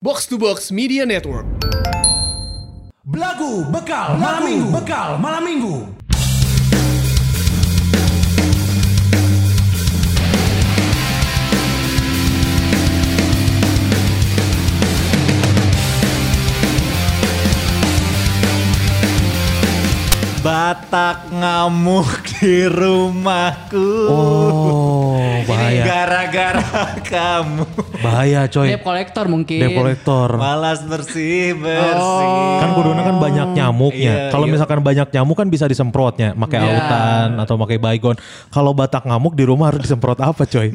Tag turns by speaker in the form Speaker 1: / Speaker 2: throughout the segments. Speaker 1: Box to Box Media Network.
Speaker 2: Belagu bekal malam minggu, bekal malam minggu.
Speaker 3: Batak ngamuk di rumahku.
Speaker 2: Oh,
Speaker 3: Ini
Speaker 2: bahaya.
Speaker 3: gara-gara kamu.
Speaker 2: Bahaya coy.
Speaker 4: Debt collector mungkin.
Speaker 2: Debt collector.
Speaker 3: Malas bersih-bersih.
Speaker 2: Kan kudunya kan banyak nyamuknya.
Speaker 3: Iya,
Speaker 2: Kalau
Speaker 3: iya.
Speaker 2: misalkan banyak nyamuk kan bisa disemprotnya, pakai
Speaker 4: Iya.
Speaker 2: autan atau pakai baygon. Kalau batak ngamuk di rumah harus disemprot apa coy?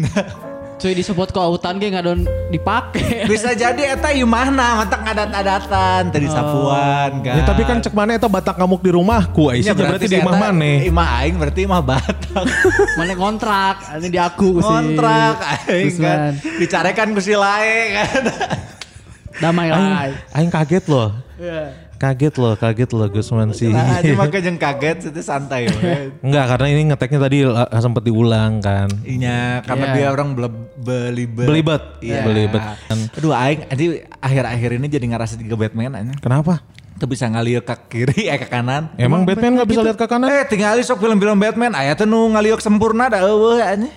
Speaker 4: Cuy disebut ke autan ge ngadon dipake.
Speaker 3: Bisa jadi eta ieu mahna mata ngadat-adatan tadi sapuan kan.
Speaker 2: Oh. ya, tapi kan cek mana eta batak ngamuk di rumahku,
Speaker 3: Ya,
Speaker 2: isinya berarti, di
Speaker 3: si
Speaker 2: rumah
Speaker 3: eta
Speaker 2: mana?
Speaker 3: Imah aing berarti imah Batak.
Speaker 4: Mana kontrak, ini di aku sih.
Speaker 3: Kontrak aing kan.
Speaker 4: Gusman.
Speaker 3: Dicarekan ku si lae kan.
Speaker 4: Damai lah. Iya.
Speaker 2: Aing, aing kaget loh. Kaget loh, kaget loh Gusman sih.
Speaker 3: Nah, aja mah jeung kaget itu santai we.
Speaker 2: Enggak, karena ini ngeteknya tadi eh, sempet diulang kan.
Speaker 3: Inya karena
Speaker 4: Iya.
Speaker 3: dia orang bele, belibet.
Speaker 2: Belibet,
Speaker 3: Iya.
Speaker 2: belibet.
Speaker 3: Aduh aing nanti akhir-akhir ini jadi ngerasa tiga Batman aja.
Speaker 2: Kenapa?
Speaker 3: Tuh bisa ngaliuk ke kiri eh ke kanan.
Speaker 2: Emang Batman nggak bisa lihat ke kanan?
Speaker 3: Eh tinggal sok film-film Batman aya teh nu ngaliuk sempurna da eueuh anjing.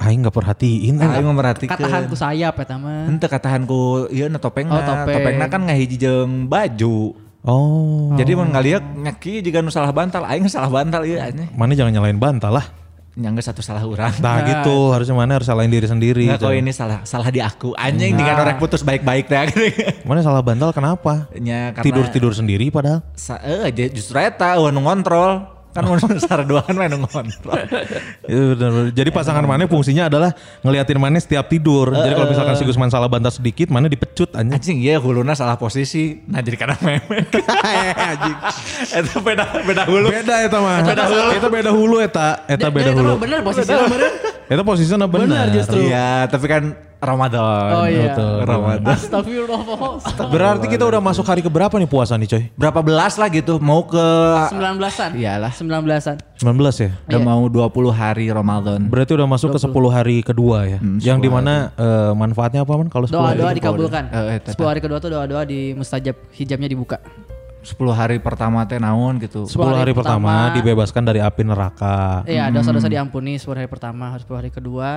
Speaker 2: Aing nggak perhatiin. Aing.
Speaker 3: Aing memperhatikan.
Speaker 4: Katahan ku sayap ya teman.
Speaker 3: Henteu katahanku ieu na topengna.
Speaker 4: Oh, topeng.
Speaker 3: Topengna kan ngahiji jeung baju.
Speaker 2: Oh,
Speaker 3: Jadi mun ngaliuk nyaki juga nu salah bantal, aing salah bantal ieu anjing.
Speaker 2: mana jangan nyalain bantal lah.
Speaker 3: Nyangga satu salah urang.
Speaker 2: Nah gitu, harusnya mana harus salahin diri sendiri.
Speaker 3: Nggak kok
Speaker 2: Jangan-
Speaker 3: ini salah salah di aku. Anjing dengan orang putus baik-baik teh.
Speaker 2: Mana salah bantal kenapa?
Speaker 3: Ya, karena
Speaker 2: Tidur-tidur sendiri padahal.
Speaker 3: Sa eh, dia justru eta eueuh nu ngontrol. Kan mun sarduaan mah nu ngontrol.
Speaker 2: Iya, bener-bener. Jadi pasangan mana fungsinya adalah ngeliatin mana setiap tidur. Jadi kalau misalkan si Gusman salah bantal sedikit, mana dipecut Eh, anjing.
Speaker 3: Anjing ya huluna salah posisi. Nah jadi karena memek. Anjing. Eta beda beda hulu.
Speaker 2: Beda eta mah.
Speaker 3: Beda hulu.
Speaker 2: Eta beda hulu eta. Eta beda
Speaker 4: Jadi itu
Speaker 2: hulu.
Speaker 4: mah Bener posisinya bener.
Speaker 2: Eta posisinya benar.
Speaker 4: Benar justru.
Speaker 3: Iya, tapi kan Ramadan.
Speaker 4: Oh, iya.
Speaker 3: Betul, Ramadan.
Speaker 4: Astagfirullah.
Speaker 2: Berarti kita udah masuk hari keberapa nih puasa nih coy?
Speaker 3: Berapa belas lah gitu mau ke
Speaker 4: 19-an.
Speaker 3: Iyalah.
Speaker 4: 19-an.
Speaker 2: 19 ya?
Speaker 3: udah mau 20 hari Ramadan.
Speaker 2: Berarti udah masuk ke 10 hari kedua ya. yang dimana eh, manfaatnya apa man kalau 10 hari?
Speaker 4: Doa-doa
Speaker 3: hari
Speaker 4: dikabulkan.
Speaker 3: dikabul. Eh, eh, tetap.
Speaker 4: 10 hari kedua tuh doa-doa di mustajab hijabnya dibuka.
Speaker 3: 10 hari pertama teh naon gitu.
Speaker 2: 10 hari,
Speaker 4: hari
Speaker 2: pertama,
Speaker 4: pertama.
Speaker 2: dibebaskan dari api neraka.
Speaker 4: Iya,
Speaker 3: Hmm.
Speaker 4: dosa-dosa diampuni 10 hari pertama, 10 hari kedua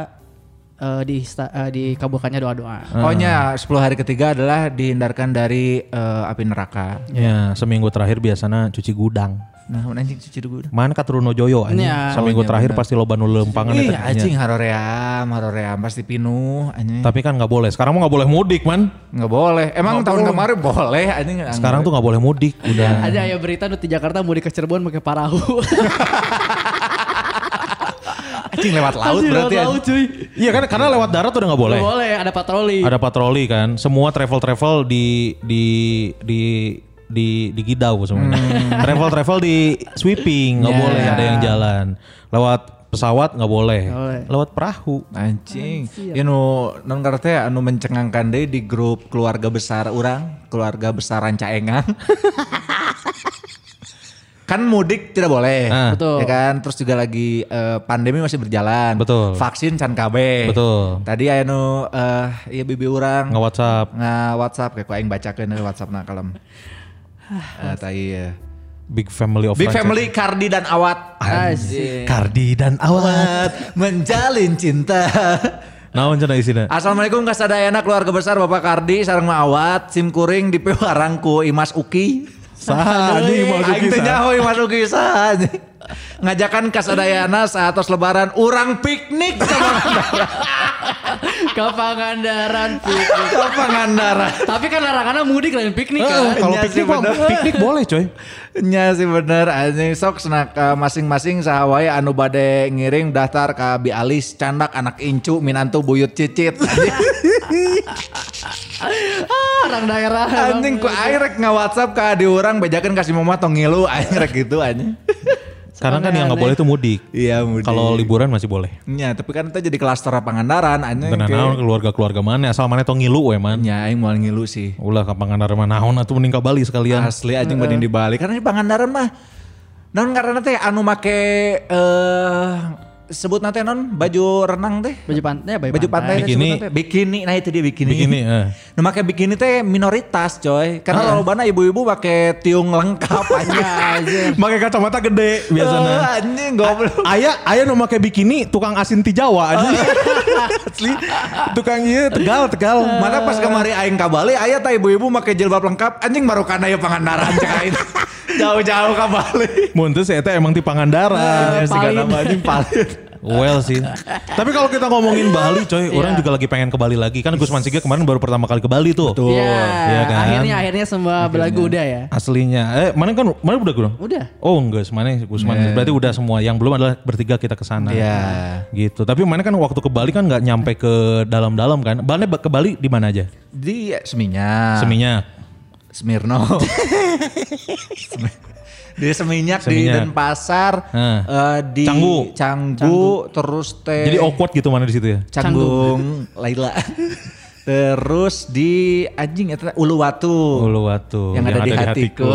Speaker 4: eh, di eh, dikabulkannya doa-doa.
Speaker 3: Pokoknya 10 hari ketiga adalah dihindarkan dari eh, api neraka.
Speaker 2: Ya, seminggu terakhir biasanya cuci gudang.
Speaker 3: Nah, mun anjing cuci dulu.
Speaker 2: Mana Katruno Joyo anjing.
Speaker 4: Iya.
Speaker 3: Oh,
Speaker 2: Seminggu
Speaker 3: iya,
Speaker 2: terakhir
Speaker 3: benar.
Speaker 2: pasti loba nu lempangan ya, eta
Speaker 3: Iya
Speaker 2: kayaknya.
Speaker 3: anjing haroream, haroream pasti pinuh anjing.
Speaker 2: Tapi kan nggak boleh. Sekarang mah nggak boleh mudik, Man.
Speaker 3: Nggak boleh. Emang tahun kemarin boleh anjing.
Speaker 2: Sekarang tuh nggak boleh mudik udah.
Speaker 4: Ada ya berita nu di Jakarta mau ke Cirebon pakai parahu.
Speaker 3: anjing lewat laut
Speaker 4: Anjing,
Speaker 3: berarti.
Speaker 4: laut,
Speaker 3: anjing.
Speaker 4: cuy.
Speaker 2: Iya kan karena lewat darat udah nggak boleh.
Speaker 4: Nggak boleh, ada patroli.
Speaker 2: Ada patroli kan. Semua travel-travel di di di di di Gidau semuanya.
Speaker 4: Hmm.
Speaker 2: Travel-travel di sweeping
Speaker 4: Iya.
Speaker 2: nggak boleh ada yang jalan. Lewat pesawat nggak boleh.
Speaker 4: boleh.
Speaker 2: Lewat perahu.
Speaker 3: Anjing. Ya nu non ngerti ya, anu mencengangkan deh di grup keluarga besar orang, keluarga besar Rancaengang. kan mudik tidak boleh,
Speaker 2: Ah.
Speaker 4: Betul.
Speaker 3: ya kan. Terus juga lagi eh, pandemi masih berjalan,
Speaker 2: Betul.
Speaker 3: Vaksin can KB,
Speaker 2: Betul.
Speaker 3: Tadi ya nu eh, ya bibi orang
Speaker 2: Nggak WhatsApp.
Speaker 3: nga WhatsApp kayak aing bacakeun deui WhatsApp na kalem. Eh tai ieu.
Speaker 2: Big family of
Speaker 3: Big
Speaker 2: Rancak.
Speaker 3: Family Kardi dan Awat.
Speaker 4: Asik.
Speaker 2: Kardi dan awal.
Speaker 3: Awat menjalin cinta.
Speaker 2: Naon cenah isina?
Speaker 3: Assalamualaikum kasadayana keluarga besar Bapak Kardi sareng Ma Awat sim kuring di pewarangku Imas Uki.
Speaker 2: Saha
Speaker 3: Aduh,
Speaker 2: nih maksud
Speaker 3: Aing teu
Speaker 2: kisah.
Speaker 3: nyaho Imas Uki saha anjing. Ngajakan kasadayana saat tos lebaran urang piknik sama
Speaker 4: Ke Pangandaran. Pi.
Speaker 3: ke Pangandaran.
Speaker 4: Tapi kan larangannya mudik lain piknik
Speaker 2: Eh,
Speaker 4: kan.
Speaker 2: kalau
Speaker 3: Iya sih,
Speaker 2: piknik mah-
Speaker 3: bener.
Speaker 2: piknik boleh coy.
Speaker 3: Nya sih bener anjing sok senak eh, masing-masing sahawai anu bade ngiring daftar ka Bi Alis candak anak incu minantu buyut cicit anjing,
Speaker 4: Ah, Orang daerah.
Speaker 3: anjing ku air rek nga WhatsApp ka di urang bejakeun kasih mama tong ngilu anjing rek gitu anjing.
Speaker 2: Karena kan yang nggak
Speaker 4: aneh.
Speaker 2: boleh itu mudik.
Speaker 3: Iya mudik.
Speaker 2: Kalau liburan masih boleh.
Speaker 3: Nya tapi kan itu jadi klaster Pangandaran anjing.
Speaker 2: Tenan
Speaker 3: ke-
Speaker 2: naon keluarga-keluarga mana asal mana tong ngilu we man.
Speaker 3: Nya Iya, aing moal ngilu sih.
Speaker 2: Ulah ka Pangandaran mah naon atuh mending ka Bali sekalian.
Speaker 3: Asli anjing mending di Bali karena di Pangandaran mah naon karena teh anu make eh sebut nanti non baju renang teh.
Speaker 4: Baju pantai, ya,
Speaker 3: Baju pantai teh
Speaker 2: Bikini.
Speaker 3: sebut nanti. Bikini, nah itu dia bikini.
Speaker 2: Bikini, eh.
Speaker 3: Nah pakai bikini teh minoritas coy. Karena lolobana ibu-ibu pakai tiung lengkap aja aja.
Speaker 2: Pakai kacamata gede biasanya.
Speaker 3: Eh, anjing goblok.
Speaker 2: Ayah, ayah nu make bikini tukang asin ti Jawa anjing. Asli. Tukang ieu Tegal, Tegal.
Speaker 3: Mana pas kemari aing ka Bali aya tah ibu-ibu make jilbab lengkap anjing marokana ya pangandaran cek aing. Jauh-jauh ka Bali.
Speaker 2: Mun teu si eta emang Iya ti
Speaker 3: Eh,
Speaker 2: Pangandaran.
Speaker 3: Siga nama anjing palit.
Speaker 2: Well sih. Tapi kalau kita ngomongin Bali
Speaker 3: Iya.
Speaker 2: coy, orang juga lagi pengen ke Bali lagi. Kan Gusman Siga kemarin baru pertama kali ke Bali tuh.
Speaker 4: Iya,
Speaker 2: Iya kan?
Speaker 4: akhirnya akhirnya semua belagu udah ya.
Speaker 2: Aslinya. Eh, mana kan mana udah gue?
Speaker 4: Udah.
Speaker 2: Oh enggak, mana Gusman. Berarti udah semua. Yang belum adalah bertiga kita ke sana.
Speaker 3: Iya.
Speaker 2: Gitu. Tapi mana kan waktu ke Bali kan nggak nyampe ke dalam-dalam kan. Mana ke Bali di mana aja?
Speaker 3: Di Seminya.
Speaker 2: Seminyak.
Speaker 3: Smirno. Semi- di Seminyak, di
Speaker 2: Seminyak.
Speaker 3: Denpasar,
Speaker 2: Hah.
Speaker 3: eh, di
Speaker 2: Canggu.
Speaker 3: Canggu, terus teh
Speaker 2: Jadi awkward gitu mana di situ ya?
Speaker 3: Canggung, Laila. terus di anjing itu
Speaker 2: Oh,
Speaker 3: Uluwatu
Speaker 2: Uluwatu
Speaker 3: yang, ada, di hatiku.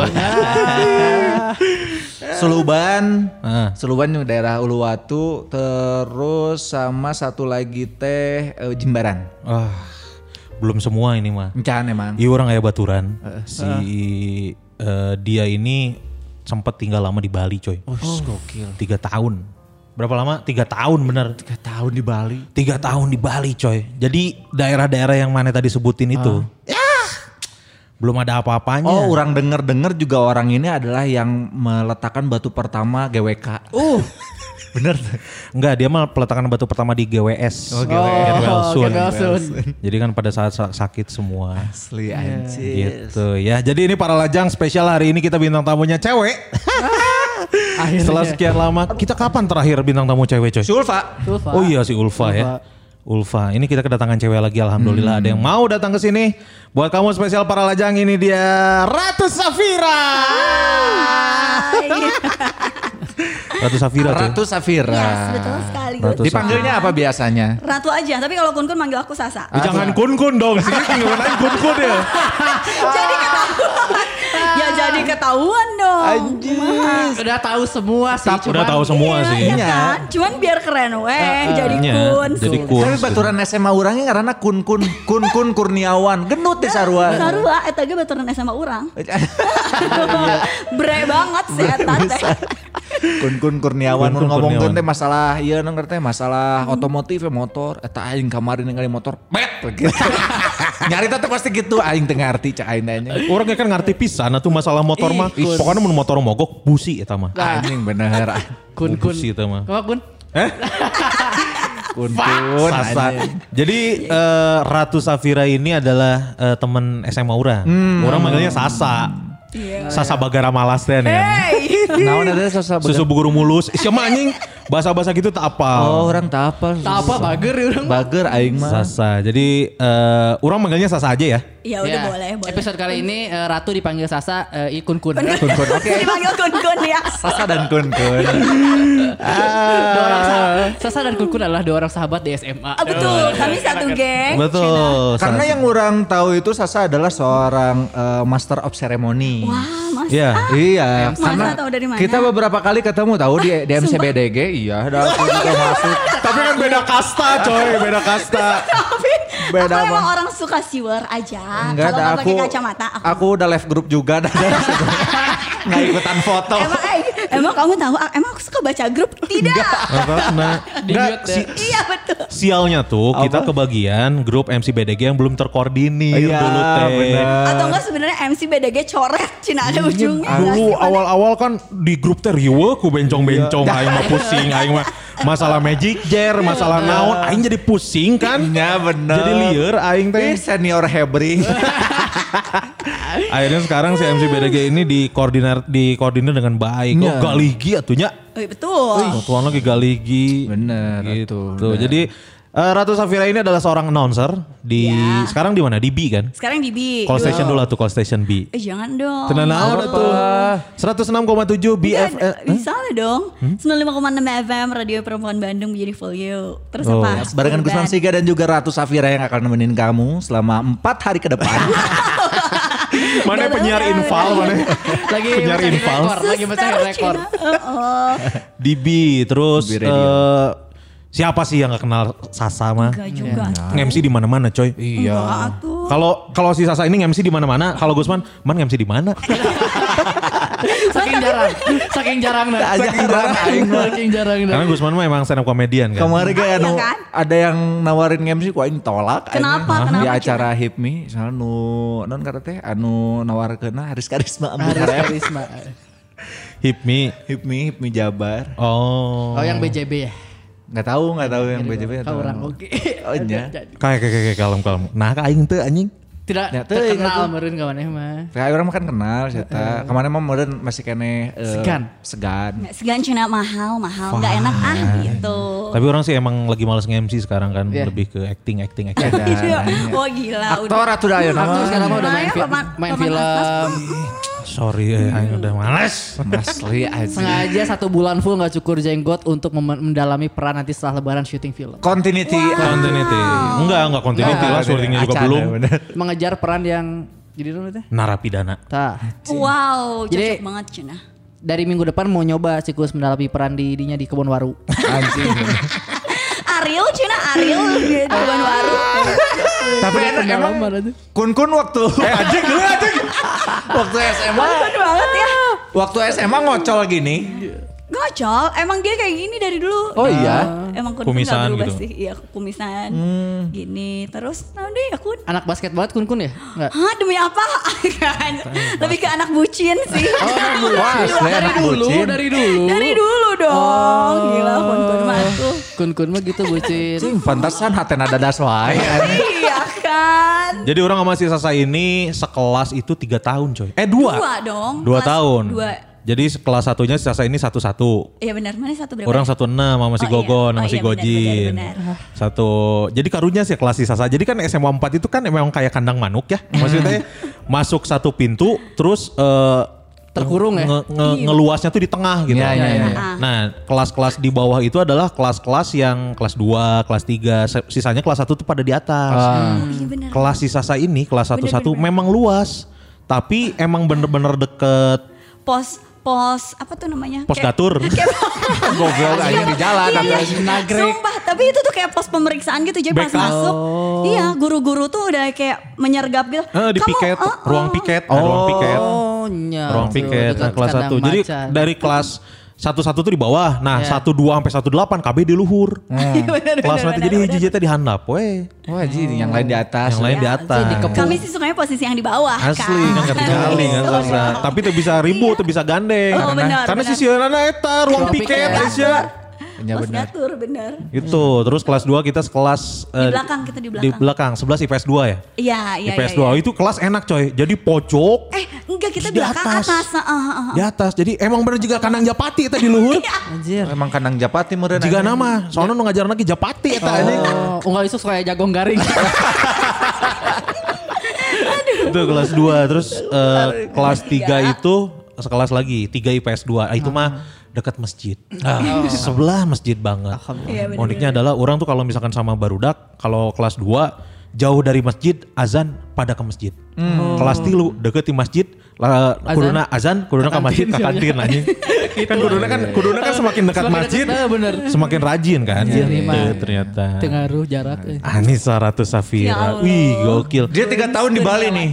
Speaker 3: Suluban,
Speaker 2: Hah.
Speaker 3: Suluban yang daerah Uluwatu, terus sama satu lagi teh eh, Jimbaran.
Speaker 2: Ah, belum semua ini mah.
Speaker 3: Encan emang.
Speaker 2: Iya orang kayak baturan. Si eh, dia ini sempat tinggal lama di Bali, coy. Oh, Tiga tahun. Berapa lama? Tiga tahun bener. Tiga tahun di Bali. Tiga tahun di Bali, coy. Jadi daerah-daerah yang mana tadi sebutin itu, yah, belum ada apa-apanya.
Speaker 3: Oh, orang denger-denger juga orang ini adalah yang meletakkan batu pertama GWK. Uh.
Speaker 2: Oh.
Speaker 3: Bener.
Speaker 2: Enggak, dia mah peletakan batu pertama di GWS. Oh,
Speaker 4: GWS.
Speaker 2: soon.
Speaker 4: Get well soon.
Speaker 2: Jadi kan pada saat sa- sakit semua.
Speaker 3: Asli anjir.
Speaker 2: Gitu ya. Jadi ini para lajang spesial hari ini kita bintang tamunya cewek.
Speaker 4: Akhirnya.
Speaker 2: Setelah sekian lama, kita kapan terakhir bintang tamu cewek coy?
Speaker 3: Sulfa.
Speaker 4: Tuh, Pak.
Speaker 2: Oh iya si Ulfa, ya. Ulfa, ini kita kedatangan cewek lagi alhamdulillah ada yang mau datang ke sini. Buat kamu spesial para lajang ini dia Ratu Safira.
Speaker 5: Iya,
Speaker 2: Ratu Safira coy.
Speaker 3: Ratu Safira.
Speaker 5: Yes, Iya, betul sekali.
Speaker 2: Iya, Ratu
Speaker 3: Dipanggilnya apa biasanya?
Speaker 5: Ratu aja, tapi kalau kun kun manggil aku Sasa.
Speaker 2: Safira. Jangan kun-kun dong, sih ngomongin kun-kun ya.
Speaker 5: jadi ketahuan. ya jadi ketahuan dong.
Speaker 4: Udah tahu semua sih.
Speaker 2: Tapi udah
Speaker 4: cuman-
Speaker 2: tahu semua
Speaker 5: Iya,
Speaker 2: sih.
Speaker 5: Iya kan? Cuman biar keren weh, jadi
Speaker 2: Iya,
Speaker 5: kun.
Speaker 2: Jadi
Speaker 5: Sudah.
Speaker 2: kun.
Speaker 3: Tapi baturan SMA orangnya karena kun kun kun kun Kurniawan genut di sarua.
Speaker 5: Sarua ah. eta ge baturan SMA urang. Bre banget sih eta teh.
Speaker 3: kun kun Kurniawan
Speaker 2: Kun Kun
Speaker 3: ngomong
Speaker 2: Kurniawan.
Speaker 3: teh masalah iya nang teh masalah otomotif ya motor eta aing kemarin ningali motor pet gitu. Nyari teh pasti gitu aing teu ngarti cak aing nanya.
Speaker 2: Orangnya kan ngerti pisan atau masalah motor mah.
Speaker 4: Ih, kun.
Speaker 2: Pokoknya mun motor mogok busi eta mah.
Speaker 3: Anjing bener.
Speaker 4: Nah, Kun kun.
Speaker 2: Bungkus gitu. itu mah.
Speaker 4: Apa kun?
Speaker 3: Kun kun.
Speaker 2: Sasa.
Speaker 3: anjing.
Speaker 2: Jadi eh, Ratu Safira ini adalah eh, temen SMA Ura.
Speaker 3: Hmm.
Speaker 2: Orang manggilnya Sasa. Sasa Bagara Malas teh nih.
Speaker 5: Iya.
Speaker 2: ya.
Speaker 5: Hey.
Speaker 3: Naon ada sasa
Speaker 2: Susu guru mulus. Siapa anjing bahasa-bahasa gitu tak apa.
Speaker 3: Oh orang tak
Speaker 5: Nah.
Speaker 3: apa.
Speaker 4: Tak apa bager ya orang.
Speaker 3: Bager aing mah.
Speaker 2: Sasa. Jadi eh, orang manggilnya Sasa aja ya.
Speaker 5: Ya udah
Speaker 4: Ya.
Speaker 5: boleh, boleh.
Speaker 4: Episode kali ini eh, Ratu dipanggil Sasa eh, Kun kun.
Speaker 3: Kun kun oke.
Speaker 5: Dipanggil kun kun ya.
Speaker 3: Sasa dan kun kun. Ah.
Speaker 4: Dua orang sahabat. Sasa dan kun kun adalah dua orang sahabat di SMA.
Speaker 5: Ah, betul,
Speaker 4: iya.
Speaker 5: kami satu geng.
Speaker 2: Betul.
Speaker 3: Karena yang orang tahu itu Sasa adalah seorang eh, master of ceremony.
Speaker 5: Wah, Mas.
Speaker 2: Iya.
Speaker 3: Iya,
Speaker 5: Masa tahu dari mana?
Speaker 3: kita beberapa kali ketemu tahu di, di MCBDG, iya, ada aku juga masuk.
Speaker 2: Tapi kan beda kasta coy, beda kasta.
Speaker 5: Maafin,
Speaker 3: Beda
Speaker 5: aku emang
Speaker 3: banget.
Speaker 5: orang suka siwer aja.
Speaker 3: Enggak
Speaker 5: Kalau
Speaker 3: ada
Speaker 5: nggak
Speaker 3: aku.
Speaker 5: pakai kacamata, aku
Speaker 3: Aku udah live group juga dah. Nggak ikutan foto.
Speaker 5: Emang, eh, emang kamu tahu? Emang aku suka baca grup? Tidak.
Speaker 2: Nah,
Speaker 4: Di
Speaker 2: enggak,
Speaker 4: mute
Speaker 2: si,
Speaker 4: deh.
Speaker 5: iya betul.
Speaker 2: Sialnya
Speaker 3: ya.
Speaker 2: tuh
Speaker 3: Apa?
Speaker 2: kita kebagian grup MC BDG yang belum terkoordinir
Speaker 3: Iya,
Speaker 2: dulu teh.
Speaker 3: benar.
Speaker 5: Atau enggak sebenarnya MC BDG coret Cina ada ujungnya.
Speaker 2: Iya, Dulu
Speaker 5: Gimana?
Speaker 2: awal-awal kan di grup teh riwe ku bencong-bencong aing mah pusing aing mah masalah magic jar, masalah naon aing jadi pusing kan.
Speaker 3: Iya, bener.
Speaker 2: Jadi liar aing
Speaker 3: Ih,
Speaker 2: teh.
Speaker 3: senior hebring.
Speaker 2: Akhirnya sekarang si MC BDG ini dikoordinir dikoordinir dengan baik. Oh,
Speaker 3: Iya.
Speaker 2: galigi atunya.
Speaker 5: Eh, betul.
Speaker 2: Oh, Tuhan lagi galigi.
Speaker 3: Bener,
Speaker 2: Gitu.
Speaker 3: tuh, bener.
Speaker 2: Jadi eh, Ratu Safira ini adalah seorang announcer di
Speaker 5: Iya.
Speaker 2: sekarang di mana? Di B kan?
Speaker 5: Sekarang di B.
Speaker 2: Call station dulu tuh call station B.
Speaker 5: Eh jangan dong.
Speaker 2: Tenan naon tuh. 106,7
Speaker 5: Enggak,
Speaker 2: BFM.
Speaker 5: Bisa lah dong. 95,6 FM Radio Perempuan Bandung Beautiful You. Terus
Speaker 2: Oh.
Speaker 5: apa?
Speaker 3: Nah, Barengan Gusman
Speaker 5: Band.
Speaker 3: Siga dan juga Ratu Safira yang akan nemenin kamu selama empat hari ke depan.
Speaker 2: Mana penyiar infal mana?
Speaker 4: Lagi
Speaker 2: penyiar
Speaker 4: mecahin
Speaker 2: infal.
Speaker 4: rekor, Lagi
Speaker 5: Suster
Speaker 4: mecahin rekor.
Speaker 5: Cina. Oh, oh.
Speaker 2: DB terus
Speaker 3: DB
Speaker 2: eh
Speaker 3: Radio.
Speaker 2: Siapa sih yang gak kenal Sasa mah?
Speaker 5: Enggak juga.
Speaker 2: MC di mana-mana, coy.
Speaker 5: Enggak tuh.
Speaker 2: Kalau kalau si Sasa ini MC di mana-mana, kalau Gusman, man MC di mana?
Speaker 4: saking jarang saking jarang nah saking jarang saking jarang nah
Speaker 2: Karena Gusman mah emang stand up comedian kan.
Speaker 3: Kemarin kayak
Speaker 4: Ah,
Speaker 3: anu,
Speaker 5: Iya kan?
Speaker 3: ada yang nawarin MC kok ini tolak. aja.
Speaker 5: Kenapa? Kenapa,
Speaker 3: Di acara Hip Me, soalnya nu non kata teh anu nawarkeunna Haris Karisma ambil
Speaker 4: Haris
Speaker 3: karep.
Speaker 4: Karisma
Speaker 2: Hip me.
Speaker 3: Hip Me, Hip Me Jabar.
Speaker 2: Oh.
Speaker 4: oh yang BJB ya
Speaker 3: Nggak tahu, nggak Iya, tahu yang BJB atau.
Speaker 4: kau Iya, orang oke
Speaker 3: Oh, iya.
Speaker 2: Kayak kayak kayak kalem kalem. Nah, ka aing teu anjing.
Speaker 4: tidak
Speaker 3: Ya, tuh, ya, tuh.
Speaker 4: terkenal meureun kawannya mah
Speaker 3: Kayak orang mah kan kenal, Seta. Kemarin mah meureun masih kene eh,
Speaker 4: Iya, Segan. Iya,
Speaker 3: Segan.
Speaker 5: Nggak segan cina mahal, mahal. Enggak enak ah gitu.
Speaker 2: Tapi orang sih emang lagi males nge-MC sekarang kan,
Speaker 4: Iya.
Speaker 2: lebih ke acting acting acting.
Speaker 5: Iya. Wah gila
Speaker 3: Aktor atuh ya, da ayeuna.
Speaker 4: Aku sekarang mah udah main,
Speaker 5: Makanya
Speaker 4: film,
Speaker 5: papan-
Speaker 4: main
Speaker 5: papan
Speaker 4: film.
Speaker 2: Sorry, eh, aing udah males.
Speaker 3: Asli aja.
Speaker 4: Sengaja satu bulan full nggak cukur jenggot untuk mem- mendalami peran nanti setelah lebaran syuting film.
Speaker 3: Continuity.
Speaker 2: Continuity. Enggak, enggak continuity lah, syutingnya juga
Speaker 3: Acan,
Speaker 2: belum.
Speaker 3: bener.
Speaker 4: Mengejar peran yang jadi dulu teh.
Speaker 2: Narapidana.
Speaker 4: Tah.
Speaker 5: Wow, cocok
Speaker 4: Jadi-
Speaker 5: banget cina.
Speaker 4: Dari minggu depan mau nyoba siklus mendalami peran di dinya di kebun waru.
Speaker 3: Anjing.
Speaker 5: Ariel cina Ariel gitu ban baru.
Speaker 3: Tapi enak emang Kun Kun waktu eh anjing dulu anjing. waktu SMA
Speaker 5: Ban banget ya.
Speaker 3: waktu SMA ngocol gini.
Speaker 5: Gocol, emang dia kayak gini dari dulu.
Speaker 3: Oh iya?
Speaker 5: Emang kun
Speaker 2: Kumisan gitu.
Speaker 5: berubah sih. Iya kumisan. Gini, terus nanti ya kun.
Speaker 4: Anak basket banget kun kun ya? Enggak.
Speaker 5: Hah demi apa? kan. Lebih ke anak bucin sih.
Speaker 3: Oh, Wah, asli anak bucin.
Speaker 4: dari dulu.
Speaker 5: Dari dulu dong. Gila kun kun mah tuh.
Speaker 4: Kun kun mah gitu bucin.
Speaker 3: Anjing pantesan hatena dadas wae. anjing.
Speaker 5: Iya kan.
Speaker 2: Jadi orang sama si Sasa ini sekelas itu tiga tahun coy. Eh dua.
Speaker 5: Dua dong.
Speaker 2: Dua
Speaker 5: Kelas
Speaker 2: tahun.
Speaker 5: Dua.
Speaker 2: Jadi kelas satunya si Sasa ini satu-satu.
Speaker 5: Iya benar, mana satu berapa?
Speaker 2: Orang satu enam sama si
Speaker 5: Oh iya.
Speaker 2: Gogon, sama si
Speaker 5: Oh iya, benar,
Speaker 2: Gojin.
Speaker 5: benar,
Speaker 2: Satu. Jadi karunya sih kelas si Sasa. Jadi kan SMA 4 itu kan memang kayak kandang manuk ya. Maksudnya masuk satu pintu terus eh,
Speaker 4: Terkurung ya?
Speaker 2: nge- nge-
Speaker 5: Iya.
Speaker 2: ngeluasnya tuh di tengah gitu.
Speaker 3: Iya, iya, iya.
Speaker 5: Ah.
Speaker 2: Nah, kelas-kelas di bawah itu adalah kelas-kelas yang kelas 2, kelas 3, sisanya kelas 1 tuh pada di atas.
Speaker 5: Oh iya benar.
Speaker 2: Kelas si Sasa ini kelas 1 1 memang luas, tapi emang bener-bener deket
Speaker 5: Pos pos apa tuh namanya?
Speaker 2: pos
Speaker 5: Kayak-
Speaker 2: gatur.
Speaker 3: Goblok aja di jalan
Speaker 5: Iya,
Speaker 3: tapi
Speaker 5: iya. Sumpah, tapi itu tuh kayak pos pemeriksaan gitu. Jadi pas
Speaker 2: Backup.
Speaker 5: masuk, iya guru-guru tuh udah kayak menyergap gitu.
Speaker 2: Eh, di
Speaker 5: Kamu,
Speaker 2: piket,
Speaker 5: eh, eh.
Speaker 2: ruang piket, ada ruang piket.
Speaker 4: Oh nya.
Speaker 2: ruang
Speaker 4: Tuh,
Speaker 2: piket
Speaker 4: dekat
Speaker 2: nah, kelas
Speaker 4: kandang
Speaker 2: 1. Jadi
Speaker 4: macan.
Speaker 2: dari kelas satu-satu tuh di bawah. Nah,
Speaker 4: Iya.
Speaker 2: satu dua sampai satu delapan KB di luhur. Eh,
Speaker 5: Iya,
Speaker 2: Kelas nanti jadi hiji teh dihandap we.
Speaker 3: Wah, Oh, anjing yang lain di atas. ya. Iya,
Speaker 2: Yang lain di atas.
Speaker 5: Kami sih sukanya posisi yang di bawah
Speaker 2: Asli kan ngerti kali kan Sasa. Tapi tuh bisa ribut, tuh bisa gandeng.
Speaker 5: Oh, benar,
Speaker 2: Karena
Speaker 5: benar.
Speaker 2: si Sienana eta ruang
Speaker 4: Ruang
Speaker 2: piket
Speaker 4: piket.
Speaker 2: Aisyah.
Speaker 3: Ya
Speaker 5: Pos
Speaker 3: benar.
Speaker 5: gatur bener.
Speaker 2: Itu, Gitu.
Speaker 5: Hmm.
Speaker 2: terus kelas 2 kita sekelas
Speaker 5: Di
Speaker 2: eh,
Speaker 5: belakang, kita
Speaker 2: Di
Speaker 5: di
Speaker 2: belakang,
Speaker 5: belakang.
Speaker 2: 11 IPS 2 ya?
Speaker 5: Iya, iya, iya.
Speaker 2: IPS 2.
Speaker 5: iya.
Speaker 2: Itu kelas enak coy. Jadi pojok
Speaker 5: Eh, enggak kita
Speaker 2: Terus di
Speaker 5: belakang
Speaker 2: atas.
Speaker 5: atas. ah, ah, ah.
Speaker 2: di atas. Jadi emang bener juga kandang Japati itu di luhur.
Speaker 5: Iya.
Speaker 4: Anjir.
Speaker 3: Iya, Emang kandang Japati meureun. anjing.
Speaker 2: Jika nama, soalnya nu ngajaran lagi Japati eta anjing.
Speaker 4: Oh, enggak isu kayak jagong garing.
Speaker 2: Itu kelas 2, terus eh, kelas 3 itu sekelas lagi, 3 IPS 2. Ah, itu mah dekat masjid. Ah, Sebelah masjid banget.
Speaker 5: Iya, bener-bener.
Speaker 2: Uniknya adalah orang tuh kalau misalkan sama barudak, kalau kelas 2 jauh dari masjid, azan pada ke masjid. Kelas tilu deket di masjid, la- kuduna azan, kuduna ke masjid, ke kantin anjing. kan kuduna kan kuduna kan semakin dekat
Speaker 4: Semakin
Speaker 2: masjid,
Speaker 4: dekat, bener.
Speaker 2: semakin rajin kan.
Speaker 4: Iya,
Speaker 2: Gitu
Speaker 4: emang.
Speaker 2: ternyata.
Speaker 4: Tengaruh jarak. eh.
Speaker 2: Anissa Ratu
Speaker 5: Ya
Speaker 2: Safira.
Speaker 5: Allah.
Speaker 2: Wih, gokil.
Speaker 3: Dia tiga tahun di Bali nih.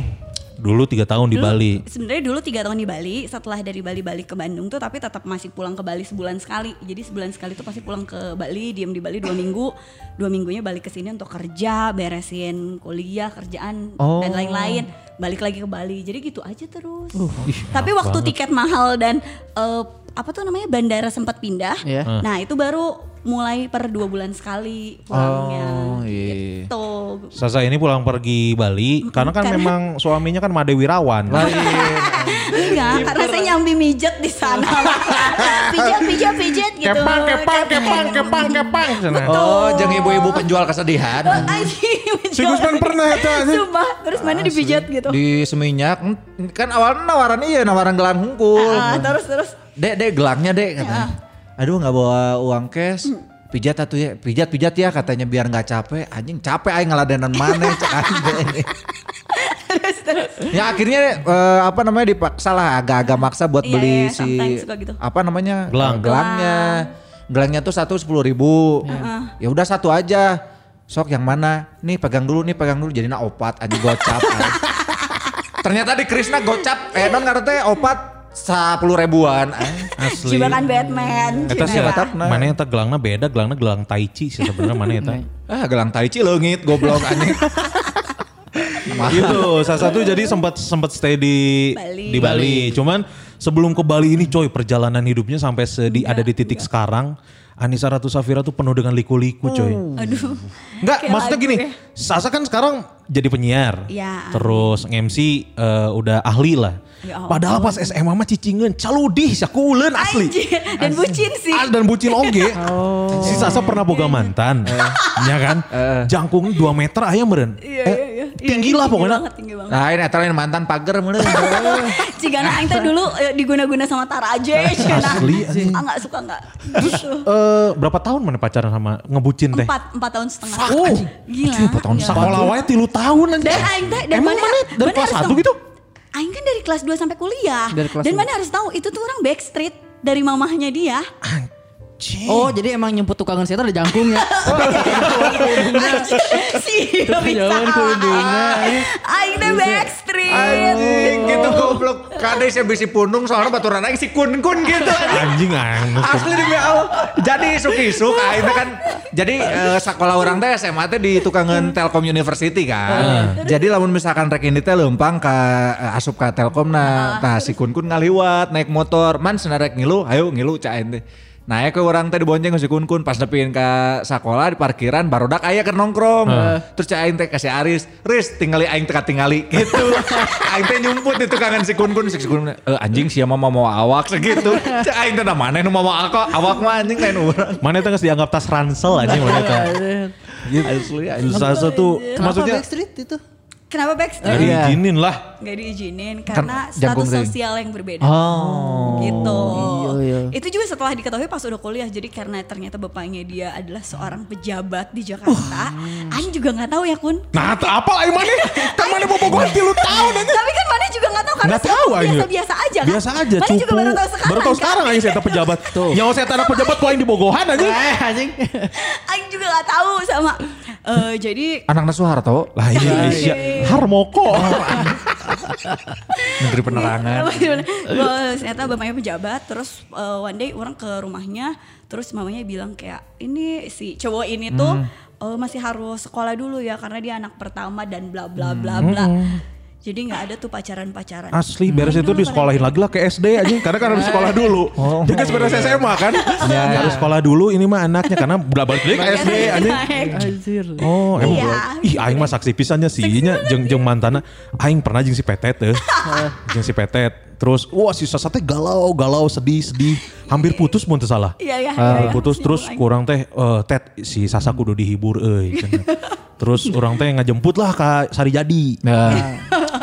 Speaker 2: Dulu tiga tahun di Bali.
Speaker 5: Sebenarnya dulu tiga tahun di Bali, setelah dari Bali balik ke Bandung tuh, tapi tetap masih pulang ke Bali sebulan sekali. Jadi sebulan sekali tuh pasti pulang ke Bali, diem di Bali dua minggu, dua minggunya balik ke sini untuk kerja, beresin kuliah, kerjaan
Speaker 3: Oh.
Speaker 5: dan lain-lain. Balik lagi ke Bali, jadi gitu aja terus.
Speaker 3: Uh,
Speaker 5: tapi waktu tiket mahal dan eh, apa tuh namanya bandara sempat pindah,
Speaker 4: Iya.
Speaker 5: nah itu baru mulai per dua bulan sekali pulangnya.
Speaker 3: Oh, iya.
Speaker 5: Gitu.
Speaker 2: Sasa ini pulang pergi Bali karena kan
Speaker 5: karena-
Speaker 2: memang suaminya kan Made Wirawan.
Speaker 5: Enggak, Iya,
Speaker 2: Gitu
Speaker 5: karena saya nyambi mijet di sana. pijat, pijat, pijat gitu.
Speaker 2: Kepang, kepang, kepang, kepang, kepang. sana.
Speaker 3: Oh, jeung ibu-ibu penjual kesedihan.
Speaker 2: Si Gusman pernah itu, anjing.
Speaker 5: Sumpah, terus mana dipijat gitu.
Speaker 3: di Seminyak hmm, kan awalnya nawaran iya nawaran gelang hungkul
Speaker 5: Ah, terus terus
Speaker 3: dek dek gelangnya dek katanya aduh nggak bawa uang cash pijat atuh ya pijat pijat ya katanya biar nggak capek anjing capek aing ngeladenan mana cek anjing ini ya akhirnya eh, apa namanya dipaksa lah agak-agak maksa buat
Speaker 5: Iya,
Speaker 3: beli
Speaker 5: iya,
Speaker 3: si
Speaker 5: sometimes suka gitu.
Speaker 3: apa namanya
Speaker 2: Gelang.
Speaker 3: eh, gelangnya gelangnya tuh satu sepuluh ribu. Ya udah satu aja. Sok yang mana? Nih pegang dulu, nih pegang dulu. Jadi opat aja gocap. aja. Ternyata di Krishna gocap. Eh non karena teh opat sepuluh ribuan. eh. aja.
Speaker 2: Asli.
Speaker 5: Cibakan Batman.
Speaker 2: Eta sih
Speaker 5: Cina.
Speaker 3: Siapa?
Speaker 2: mana eta gelangna beda, gelangna gelang tai chi sih sebenarnya mana eta.
Speaker 5: Nah,
Speaker 3: Ah gelang tai chi leungit goblok anjing.
Speaker 2: gitu. Salah satu jadi sempat sempat stay di
Speaker 5: Bali.
Speaker 2: di Bali. Cuman sebelum ke Bali ini coy perjalanan hidupnya sampai se- di- ada di titik sekarang Anissa Ratu Safira tuh penuh dengan liku-liku coy.
Speaker 5: Hmm. Aduh.
Speaker 2: Enggak,
Speaker 5: Kayak
Speaker 2: maksudnya
Speaker 5: lagu
Speaker 2: gini,
Speaker 5: ya.
Speaker 2: Sasa kan sekarang jadi penyiar.
Speaker 5: Iya.
Speaker 2: Terus MC eh, udah ahli lah.
Speaker 5: Ya Allah.
Speaker 2: Padahal pas SMA mah cicingan, caludih sakuleun asli.
Speaker 5: Anjir, Oh. dan bucin sih.
Speaker 2: Ah, dan bucin oge. Si Sasa pernah boga mantan. Iya kan? Jangkung 2 meter aya meureun.
Speaker 5: Iya,
Speaker 2: Eh,
Speaker 5: iya, iya.
Speaker 2: Tinggi
Speaker 5: Iya,
Speaker 2: lah pokoknya.
Speaker 5: banget, tinggi banget.
Speaker 3: Lain eta lain mantan pager meureun.
Speaker 5: Cigana aing teh dulu eh, diguna-guna sama Tara aja ya, Cigana.
Speaker 2: Asli, anjing.
Speaker 5: Suka enggak Ah, suka enggak. Gitu.
Speaker 2: Eh, berapa tahun mana pacaran sama ngebucin teh?
Speaker 5: Empat, empat tahun setengah.
Speaker 2: Fuck, anjing.
Speaker 5: Gila.
Speaker 2: Empat tahun
Speaker 5: Gila.
Speaker 2: sekolah wae tilu tahun anjing.
Speaker 5: Dan aing teh dan
Speaker 2: Iya. Emang mana dari
Speaker 5: mana
Speaker 2: kelas
Speaker 5: harus
Speaker 2: 1
Speaker 5: tahu-
Speaker 2: gitu?
Speaker 5: Aing kan dari kelas 2 sampai kuliah.
Speaker 4: Dari kelas
Speaker 5: dan
Speaker 4: dua.
Speaker 5: mana harus tahu itu tuh orang backstreet dari mamahnya dia.
Speaker 4: Oh jadi emang nyemput tukang setan ada ya? jangkungnya.
Speaker 5: si
Speaker 4: Jangan kuduna.
Speaker 5: Aing teh backstreet.
Speaker 3: Anjing gitu goblok. Kade saya bisi pundung soalnya baturan aing si kun-kun gitu.
Speaker 2: Anjing anjing.
Speaker 3: Asli demi Allah. Jadi isuk-isuk akhirnya kan. Jadi eh, sekolah orang teh SMA teh di tukangan Telkom University kan. Jadi lamun misalkan rek ini teh lempang ke eh, asup ke Telkom nah. Tah si kun-kun ngaliwat naik motor. Man cenah rek ngilu, ayo ngilu cain teh. Naik ke orang teh dibonceng ke si kun-kun pas nepin ke sekolah di parkiran barodak aya ke nongkrong. Eh, Terus cain teh ke si Aris, Riz tingali aing teka tingali gitu. aing teh nyumput di tukangan si kun-kun si kun eh, anjing sia mah mau mau awak segitu. Cek aing teh nah mana nu mau aku awak mah anjing lain urang.
Speaker 2: Mana itu nggak dianggap tas ransel anjing mana itu.
Speaker 3: Asli anjing.
Speaker 2: Sasa tuh
Speaker 4: Kenapa
Speaker 2: maksudnya
Speaker 4: Backstreet itu?
Speaker 2: nggak
Speaker 5: Kenapa backstreet?
Speaker 3: Iya.
Speaker 2: diizinin lah.
Speaker 5: Gak diizinin karena
Speaker 3: jangkung
Speaker 5: status
Speaker 3: ring.
Speaker 5: sosial yang berbeda.
Speaker 2: Oh.
Speaker 5: Gitu.
Speaker 4: Iya, iya.
Speaker 5: Itu juga setelah diketahui pas udah kuliah. Jadi karena ternyata bapaknya dia adalah seorang pejabat di Jakarta. Aing juga nggak tahu ya kun.
Speaker 2: Nah, tak apa lah Iman nih? Kan mana bobo gue tilu tahun aja.
Speaker 5: Tapi kan Mane juga nggak tahu karena
Speaker 2: Nggak tahu
Speaker 5: sekarang
Speaker 2: Aing.
Speaker 5: biasa-biasa aja kan.
Speaker 2: Biasa aja,
Speaker 5: Mane
Speaker 2: cupu.
Speaker 5: juga baru tahu sekarang.
Speaker 2: Baru tahu
Speaker 5: kan?
Speaker 2: sekarang aja saya pejabat. Tuh. Nyawa saya tanah pejabat kok yang dibogohan aja.
Speaker 4: Eh anjing.
Speaker 5: Aing juga nggak tahu sama. Eh, jadi
Speaker 3: Anaknya Soeharto
Speaker 2: Lah iya, iya. Harmoko.
Speaker 3: Menteri Penerangan.
Speaker 5: Iya, Gua ternyata bapaknya pejabat terus uh, one day orang ke rumahnya terus mamanya bilang kayak ini si cowok ini tuh
Speaker 2: Hmm.
Speaker 5: uh, masih harus sekolah dulu ya karena dia anak pertama dan bla bla
Speaker 2: Hmm.
Speaker 5: bla bla jadi nggak ada tuh pacaran pacaran
Speaker 2: Asli beres itu di sekolahin lagi lah ke SD aja karena kan harus
Speaker 5: Iya.
Speaker 2: sekolah dulu.
Speaker 5: Oh.
Speaker 2: Dia kan sebenarnya SMA kan. Ya, harus sekolah dulu ini mah anaknya karena udah balik lagi ke SD aja.
Speaker 4: Anjir.
Speaker 2: Oh, emang
Speaker 5: Iya.
Speaker 2: gua- Ih, aing mah saksi pisannya sih nya jeung jeung mantana. Aing pernah jeung si Petet teh. jeung si Petet. Terus wah si Sasa teh galau, galau, sedih, sedih. Hampir putus mun teu salah.
Speaker 5: Iya, iya, iya,
Speaker 2: Hampir
Speaker 5: iya.
Speaker 2: putus
Speaker 5: Iya,
Speaker 2: terus
Speaker 5: aing.
Speaker 2: kurang teh eh, Tet si Sasa kudu dihibur euy. cenah. terus orang teh ngajemput lah ka Sari Jadi.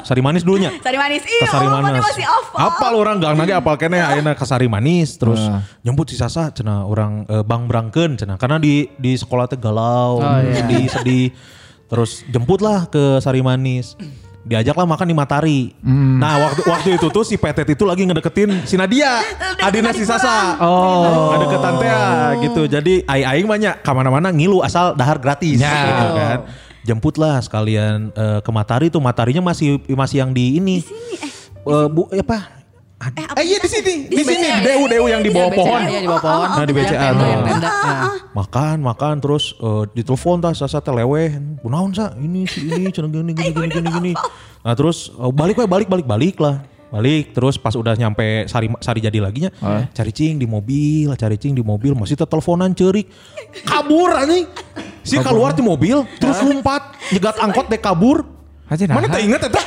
Speaker 2: Sari Manis dulunya.
Speaker 5: sari manis iya
Speaker 2: Kasari
Speaker 5: Allah Mane
Speaker 2: Manis.
Speaker 5: masih oh. hafal Iya.
Speaker 2: Hafal orang gang nage apal kene ayeuna Kasari Manis terus nyebut si Sasa cenah orang eh, bang brangkeun cenah karena di di sekolah teh galau, sedih sedih. Terus jemputlah ke Sari Manis. Diajaklah makan di Matahari. Nah, waktu waktu itu tuh si Petet itu lagi ngedeketin si Nadia, adina si Sasa. Oh, ngedeketan teh gitu. Jadi ai aing mah nya ka mana-mana ngilu asal dahar gratis gitu kan. Jemputlah sekalian eh, ke Matahari tuh Mataharinya masih masih yang di ini. Eh, bu apa? Ad-
Speaker 5: Eh, apa
Speaker 2: Eh, iya di
Speaker 5: sih?
Speaker 2: sini,
Speaker 5: Di
Speaker 2: di sini
Speaker 5: BCA.
Speaker 2: deu deu yang di bawah
Speaker 4: Iya,
Speaker 2: pohon.
Speaker 4: Iya di bawah pohon.
Speaker 2: Nah, di BCA
Speaker 4: Yang tenda,
Speaker 2: tuh.
Speaker 4: yang tenda.
Speaker 2: Makan, makan terus eh, ditelepon tah Sasa teh leweh. Kunaon sa? Ini si ini cenah gini gini gini gini gini. Nah, terus eh, balik we balik balik balik lah. Balik terus pas udah nyampe Sari Sari jadi laginya cari cing di mobil, cari cing di mobil masih teh teleponan ceurik. Kabur anjing. Si keluar di mobil terus lompat nyegat angkot deh kabur.
Speaker 3: Haji, nah.
Speaker 2: Mana teh inget eta?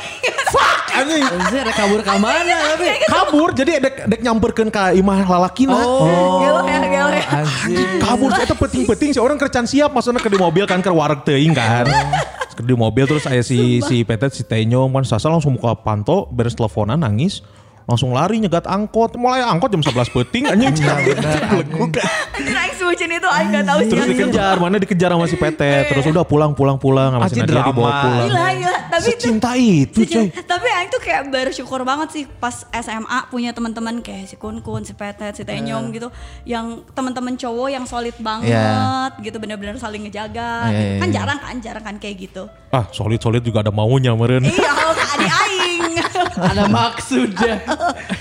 Speaker 2: Fuck anjing
Speaker 4: Anjir ada kabur ke mana tapi.
Speaker 2: kabur jadi dek dek nyamperkeun ka imah lalakina
Speaker 3: Oh,
Speaker 5: Gelo ya gelo ya
Speaker 2: kabur itu penting-penting si orang kerjaan siap maksudnya ke di mobil kan ke warung teuing kan ke di mobil terus aya si si Petet si Tenyo kan Sasa langsung muka panto beres teleponan nangis langsung lari nyegat angkot mulai angkot jam 11 peting anjing
Speaker 5: Anjir Aing sebucin itu Aing gak tau sih
Speaker 2: terus
Speaker 5: anjing.
Speaker 2: dikejar mana dikejar sama si PT terus udah pulang pulang pulang sama si
Speaker 3: Aci
Speaker 2: Nadia dibawa
Speaker 3: drama.
Speaker 2: pulang
Speaker 5: Gila, gila. Tapi itu-
Speaker 2: secinta itu coy
Speaker 5: Sejen- Tapi Aing tuh kayak bersyukur banget sih pas SMA punya teman-teman kayak si Kun Kun, si Petet, si
Speaker 3: Eh.
Speaker 5: Tenyong gitu, yang teman-teman cowok yang solid banget gitu, bener-bener saling ngejaga.
Speaker 3: Iya,
Speaker 5: gitu.
Speaker 3: iya,
Speaker 5: Kan
Speaker 3: iya.
Speaker 5: jarang kan, jarang kan kayak gitu.
Speaker 2: ah solid solid juga ada maunya meren
Speaker 5: Iya, kalau ke adik Aing.
Speaker 4: Ada ya? maksudnya.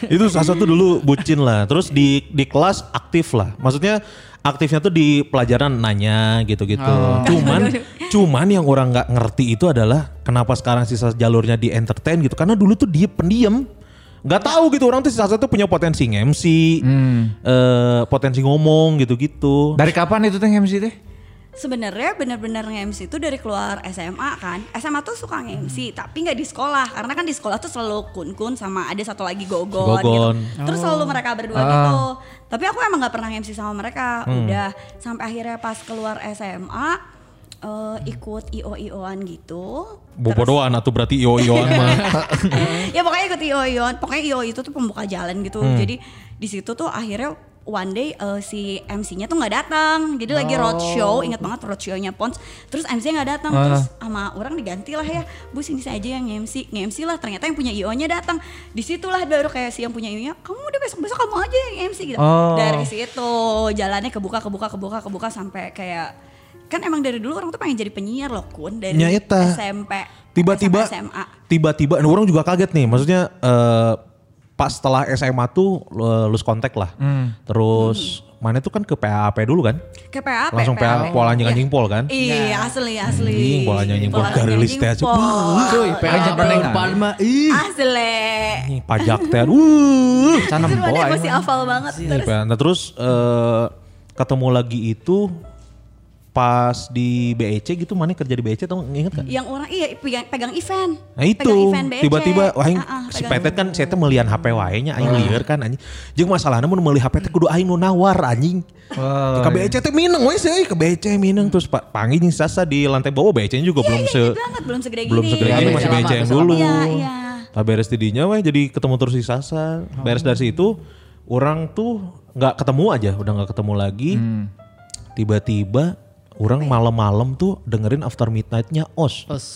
Speaker 2: itu salah satu dulu bucin lah terus di di kelas aktif lah maksudnya aktifnya tuh di pelajaran nanya gitu-gitu cuman cuman yang orang nggak ngerti itu adalah kenapa sekarang sisa jalurnya di entertain gitu karena dulu tuh dia pendiam nggak tahu gitu orang tuh salah satu punya potensi MC eh, potensi ngomong gitu-gitu
Speaker 3: Dari kapan itu teh MC teh?
Speaker 5: Sebenarnya bener-bener nge-MC itu dari keluar SMA kan. SMA tuh suka nge-MC tapi nggak di sekolah karena kan di sekolah tuh selalu kun-kun sama ada satu lagi gogon,
Speaker 2: Gogon.
Speaker 5: gitu. Terus selalu mereka berdua gitu. Tapi aku emang nggak pernah nge-MC sama mereka. Udah sampai akhirnya pas keluar SMA eh, ikut IO-IOan gitu. Terus-
Speaker 2: bobodoan atau berarti io ioan mah
Speaker 5: ya pokoknya ikut IO IOan. Pokoknya IO itu tuh pembuka jalan gitu.
Speaker 2: Hmm.
Speaker 5: Jadi di situ tuh akhirnya one day eh, si MC-nya tuh nggak datang. Jadi lagi
Speaker 2: Oh.
Speaker 5: roadshow, ingat banget roadshow-nya Pons. Terus MC-nya nggak datang.
Speaker 2: Ah.
Speaker 5: Terus sama orang diganti lah ya. Bu sini saya aja yang MC, MC lah. Ternyata yang punya IO-nya datang. Disitulah baru kayak si yang punya IO-nya, kamu udah besok besok kamu aja yang MC gitu.
Speaker 3: Oh.
Speaker 5: Dari situ jalannya kebuka kebuka kebuka kebuka sampai kayak kan emang dari dulu orang tuh pengen jadi penyiar loh kun dari
Speaker 2: Ya, eta.
Speaker 5: SMP
Speaker 2: tiba-tiba
Speaker 5: sampai SMA
Speaker 2: tiba-tiba nah, orang juga kaget nih maksudnya eh, pas setelah SMA tuh eh, lose kontak lah
Speaker 3: Hmm.
Speaker 2: terus
Speaker 5: Hmm.
Speaker 2: mana tuh kan ke PAP dulu kan
Speaker 5: ke PAP
Speaker 2: langsung PAP pol anjing anjing pol kan
Speaker 5: ya. Iya, asli asli.
Speaker 2: Anjing, bola anjing, bola
Speaker 5: anjing,
Speaker 2: garilis teh aja.
Speaker 5: pol.
Speaker 4: Cuy, PA
Speaker 3: jangan nengah.
Speaker 4: depan mah. Ih.
Speaker 5: Asli.
Speaker 2: Ini pajak teh uh
Speaker 3: Canem
Speaker 5: Itu
Speaker 3: boy.
Speaker 5: ada masih hafal banget terus.
Speaker 2: nah terus eh, ketemu lagi itu pas di BEC gitu mana kerja di BEC tau inget kan
Speaker 5: Yang orang iya pegang, pegang event.
Speaker 2: Nah itu
Speaker 5: Pegang event BC.
Speaker 2: tiba-tiba wah aing
Speaker 5: Ah, ah,
Speaker 2: si
Speaker 5: pegang.
Speaker 2: Petet kan saya teh melihat HP wae nya aing lieur kan anjing. Jeung masalahna mun meuli HP teh kudu aing nu nawar anjing.
Speaker 3: Oh,
Speaker 2: ke BC teh mineng we sih ke BC mineng terus Pak Pangi jeung Sasa di lantai bawah BC nya juga belum
Speaker 5: Iya,
Speaker 2: se
Speaker 5: iya, banget belum segede gini.
Speaker 2: belum segede
Speaker 3: Iya,
Speaker 2: gini
Speaker 3: iya,
Speaker 2: masih
Speaker 3: iya.
Speaker 2: BC yang
Speaker 4: Iya,
Speaker 2: dulu.
Speaker 5: iya, iya.
Speaker 2: Nah beres tidinya weh jadi ketemu terus si Sasa.
Speaker 3: Oh.
Speaker 2: Beres dari situ orang tuh nggak ketemu aja udah nggak ketemu lagi.
Speaker 3: Hmm.
Speaker 2: Tiba-tiba orang
Speaker 5: ya?
Speaker 2: malam-malam tuh dengerin After Midnight-nya Os.
Speaker 4: Terus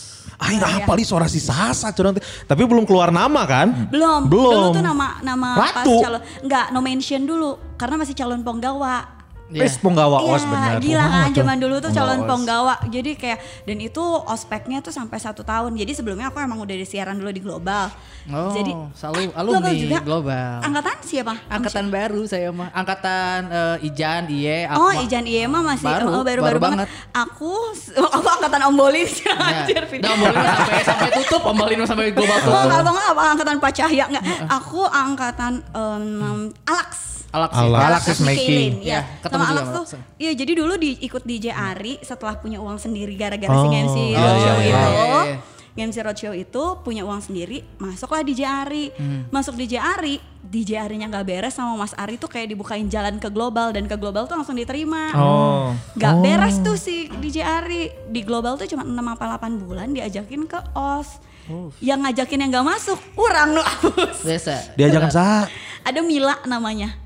Speaker 2: Aing
Speaker 5: Iya.
Speaker 2: apa nih suara si Sasa curang teh. Tapi belum keluar nama kan?
Speaker 5: Hmm. Belum. Dulu
Speaker 2: Belum.
Speaker 5: tuh nama nama pas
Speaker 2: Ratu.
Speaker 5: calon enggak no mention dulu karena masih calon penggawa.
Speaker 4: Iya.
Speaker 3: Wis penggawa
Speaker 5: Iya,
Speaker 3: os bener.
Speaker 5: gila
Speaker 3: Wah,
Speaker 5: kan
Speaker 3: tuh.
Speaker 5: zaman dulu tuh calon
Speaker 3: Penggawa os.
Speaker 5: penggawa. Jadi kayak dan itu ospeknya tuh sampai satu tahun. Jadi sebelumnya aku emang udah disiaran dulu di global.
Speaker 4: Oh,
Speaker 5: Jadi
Speaker 4: selalu
Speaker 5: Ah,
Speaker 4: alumni
Speaker 5: global juga.
Speaker 4: global.
Speaker 5: Angkatan siapa?
Speaker 4: angkatan baru saya mah. Angkatan eh, Ijan, Iye, Akmal.
Speaker 5: Oh, Ijan iya mah masih
Speaker 4: Baru,
Speaker 5: oh,
Speaker 4: baru
Speaker 5: baru-baru banget. Aku aku angkatan Om Bolin sih
Speaker 4: Ya.
Speaker 5: anjir.
Speaker 4: Nah, Om Iya. Bolin mah sampai sampai tutup, Om Bolin mah sampai global
Speaker 5: Oh,
Speaker 4: tutup.
Speaker 5: kalau enggak apa angkatan Pak Cahya enggak.
Speaker 4: Iya.
Speaker 5: Aku angkatan em, Alex.
Speaker 3: Alak.
Speaker 4: Alak sih.
Speaker 3: Alexis
Speaker 5: Alexis
Speaker 3: Making.
Speaker 5: Making.
Speaker 4: Iya,
Speaker 5: Ya,
Speaker 4: ketemu juga
Speaker 5: sama Alex
Speaker 4: sama
Speaker 5: tuh.
Speaker 4: Alexis.
Speaker 5: Iya, jadi dulu diikut DJ Ari setelah punya uang sendiri gara-gara si
Speaker 2: Oh,
Speaker 5: MC
Speaker 2: iya,
Speaker 5: Roadshow
Speaker 2: iya,
Speaker 5: itu.
Speaker 4: iya, iya.
Speaker 5: MC Roadshow itu punya uang sendiri, masuklah DJ Ari. Masuk DJ Ari, DJ Arinya nggak beres sama Mas Ari tuh kayak dibukain jalan ke global dan ke global tuh langsung diterima.
Speaker 3: Oh.
Speaker 5: Gak beres tuh si DJ Ari Di global tuh cuma 6 apa 8 bulan diajakin ke OS Yang ngajakin yang gak masuk Kurang lu abus
Speaker 4: Biasa.
Speaker 2: Diajakan Sa.
Speaker 5: Ada Mila namanya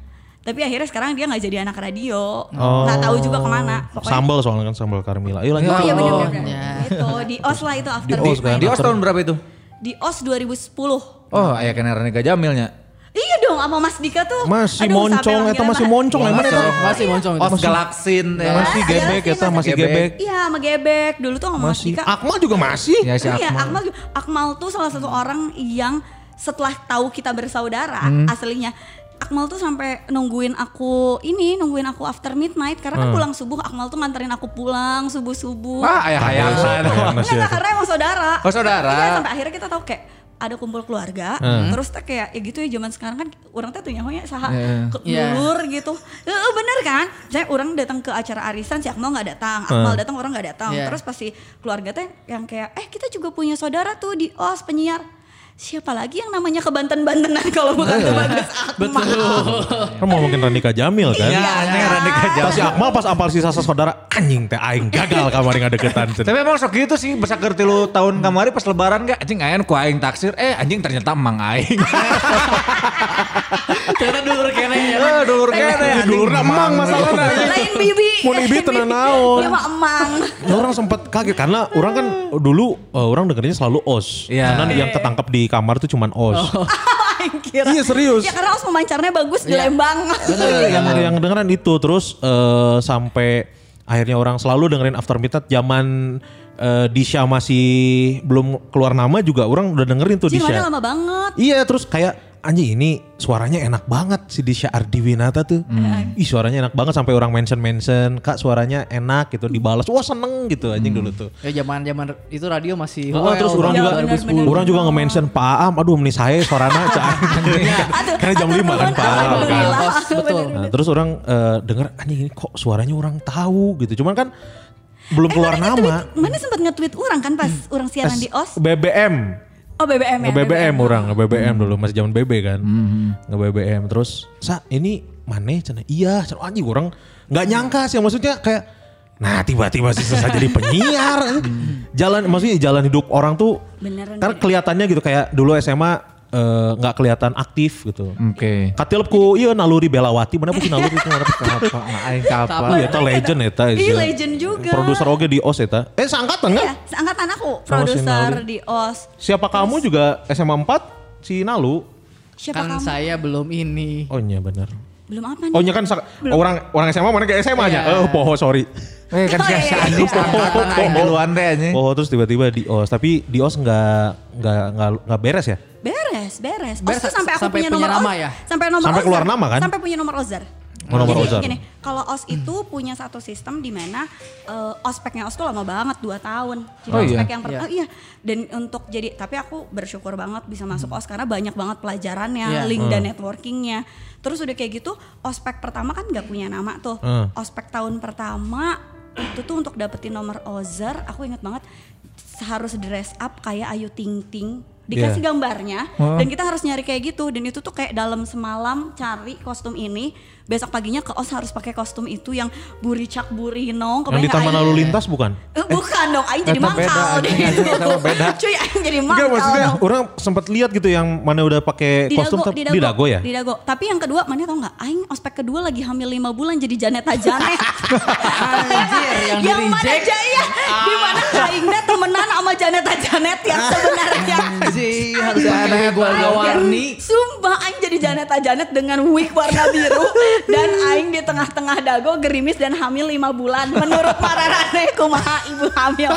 Speaker 5: Tapi akhirnya sekarang dia gak jadi anak radio Gak tahu juga kemana Pokoknya
Speaker 2: Oh. Sambal soalnya kan sambal Carmila. Ayo lagi.
Speaker 5: Oh iya bener bener,
Speaker 4: Iya.
Speaker 5: bener. Itu di OS lah itu after
Speaker 2: Di OS kan?
Speaker 3: Di os tahun berapa itu?
Speaker 5: Di OS 2010
Speaker 3: Oh, ayah kena Renega Jamilnya.
Speaker 5: Iya dong sama Mas Dika tuh
Speaker 2: Masih
Speaker 5: Aduh, sampai
Speaker 2: moncong
Speaker 5: orang
Speaker 2: eta
Speaker 5: gila
Speaker 2: masih
Speaker 5: banget.
Speaker 2: moncong lain mana Oh, eta?
Speaker 4: Masih moncong.
Speaker 3: Os Galaxin. ya.
Speaker 2: Masih
Speaker 5: Masih
Speaker 2: gebek
Speaker 5: masih,
Speaker 2: eta
Speaker 5: masih.
Speaker 2: masih gebek.
Speaker 5: Iya sama Gebek Dulu tuh sama Mas
Speaker 2: Masih
Speaker 5: Dika
Speaker 2: Akmal juga masih.
Speaker 3: Ya si
Speaker 5: Iya,
Speaker 3: Akmal.
Speaker 5: Akmal. juga- Akmal tuh salah satu orang yang setelah tahu kita bersaudara
Speaker 2: Hmm.
Speaker 5: aslinya Akmal tuh sampai nungguin aku ini nungguin aku after midnight karena
Speaker 2: Hmm.
Speaker 5: kan pulang subuh Akmal tuh nganterin aku
Speaker 2: Ah,
Speaker 5: pulang subuh-subuh.
Speaker 3: Wah, Ah, ayah ayah. iya,
Speaker 2: Masih,
Speaker 5: Enggak,
Speaker 2: Iya, masih. ya.
Speaker 5: enggak, karena emang saudara.
Speaker 3: Oh, saudara.
Speaker 5: Iya, sampai akhirnya kita tahu kayak ada kumpul keluarga, terus teh kayak ya gitu ya zaman sekarang kan orang teh tuh nyahonya saha ke-
Speaker 4: Iya.
Speaker 5: dulur gitu. Heeh, bener kan? Saya orang datang ke acara arisan si Akmal nggak datang, Akmal datang orang nggak datang.
Speaker 4: Iya.
Speaker 5: Terus pasti keluarga teh yang kayak eh kita juga punya saudara tuh di OS penyiar. Siapa lagi yang namanya kebanten-bantenan kalau bukan kebagus Akmal.
Speaker 2: Kan mau mungkin Ranika Jamil kan.
Speaker 5: Iya,
Speaker 3: Ya, ini Renega
Speaker 2: Pas si
Speaker 3: Jamil.
Speaker 2: Akmal pas apal si Sasa saudara. anjing teh aing gagal kamari ngadeketan cenah.
Speaker 3: Tapi emang sok gitu sih, bisa ngerti lu tahun kemarin pas lebaran gak? Anjing ayan ku aing taksir, eh anjing ternyata emang aing.
Speaker 4: Ternyata dulur kene ya.
Speaker 3: Eh, dulur kene anjing.
Speaker 1: Dulurna emang masalahnya.
Speaker 5: Nah, Lain bibi.
Speaker 1: Mun bibi teu nanaon.
Speaker 5: Ya mah emang.
Speaker 2: Nah, orang sempat kaget karena orang kan dulu eh, orang dengernya selalu os.
Speaker 3: Iya.
Speaker 2: Karena yang ketangkep di kamar tuh cuman os.
Speaker 5: Oh, Aing kira.
Speaker 2: Iya, serius.
Speaker 5: Ya karena harus memancarnya bagus di Lembang.
Speaker 2: Nah, yang yang dengeran itu terus eh, sampai akhirnya orang selalu dengerin After Midnight zaman eh, Disha masih belum keluar nama juga orang udah dengerin tuh
Speaker 5: Cing
Speaker 2: Disha.
Speaker 5: mana lama banget.
Speaker 2: Iya terus kayak anjing ini suaranya enak banget si Disha Ardiwinata tuh.
Speaker 5: Hmm.
Speaker 2: Ih suaranya enak banget sampai orang mention-mention, "Kak, suaranya enak." gitu dibalas. Wah, seneng gitu anjing dulu tuh.
Speaker 4: Ya zaman-zaman itu radio masih Kan
Speaker 2: Oh, terus orang
Speaker 5: Iya,
Speaker 2: juga
Speaker 5: benar-benar.
Speaker 2: orang juga nge-mention Pak Am, aduh meni saya suarana cah.
Speaker 5: Iya, Aduh,
Speaker 2: Karena jam 5 kan
Speaker 5: atur nuhun,
Speaker 2: Pak Am kan.
Speaker 5: alhamdulillah.
Speaker 4: Betul.
Speaker 2: Nah, terus orang eh, dengar anjing ini kok suaranya orang tahu gitu. Cuman kan belum
Speaker 5: Eh,
Speaker 2: keluar
Speaker 5: mana
Speaker 2: nama.
Speaker 5: nge-tweet- Mana sempat nge-tweet orang kan pas
Speaker 2: Hmm.
Speaker 5: orang siaran di OS.
Speaker 2: BBM.
Speaker 5: Oh BBM ya.
Speaker 2: Nge BBM orang, nge BBM dulu masih zaman BB kan. Nge BBM terus sa ini maneh cenah iya cenah anjing orang nggak nyangka sih maksudnya kayak nah tiba-tiba sih saya jadi penyiar. jalan maksudnya jalan hidup orang tuh
Speaker 5: Beneran,
Speaker 2: kan kelihatannya gitu kayak dulu SMA eh, nggak kelihatan aktif gitu.
Speaker 3: Oke.
Speaker 2: Katilep ku iya naluri Belawati mana sih naluri itu ngarep
Speaker 3: Apa aing kapal?
Speaker 2: Iya, eta legend eta.
Speaker 5: Iya,
Speaker 2: iya.
Speaker 5: legend juga.
Speaker 2: Produser oge di OS eta. Eh seangkatan
Speaker 5: Iya,
Speaker 2: enggak?
Speaker 5: seangkatan aku,
Speaker 2: Sama si
Speaker 5: produser
Speaker 2: Nalu.
Speaker 5: di OS.
Speaker 2: Siapa kamu juga SMA 4 si Nalu?
Speaker 5: Siapa
Speaker 4: Kan
Speaker 5: kamu?
Speaker 4: saya belum ini.
Speaker 2: Oh iya benar.
Speaker 5: Belum apa nih?
Speaker 2: Oh iya kan sak- orang orang SMA mana ke SMA nya?
Speaker 4: Iya.
Speaker 2: Eh poho sorry.
Speaker 3: Eh kan
Speaker 5: Oh, iya,
Speaker 3: biasa
Speaker 5: iya,
Speaker 3: anjing
Speaker 5: iya.
Speaker 3: seangkatan aing duluan teh anjing.
Speaker 2: Poho Oh, terus tiba-tiba di OS tapi di OS nggak nggak nggak nggak beres ya?
Speaker 5: Beres, beres.
Speaker 4: Beres,
Speaker 5: OS tuh sampai aku
Speaker 4: sampai
Speaker 5: punya,
Speaker 4: punya
Speaker 5: nomor
Speaker 4: nama
Speaker 5: OS.
Speaker 4: ya?
Speaker 5: Sampai nomor
Speaker 2: Sampai
Speaker 5: OS.
Speaker 2: keluar nama kan?
Speaker 5: Sampai punya nomor Ozer.
Speaker 2: Oh, nomor
Speaker 5: Jadi
Speaker 2: Ozer.
Speaker 5: gini, kalau OS itu punya satu sistem di mana eh, ospeknya OS tuh lama banget, 2 tahun. Jadi
Speaker 3: Oh, iya?
Speaker 5: ospek yang pertama,
Speaker 4: Iya.
Speaker 5: iya. Dan untuk jadi, tapi aku bersyukur banget bisa masuk OS karena banyak banget pelajarannya,
Speaker 4: Iya.
Speaker 5: link
Speaker 2: Hmm.
Speaker 5: dan networkingnya. Terus udah kayak gitu, ospek pertama kan nggak punya nama tuh.
Speaker 2: Hmm.
Speaker 5: Ospek tahun pertama itu tuh untuk dapetin nomor Ozer, aku inget banget harus dress up kayak Ayu Ting Ting. Dikasih
Speaker 2: Iya.
Speaker 5: gambarnya dan kita harus nyari kayak gitu dan itu tuh kayak dalam semalam cari kostum ini besok paginya ke os harus pakai kostum itu yang buricak burinong
Speaker 2: Yang di
Speaker 5: kebayang
Speaker 2: taman
Speaker 5: Aing-
Speaker 2: lalu lintas bukan?
Speaker 5: Eh, bukan dong aing jadi
Speaker 3: Eta beda,
Speaker 5: mangkal
Speaker 3: anjing.
Speaker 5: deh itu
Speaker 3: Eta beda.
Speaker 5: cuy aing jadi
Speaker 2: Enggak
Speaker 5: mangkal
Speaker 2: maksudnya
Speaker 5: dong.
Speaker 2: orang sempat lihat gitu yang mana udah pakai
Speaker 5: Di
Speaker 2: kostum
Speaker 5: Dago,
Speaker 2: tapi di dago ya?
Speaker 5: Di Dago. Tapi yang kedua, mana tau nggak? Aing ospek kedua lagi hamil lima bulan jadi Janeta Janet.
Speaker 4: Anjir, yang di
Speaker 5: mana
Speaker 4: reject. Ah.
Speaker 5: jaya? Di mana Aingnya temenan sama Janeta Janet yang sebenarnya?
Speaker 4: Anjir, harus ada warna warni.
Speaker 5: Sumpah Aing jadi Janeta Janet dengan wig warna biru dan Aing di tengah-tengah dago gerimis dan hamil 5 bulan. Menurut Mararane kumaha ibu hamil.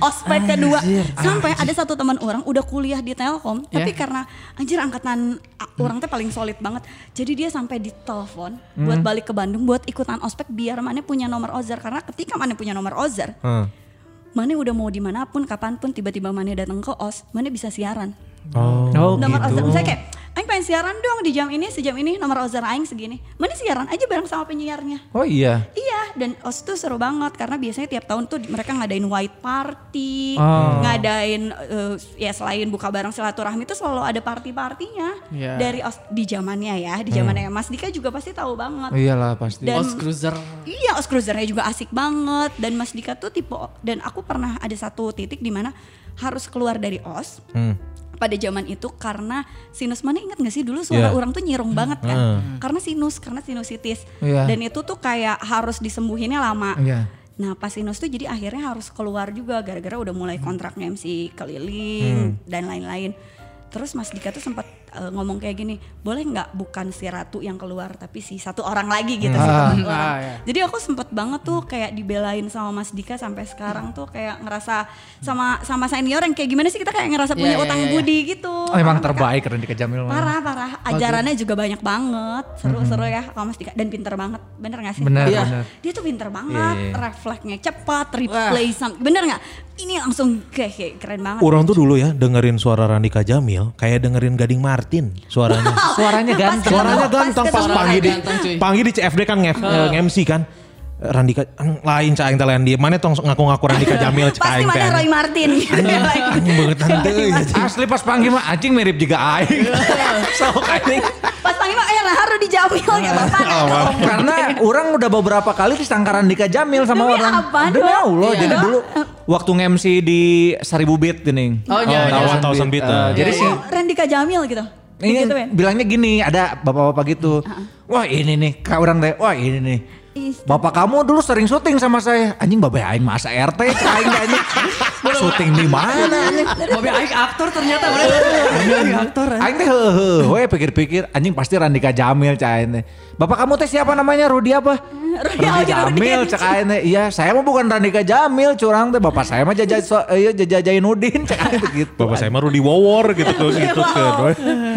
Speaker 5: Ospek kedua. Sampai ada satu teman orang udah kuliah di Telkom
Speaker 4: Ya.
Speaker 5: tapi karena anjir angkatan a- orang teh paling solid banget. Jadi dia sampai ditelepon
Speaker 4: Hmm.
Speaker 5: buat balik ke Bandung buat ikutan ospek biar mana punya nomor Ozer karena ketika mana punya nomor Ozer
Speaker 2: Hmm.
Speaker 5: Mane udah mau dimanapun, kapanpun tiba-tiba Mane datang ke OS, Mane bisa siaran
Speaker 2: Oh.
Speaker 5: nomor
Speaker 3: gitu.
Speaker 5: Ozer misalnya kayak Aing pengen siaran dong di jam ini sejam ini nomor Ozer Aing segini mana siaran aja bareng sama penyiarnya
Speaker 3: Oh iya.
Speaker 5: iya dan OS tuh seru banget karena biasanya tiap tahun tuh mereka ngadain white party
Speaker 3: Oh.
Speaker 5: ngadain eh, ya selain buka bareng silaturahmi tuh selalu ada party-partinya
Speaker 4: Iya.
Speaker 5: dari OS di zamannya ya di zamannya Mas Dika juga pasti tahu banget
Speaker 3: Hmm. Iyalah pasti.
Speaker 5: Dan-
Speaker 4: Os Cruiser.
Speaker 5: Iya, Os Cruisernya juga asik banget dan Mas Dika tuh tipe dan aku pernah ada satu titik di mana harus keluar dari Os. Pada zaman itu karena sinus mana ingat gak sih dulu
Speaker 2: Iya.
Speaker 5: suara orang tuh nyirung banget kan?
Speaker 4: Hmm.
Speaker 5: Karena sinus, karena sinusitis.
Speaker 3: Iya.
Speaker 5: Dan itu tuh kayak harus disembuhinnya lama.
Speaker 3: Iya.
Speaker 5: Nah pas sinus tuh jadi akhirnya harus keluar juga gara-gara udah mulai kontraknya MC keliling dan lain-lain. Terus Mas Dika tuh sempat eh, ngomong kayak gini, boleh nggak bukan si Ratu yang keluar tapi si satu orang lagi gitu si teman orang.
Speaker 4: Ah, iya.
Speaker 5: Jadi aku sempet banget tuh kayak dibelain sama Mas Dika sampai sekarang tuh kayak ngerasa sama sama senior yang kayak gimana sih kita kayak ngerasa
Speaker 4: Iya,
Speaker 5: punya
Speaker 4: iya,
Speaker 5: utang
Speaker 4: iya, iya.
Speaker 5: budi gitu.
Speaker 3: Oh, Emang
Speaker 5: Karena
Speaker 3: terbaik keren di Kejamil. mah.
Speaker 5: Parah parah, ajarannya juga banyak banget, seru-seru ya sama Mas Dika dan pinter banget, bener gak sih?
Speaker 3: Mm-hmm. Bener,
Speaker 5: Iya.
Speaker 3: bener.
Speaker 5: Dia tuh pinter banget,
Speaker 3: Iya, iya.
Speaker 5: refleksnya cepat, replay some, bener gak? Ini langsung kayak, kayak keren banget.
Speaker 2: Orang tuh dulu ya dengerin suara Randika Jamil kayak dengerin Gading Martin suaranya.
Speaker 3: Suaranya
Speaker 5: Nah, pas
Speaker 3: ganteng.
Speaker 5: ketemu-
Speaker 2: Suaranya kan ganteng pas
Speaker 5: ketemu-
Speaker 2: Panggi di
Speaker 4: Ganteng, cuy.
Speaker 2: Panggi di CFD kan nge- eh, nge-MC kan. Randika eng, lain cah aing teh lain dia. Mana tong ngaku-ngaku Randika Jamil cah
Speaker 5: Pasti
Speaker 2: aing teh.
Speaker 5: mana Roy Martin gitu ya. like.
Speaker 2: Anjing banget tante.
Speaker 3: Asli pas panggil mah anjing mirip juga aing. Sok anjing.
Speaker 5: Pas panggil mah, ayo karena harus dijamil ya
Speaker 3: Oh,
Speaker 5: bapak.
Speaker 3: Karena orang udah beberapa kali di Sangkaran Dika Jamil sama
Speaker 5: Demi
Speaker 3: orang.
Speaker 5: apa,
Speaker 3: Demi
Speaker 5: Dok?
Speaker 3: Allah.
Speaker 5: Iya.
Speaker 3: Jadi
Speaker 5: Dok.
Speaker 3: dulu waktu MC di Seribu Beat gini.
Speaker 4: Oh,
Speaker 2: Oh,
Speaker 4: iya, iya.
Speaker 2: Tawa Thousand Beat.
Speaker 3: Eh,
Speaker 2: Jadi
Speaker 3: Jadi
Speaker 5: Iya,
Speaker 3: si
Speaker 5: Rendika Jamil gitu.
Speaker 3: ini
Speaker 5: Gitu kan.
Speaker 3: bilangnya gini, ada bapak-bapak gitu. Wah ini nih, kak orang teh, wah ini nih.
Speaker 5: Is-
Speaker 3: Bapak kamu dulu sering syuting sama saya. Anjing babe aing masa RT, aing gak anjing. Syuting di mana
Speaker 5: Iya,
Speaker 3: anjing?
Speaker 4: Babe Aik aktor ternyata bener. Aik aktor.
Speaker 3: Iya, Aing teh heeh, we pikir-pikir anjing pasti Randika Jamil cak aing teh. Bapak kamu teh siapa namanya? Rudi apa?
Speaker 5: Rudi
Speaker 3: Rudi
Speaker 5: Aldi, Rudi
Speaker 3: Jamil
Speaker 5: Aldi.
Speaker 3: cak aing teh. Iya, saya mah bukan Randika Jamil curang teh. Bapak saya mah jajaj so, iya jajajain Udin cak aing teh gitu.
Speaker 2: Bapak saya baru di Wawor gitu ke gitu ke.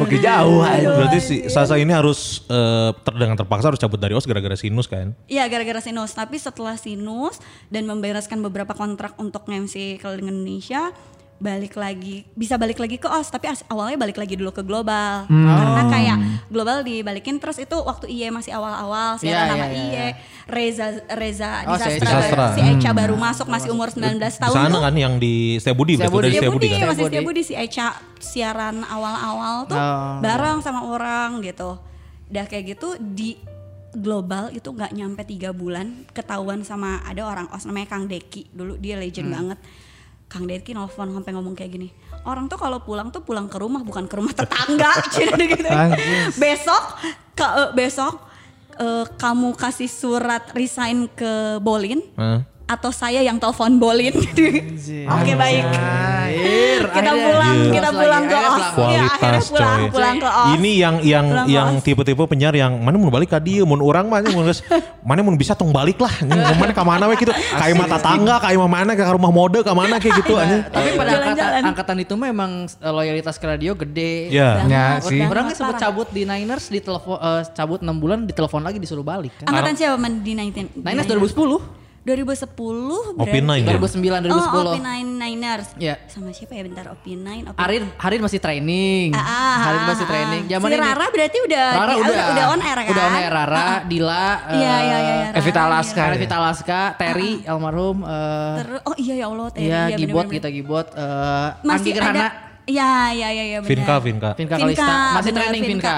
Speaker 3: Pergi jauh aing.
Speaker 2: Berarti si Sasa ini harus eh, ter- dengan terpaksa harus cabut dari OS gara-gara sinus kan?
Speaker 5: Iya gara-gara sinus. Tapi setelah sinus dan membereskan beberapa kontrak untuk MC keliling Indonesia, balik lagi bisa balik lagi ke OS tapi as- awalnya balik lagi dulu ke global
Speaker 2: Hmm.
Speaker 5: karena kayak global dibalikin terus itu waktu IE masih awal-awal sih
Speaker 4: Iya, iya,
Speaker 5: nama IE
Speaker 4: iya.
Speaker 5: E. Reza Reza
Speaker 4: Oh, si Echa.
Speaker 5: Disastra,
Speaker 2: Disastra. Hmm.
Speaker 5: si Echa baru masuk masih umur 19
Speaker 2: Di
Speaker 5: tahun
Speaker 2: sana
Speaker 5: tuh.
Speaker 2: kan yang di Setiabudi,
Speaker 4: Setia
Speaker 2: betul dari
Speaker 4: Budi.
Speaker 5: Setia Budi,
Speaker 2: Setiabudi kan?
Speaker 5: masih
Speaker 4: Setia
Speaker 5: Setia
Speaker 4: Budi.
Speaker 5: Budi si Echa siaran awal-awal tuh
Speaker 4: Oh.
Speaker 5: bareng sama orang gitu. Udah kayak gitu di global itu nggak nyampe tiga bulan ketahuan sama ada orang os namanya Kang Deki dulu dia legend
Speaker 2: Hmm.
Speaker 5: banget. Kang Deki nelfon sampai ngomong kayak gini. Orang tuh kalau pulang tuh pulang ke rumah bukan ke rumah tetangga. Cina dia gitu. besok ke, eh, besok eh, kamu kasih surat resign ke Bolin
Speaker 2: Hah?
Speaker 5: atau saya yang telepon Bolin. Oke baik kita pulang
Speaker 2: Iya.
Speaker 5: kita
Speaker 4: Os
Speaker 5: pulang
Speaker 4: lagi,
Speaker 5: ke
Speaker 4: akhirnya
Speaker 5: os
Speaker 4: pulang.
Speaker 5: Iya, akhirnya
Speaker 2: kualitas
Speaker 5: pulang
Speaker 2: coy.
Speaker 5: pulang ke os
Speaker 2: Ini yang yang
Speaker 5: Pulang ke
Speaker 2: yang
Speaker 5: os.
Speaker 2: tipe-tipe penyiar yang mana mau balik ka dieu mun urang mah anjing, mun geus mana mun bisa tong balik lah anjing mana ka mana we gitu kayak mata tangga kayak mah mana ke rumah mode ka mana kayak gitu anjing.
Speaker 4: Tapi pada
Speaker 5: Jalan-jalan.
Speaker 4: angkatan, angkatan itu memang eh, loyalitas ke radio gede.
Speaker 2: Ya.
Speaker 5: Banget,
Speaker 3: Ya,
Speaker 5: banget,
Speaker 3: sih.
Speaker 5: banget,
Speaker 4: Orang kan sempat
Speaker 5: parah.
Speaker 4: cabut di Niners, ditelepon, eh, cabut 6 bulan, ditelepon lagi disuruh balik kan.
Speaker 5: angkatan siapa man di 19
Speaker 4: Niners 2010,
Speaker 5: 2010
Speaker 2: Opina ya.
Speaker 4: 2009, 2010.
Speaker 5: Oh, Opinine Niners.
Speaker 4: Iya.
Speaker 5: Sama siapa ya bentar Opinine, Opinine.
Speaker 4: Arin, Harin masih
Speaker 5: Ah,
Speaker 4: training. Harin masih training. Zaman
Speaker 5: si
Speaker 4: ini.
Speaker 5: Rara berarti udah
Speaker 4: Rara
Speaker 5: di-
Speaker 4: udah,
Speaker 5: udah on air kan?
Speaker 4: Udah on air Rara, Dila, eh,
Speaker 5: Iya, iya, iya. iya,
Speaker 3: Evita
Speaker 5: Rara.
Speaker 3: Alaska.
Speaker 4: Rara Vita Alaska, Terry almarhum, eh,
Speaker 5: Terus oh iya ya Allah Terry.
Speaker 4: iya
Speaker 5: iya,
Speaker 4: Gibot,
Speaker 5: bener-bener.
Speaker 4: Gita Gibot, eh, Anggi
Speaker 5: Masih
Speaker 4: Gerhana,
Speaker 5: ada. Iya, iya, iya, iya bener.
Speaker 2: Vinka, Vinka.
Speaker 4: Vinka Kalista, masih
Speaker 5: bener,
Speaker 4: training Vinka.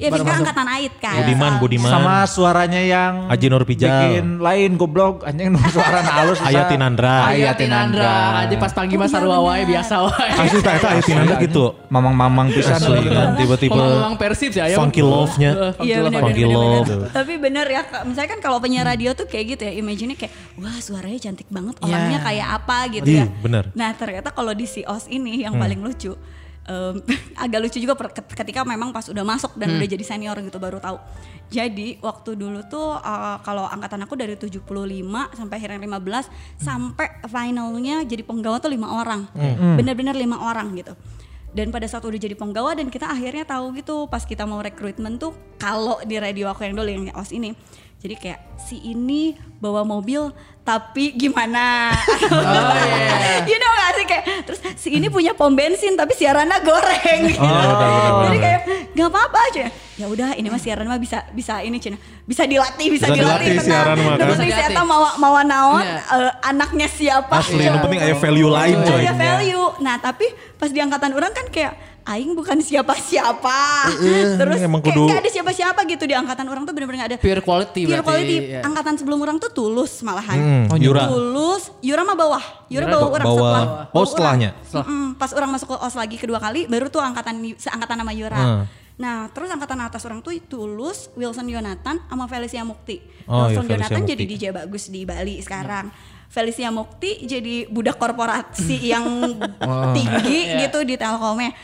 Speaker 5: Iya,
Speaker 4: Baru
Speaker 5: Vinka
Speaker 4: masuk.
Speaker 5: angkatan Ait kan.
Speaker 2: Budiman, Budiman.
Speaker 3: Sama suaranya yang
Speaker 2: Haji Nur Pijal.
Speaker 3: Bikin lain goblok anjing nu suara halus.
Speaker 2: Aya Ah, iya, Tinandra.
Speaker 3: Aya
Speaker 4: Tinandra, aja pas
Speaker 5: Iya,
Speaker 4: panggil mas Sarua wae biasa wae.
Speaker 2: Asli tak eta Aya Tinandra gitu.
Speaker 3: Mamang-mamang pisan.
Speaker 2: Asli kan tiba-tiba
Speaker 4: Pemanggang Persib sih ayo.
Speaker 2: funky love-nya.
Speaker 5: Iya benar
Speaker 2: Funky love.
Speaker 5: Tapi bener ya, Kak. misalnya kan kalau penyiar radio tuh kayak gitu ya, imagine kayak wah suaranya cantik banget,
Speaker 4: Iya.
Speaker 5: orangnya kayak apa gitu
Speaker 2: Iya,
Speaker 5: ya.
Speaker 2: bener.
Speaker 5: Nah ternyata kalau di Sios ini yang paling lucu, em, agak lucu juga per- ketika memang pas udah masuk dan udah jadi senior gitu baru tahu. Jadi waktu dulu tuh eh, kalau angkatan aku dari 75 sampai akhirnya 15 sampai finalnya jadi penggawa tuh lima orang. Bener-bener lima orang gitu. Dan pada saat udah jadi penggawa dan kita akhirnya tahu gitu pas kita mau rekrutmen tuh kalau di radio aku yang dulu yang os ini. Jadi kayak si ini bawa mobil tapi gimana? you know gak sih kayak terus si ini punya pom bensin tapi siarannya goreng
Speaker 2: Oh,
Speaker 5: gitu. Jadi kayak nggak apa-apa aja. Ya udah ini mah siaran mah bisa bisa ini Cina. Bisa dilatih, bisa,
Speaker 2: Bisa dilatih
Speaker 5: dilatih, tenang.
Speaker 2: siaran mah,
Speaker 5: Yang
Speaker 2: kan?
Speaker 5: penting
Speaker 4: Bisa
Speaker 5: si
Speaker 4: dilatih.
Speaker 5: Eta mau mau naon,
Speaker 4: Iya.
Speaker 5: eh, anaknya siapa.
Speaker 2: Asli, yang
Speaker 5: Iya.
Speaker 2: penting aya value lain coy.
Speaker 5: Ada value. Nah tapi pas di angkatan orang kan kayak aing bukan siapa-siapa. Terus
Speaker 2: emang
Speaker 5: kayak
Speaker 2: kudu-
Speaker 5: nggak ada siapa-siapa gitu di angkatan orang tuh bener-bener nggak ada.
Speaker 4: Pure quality
Speaker 5: Pure
Speaker 4: berarti,
Speaker 5: quality.
Speaker 4: iya.
Speaker 5: Angkatan sebelum orang tuh tulus malahan.
Speaker 2: Hmm, Oh, Yura.
Speaker 5: Tulus. Yura mah bawah. Yura,
Speaker 4: Yura
Speaker 5: bawa
Speaker 2: ba-
Speaker 5: orang
Speaker 2: bawa-
Speaker 5: setelah.
Speaker 2: oh, setelahnya.
Speaker 5: orang. Mm-mm, pas orang masuk ke OS lagi kedua kali baru tuh angkatan seangkatan sama Yura.
Speaker 2: Hmm.
Speaker 5: Nah, terus angkatan atas orang tuh Tulus, Wilson Yonatan sama Felicia Mukti.
Speaker 2: Oh, iya,
Speaker 5: Wilson
Speaker 2: Felicia
Speaker 5: Yonatan jadi
Speaker 2: Mukti.
Speaker 5: DJ bagus di Bali sekarang. Felicia Mukti jadi budak korporasi yang tinggi gitu di Telkomnya.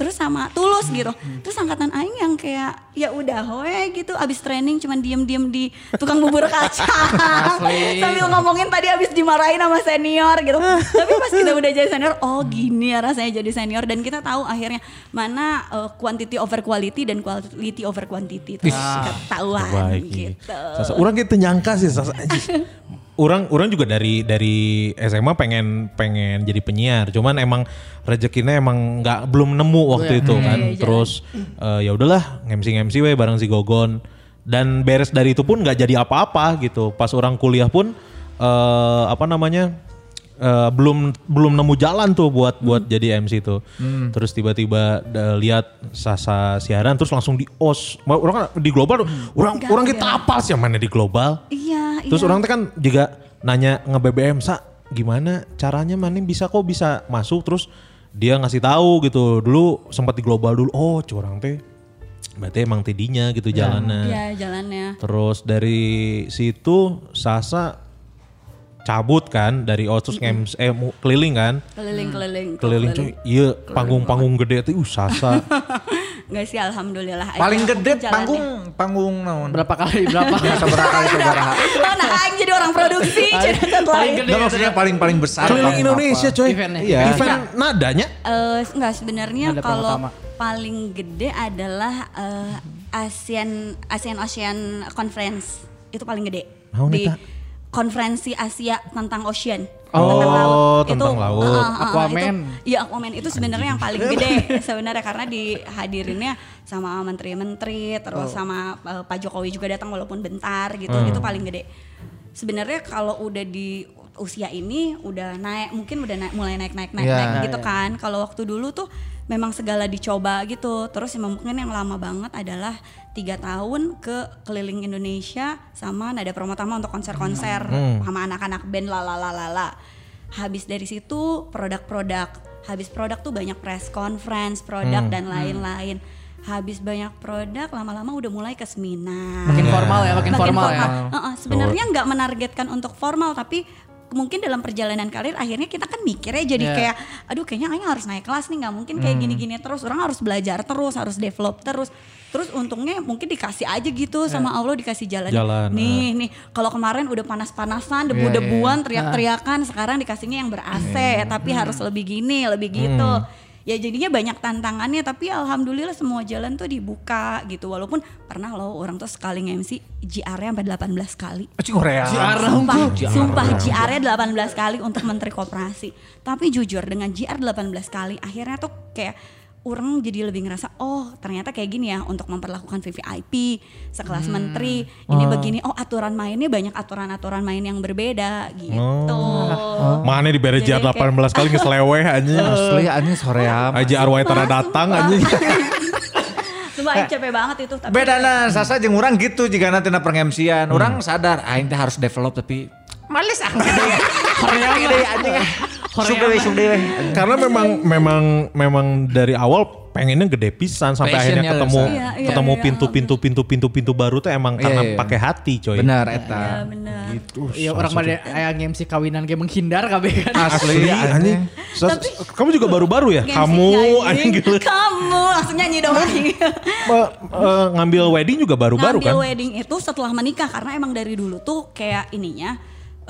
Speaker 5: Terus sama Tulus gitu. Terus angkatan aing yang kayak ya udah hoe gitu abis training cuman diem-diem di tukang bubur kacang. Sambil ngomongin tadi abis dimarahin sama senior gitu. Tapi pas kita udah jadi senior, oh gini ya rasanya jadi senior dan kita tahu akhirnya mana eh, quantity over quality dan quality over quantity itu ketahuan
Speaker 2: Terbaik. iya.
Speaker 5: gitu.
Speaker 2: Sasa, orang gitu nyangka sih Sasa. Anjing. orang orang juga dari dari SMA pengen pengen jadi penyiar, cuman emang rezekinya emang nggak belum nemu waktu itu kan. Terus eh, ya udahlah MC MC we bareng si Gogon dan beres dari itu pun nggak jadi apa-apa gitu. Pas orang kuliah pun eh, apa namanya eh, belum belum nemu jalan tuh buat buat jadi MC tuh. Terus tiba-tiba eh, lihat Sasa siaran terus langsung di os. Ma- Orang kan di global orang orang kita apal sih yang mana di global.
Speaker 5: Iya,
Speaker 2: Terus
Speaker 5: iya.
Speaker 2: orang teh kan juga nanya nge BBM sa gimana caranya mana bisa kok bisa masuk terus dia ngasih tahu gitu dulu sempat di global dulu oh curang teh berarti emang tidinya gitu jalannya
Speaker 5: Iya, jalannya.
Speaker 2: terus dari situ Sasa cabut kan dari oh terus ngems- eh, mu- keliling kan
Speaker 5: Keliling-keliling.
Speaker 2: keliling cuy iya panggung-panggung gede tuh uh, Sasa
Speaker 5: Enggak sih alhamdulillah. aja
Speaker 3: Paling
Speaker 5: aku ya.
Speaker 3: gede
Speaker 5: jalannya.
Speaker 3: panggung panggung naon.
Speaker 4: Berapa kali berapa?
Speaker 2: Iya,
Speaker 3: Ya seberapa kali seberapa.
Speaker 5: Oh, nah aing jadi orang produksi. jadi
Speaker 4: Paling
Speaker 5: lain.
Speaker 4: gede.
Speaker 3: Enggak maksudnya paling paling besar.
Speaker 2: keliling
Speaker 3: paling
Speaker 2: Indonesia
Speaker 3: apa.
Speaker 2: coy
Speaker 4: Eventnya.
Speaker 2: Iya. event nadanya
Speaker 5: Eh, enggak sebenarnya
Speaker 4: Ada
Speaker 5: kalau
Speaker 4: perang utama.
Speaker 5: paling gede adalah eh, ASEAN ASEAN Ocean Conference itu paling gede
Speaker 2: Mau
Speaker 5: di
Speaker 2: nih, Ta?
Speaker 5: konferensi Asia tentang ocean
Speaker 2: Oh,
Speaker 5: tentang laut.
Speaker 2: tentang
Speaker 5: Itu,
Speaker 2: laut.
Speaker 5: eh, eh, eh,
Speaker 4: Aquaman.
Speaker 5: itu- Iya Aquaman itu sebenarnya yang paling gede sebenarnya karena dihadirinnya sama menteri-menteri terus sama eh, Pak Jokowi juga datang walaupun bentar gitu itu paling gede. Sebenarnya kalau udah di usia ini udah naik mungkin udah naik, mulai naik naik naik
Speaker 3: Iya.
Speaker 5: naik gitu kan. Kalau waktu dulu tuh memang segala dicoba gitu. Terus yang mungkin yang lama banget adalah tiga tahun ke keliling Indonesia sama nada Pramotama untuk konser-konser
Speaker 3: Hmm,
Speaker 5: sama anak-anak band lalalalala. Habis dari situ produk-produk. Habis produk tuh banyak press conference, produk
Speaker 3: Hmm,
Speaker 5: dan lain-lain. Habis banyak produk lama-lama udah mulai ke seminar.
Speaker 4: Makin
Speaker 3: Iya.
Speaker 4: formal ya, makin formal ya.
Speaker 5: Heeh, Sebenarnya nggak menargetkan untuk formal tapi mungkin dalam perjalanan karir akhirnya kita kan mikirnya jadi
Speaker 4: Iya. Hmm.
Speaker 5: kayak aduh kayaknya Aing harus naik kelas nih nggak mungkin kayak gini-gini terus orang harus belajar terus harus develop terus terus untungnya mungkin dikasih aja gitu
Speaker 4: Iya.
Speaker 5: sama Allah dikasih jalan
Speaker 2: Jalan,
Speaker 5: nih nih kalau kemarin udah panas-panasan debu-debuan teriak-teriakan sekarang dikasihnya yang ber AC tapi harus lebih gini lebih gitu ya jadinya banyak tantangannya tapi alhamdulillah semua jalan tuh dibuka gitu walaupun pernah loh orang tuh sekali MC JR-nya sampai 18 kali
Speaker 3: Acing Korea.
Speaker 5: Sumpah, sumpah JR-nya 18 kali untuk Menteri Koperasi. Tapi jujur dengan JR 18 kali akhirnya tuh kayak orang jadi lebih ngerasa oh ternyata kayak gini ya untuk memperlakukan VVIP
Speaker 2: Hmm.
Speaker 5: sekelas menteri ini begini oh aturan mainnya banyak aturan-aturan main yang berbeda gitu.
Speaker 2: mana Oh. di
Speaker 5: Jadi
Speaker 2: berejar
Speaker 5: kayak-
Speaker 2: 18 kali ngeseleweh anjing
Speaker 3: Asli anjing Korea.
Speaker 2: aja arwah tara datang anjing
Speaker 5: Sumpah Aing capek banget itu tapi
Speaker 3: Bedana Sasa jeung urang gitu jika nanti na pengemsian. Orang sadar aing teh harus develop tapi males ah.
Speaker 4: Iya,
Speaker 3: Korea gede anjing. Sugde we sugde we.
Speaker 2: Karena memang memang memang dari awal pengennya gede pisan sampai
Speaker 3: Passionnya
Speaker 2: akhirnya ketemu
Speaker 3: besar.
Speaker 5: Iya, iya,
Speaker 2: ketemu
Speaker 5: iya,
Speaker 2: pintu-pintu pintu-pintu pintu baru tuh emang
Speaker 3: Iya,
Speaker 2: karena
Speaker 3: iya.
Speaker 2: pakai hati coy.
Speaker 3: Benar eta.
Speaker 5: ya bener.
Speaker 4: Iya orang pada ayang MC kawinan kayak menghindar kabeh kan.
Speaker 3: Asli
Speaker 2: Asli
Speaker 3: anjing.
Speaker 2: anjing. Sa- kamu juga baru-baru ya?
Speaker 5: Gengsi
Speaker 2: Kamu
Speaker 5: nyanyi,
Speaker 2: anjing gila.
Speaker 5: Kamu langsung nyanyi dong anjing.
Speaker 2: Ma- eh, ngambil wedding juga baru-baru
Speaker 5: ngambil
Speaker 2: kan?
Speaker 5: wedding itu setelah menikah karena emang dari dulu tuh kayak ininya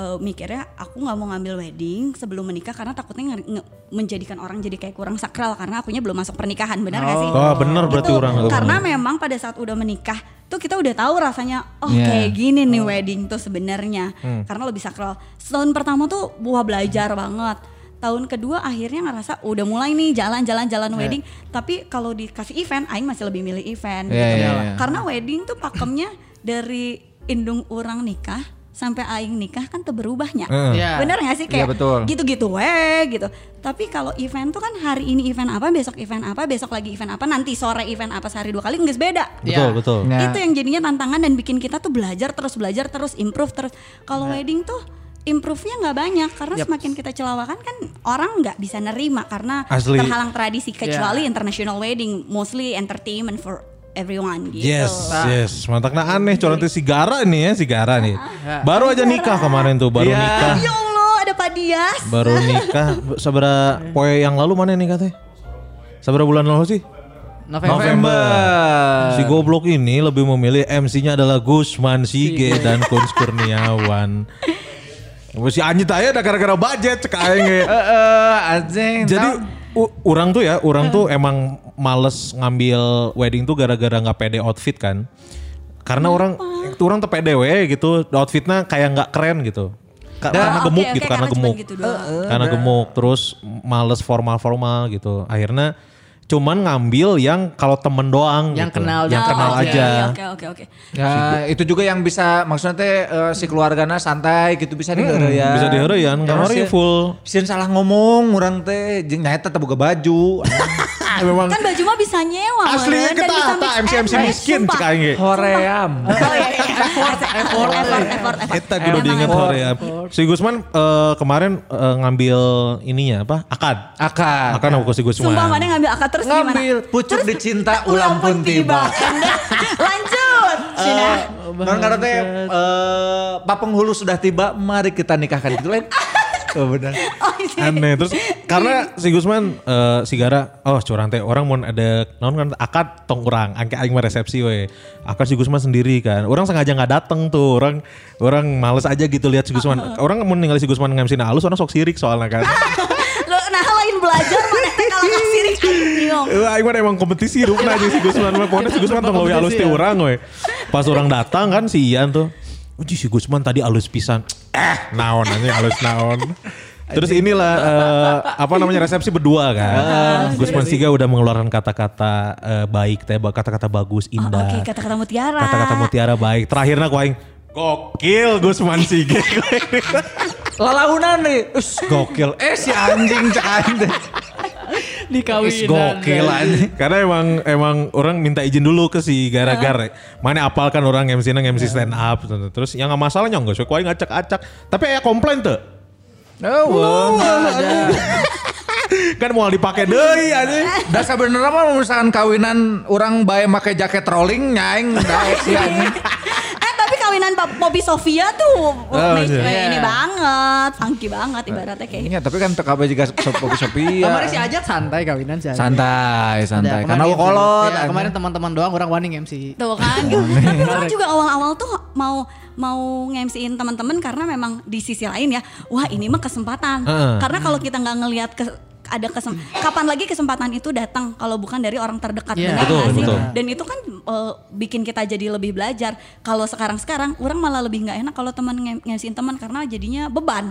Speaker 5: eh, mikirnya aku nggak mau ngambil wedding sebelum menikah karena takutnya nge- nge- menjadikan orang jadi kayak kurang sakral karena akunya belum masuk pernikahan benar nggak sih? Gitu.
Speaker 2: Oh, bener berarti orang.
Speaker 5: karena memang pada saat udah menikah tuh kita udah tahu rasanya oh
Speaker 3: Iya.
Speaker 5: kayak gini nih wedding tuh sebenarnya karena lebih sakral setahun pertama tuh buah belajar banget tahun kedua akhirnya ngerasa udah mulai nih jalan-jalan jalan wedding tapi kalau dikasih event Aing masih lebih milih event
Speaker 3: Iya,
Speaker 5: gitu
Speaker 3: iya, iya.
Speaker 5: karena wedding tuh pakemnya dari indung orang nikah sampai aing nikah kan tuh berubahnya.
Speaker 4: Iya.
Speaker 5: Bener gak sih kayak
Speaker 3: Iya, betul.
Speaker 5: gitu-gitu weh gitu. Tapi kalau event tuh kan hari ini event apa, besok event apa, besok lagi event apa, nanti sore event apa sehari dua kali nggak beda.
Speaker 2: Betul,
Speaker 4: Ya.
Speaker 2: betul.
Speaker 3: Nah.
Speaker 5: Itu yang jadinya tantangan dan bikin kita tuh belajar terus belajar terus improve terus. Kalau wedding tuh improve-nya nggak banyak karena semakin kita celawakan kan orang nggak bisa nerima karena
Speaker 2: Asli.
Speaker 5: terhalang tradisi kecuali international wedding mostly entertainment for everyone gitu.
Speaker 2: Yes, yes. Mantap nah aneh coy nanti sigara nih ya, sigara nih. Baru aja nikah kemarin tuh, baru nikah.
Speaker 5: Ya Allah, ada Pak Dias.
Speaker 2: Baru nikah sabara poe yang lalu mana nih katanya? Sabara bulan lalu sih?
Speaker 3: November.
Speaker 2: Si goblok ini lebih memilih MC-nya adalah Gusman Sige dan Kuns Kurniawan. Si anjing tanya ada gara-gara budget cek aing ge.
Speaker 3: Eh, eh, anjing.
Speaker 2: Jadi
Speaker 3: Nah,
Speaker 2: u- orang tuh ya, orang tuh emang males ngambil wedding tuh gara-gara nggak pede outfit kan. Karena orang itu orang tuh pede we gitu, outfitnya kayak nggak keren gitu. Ka-
Speaker 5: Oh,
Speaker 2: karena
Speaker 5: oke,
Speaker 2: gemuk
Speaker 5: oke,
Speaker 2: gitu, karena
Speaker 5: cuman
Speaker 2: gemuk
Speaker 5: gitu doang.
Speaker 2: karena gemuk terus males formal formal gitu akhirnya Cuman ngambil yang kalau temen doang
Speaker 4: Yang
Speaker 2: gitu.
Speaker 4: kenal
Speaker 2: Yang
Speaker 5: Oh,
Speaker 2: kenal
Speaker 5: oke,
Speaker 2: aja.
Speaker 5: Oke oke oke.
Speaker 3: Ya, itu juga yang bisa maksudnya teh eh, si keluargana santai gitu Hmm, bisa diheureuyan.
Speaker 2: bisa
Speaker 3: Iya,
Speaker 2: diheureuyan,
Speaker 3: Karena
Speaker 2: kamar ieu
Speaker 3: sieun-
Speaker 2: full.
Speaker 3: Sieun salah ngomong urang teh jeung nyaeta teh boga baju. Memang
Speaker 5: Kan baju mah bisa nyewa.
Speaker 3: Asli
Speaker 5: meureun, dan
Speaker 3: kita
Speaker 5: bisa
Speaker 3: tak
Speaker 5: mix
Speaker 3: MC
Speaker 5: and
Speaker 3: MC
Speaker 5: match,
Speaker 3: miskin
Speaker 5: sumpah.
Speaker 3: cek aing ge. Hoream.
Speaker 5: Oh, iya, iya. effort, effort, effort, effort, effort.
Speaker 2: Eta kudu
Speaker 5: Emang,
Speaker 2: diingat
Speaker 5: emang.
Speaker 2: sore ya. Si Gusman eh, kemarin eh, ngambil ininya apa? Akad.
Speaker 3: Akan.
Speaker 2: Akad sama si Gusman.
Speaker 5: Sumpah mana ngambil akad terus gimana?
Speaker 3: Ngambil pucuk
Speaker 5: Terus
Speaker 3: dicinta ulang pun tiba.
Speaker 5: Anda lanjut. Cina.
Speaker 3: Eh. Non karena teh eh, papenghulu sudah tiba, mari kita nikahkan gitu lain. Oh benar.
Speaker 5: Oh, iya.
Speaker 2: Aneh terus karena si Gusman eh, si Gara oh curang teh orang mau ada naon kan akad tong urang angke aing mah resepsi we. Akad si Gusman sendiri kan. Orang sengaja nggak dateng tuh. Orang orang males aja gitu lihat si Gusman. Orang mau ninggalin si Gusman ngemsin alus orang sok sirik soalnya kan.
Speaker 5: Lo nah lain belajar mana teh kalau ngasirik anjing.
Speaker 2: Eh, Aing mah emang kompetisi rupna aja si Gusman mah. Pokoknya si Gusman tong leuwih alus ti
Speaker 5: ya?
Speaker 2: urang we. Pas orang datang kan si Ian tuh. Uji si Gusman tadi alus pisan. Eh, naon anjing alus naon. Terus inilah eh, apa namanya resepsi berdua kan.
Speaker 5: Ah,
Speaker 2: Gusman Siga udah mengeluarkan kata-kata eh, baik teh ba- kata-kata bagus,
Speaker 5: Oh,
Speaker 2: indah.
Speaker 5: Oke, kata-kata mutiara.
Speaker 2: Kata-kata mutiara baik. Terakhirnya ku aing gokil Gusman Siga.
Speaker 3: Lalaunan nih. Us,
Speaker 2: gokil.
Speaker 3: Eh si anjing cek aing teh.
Speaker 4: dikawinan.
Speaker 3: Gokil
Speaker 4: kan.
Speaker 3: anjing.
Speaker 2: Karena emang emang orang minta izin dulu ke si gara-gara. Mana apalkan orang MC nang MC stand up. Terus yang nggak masalah nyong gue kuai ngacak-acak. Tapi ya komplain tuh.
Speaker 3: Oh,
Speaker 2: Kan mau dipakai deui anjing.
Speaker 3: Da sebenarnya mah misalkan kawinan orang bae make jaket rolling nyaing da si anjing.
Speaker 5: Eh tapi kawinan Pop- Poppy Sofia tuh
Speaker 2: Oh,
Speaker 5: ini-
Speaker 2: iya.
Speaker 5: ini banget, funky banget ibaratnya kayak. gitu.
Speaker 3: Iya, tapi kan teu kabeh juga sopi-sopi.
Speaker 4: Kemarin si Ajat santai kawinan si Ajat.
Speaker 3: Santai, santai. Karena
Speaker 4: kemarin
Speaker 3: gue kolot.
Speaker 4: MC. Ya,
Speaker 3: anjing.
Speaker 4: kemarin teman-teman doang orang waning MC.
Speaker 5: Tuh kan,
Speaker 2: Iya.
Speaker 5: gitu. tapi orang juga awal-awal tuh mau mau ngemsiin teman-teman karena memang di sisi lain ya, wah ini mah kesempatan.
Speaker 2: Heeh.
Speaker 5: Karena kalau kita nggak ngelihat ke- ada kesem kapan lagi kesempatan itu datang kalau bukan dari orang terdekat
Speaker 4: Iya.
Speaker 5: benar nggak
Speaker 2: Betul,
Speaker 5: sih?
Speaker 2: betul.
Speaker 5: Dan itu kan eh, bikin kita jadi lebih belajar. Kalau sekarang-sekarang, orang malah lebih nggak enak kalau teman ngem- ngemsiin teman karena jadinya beban.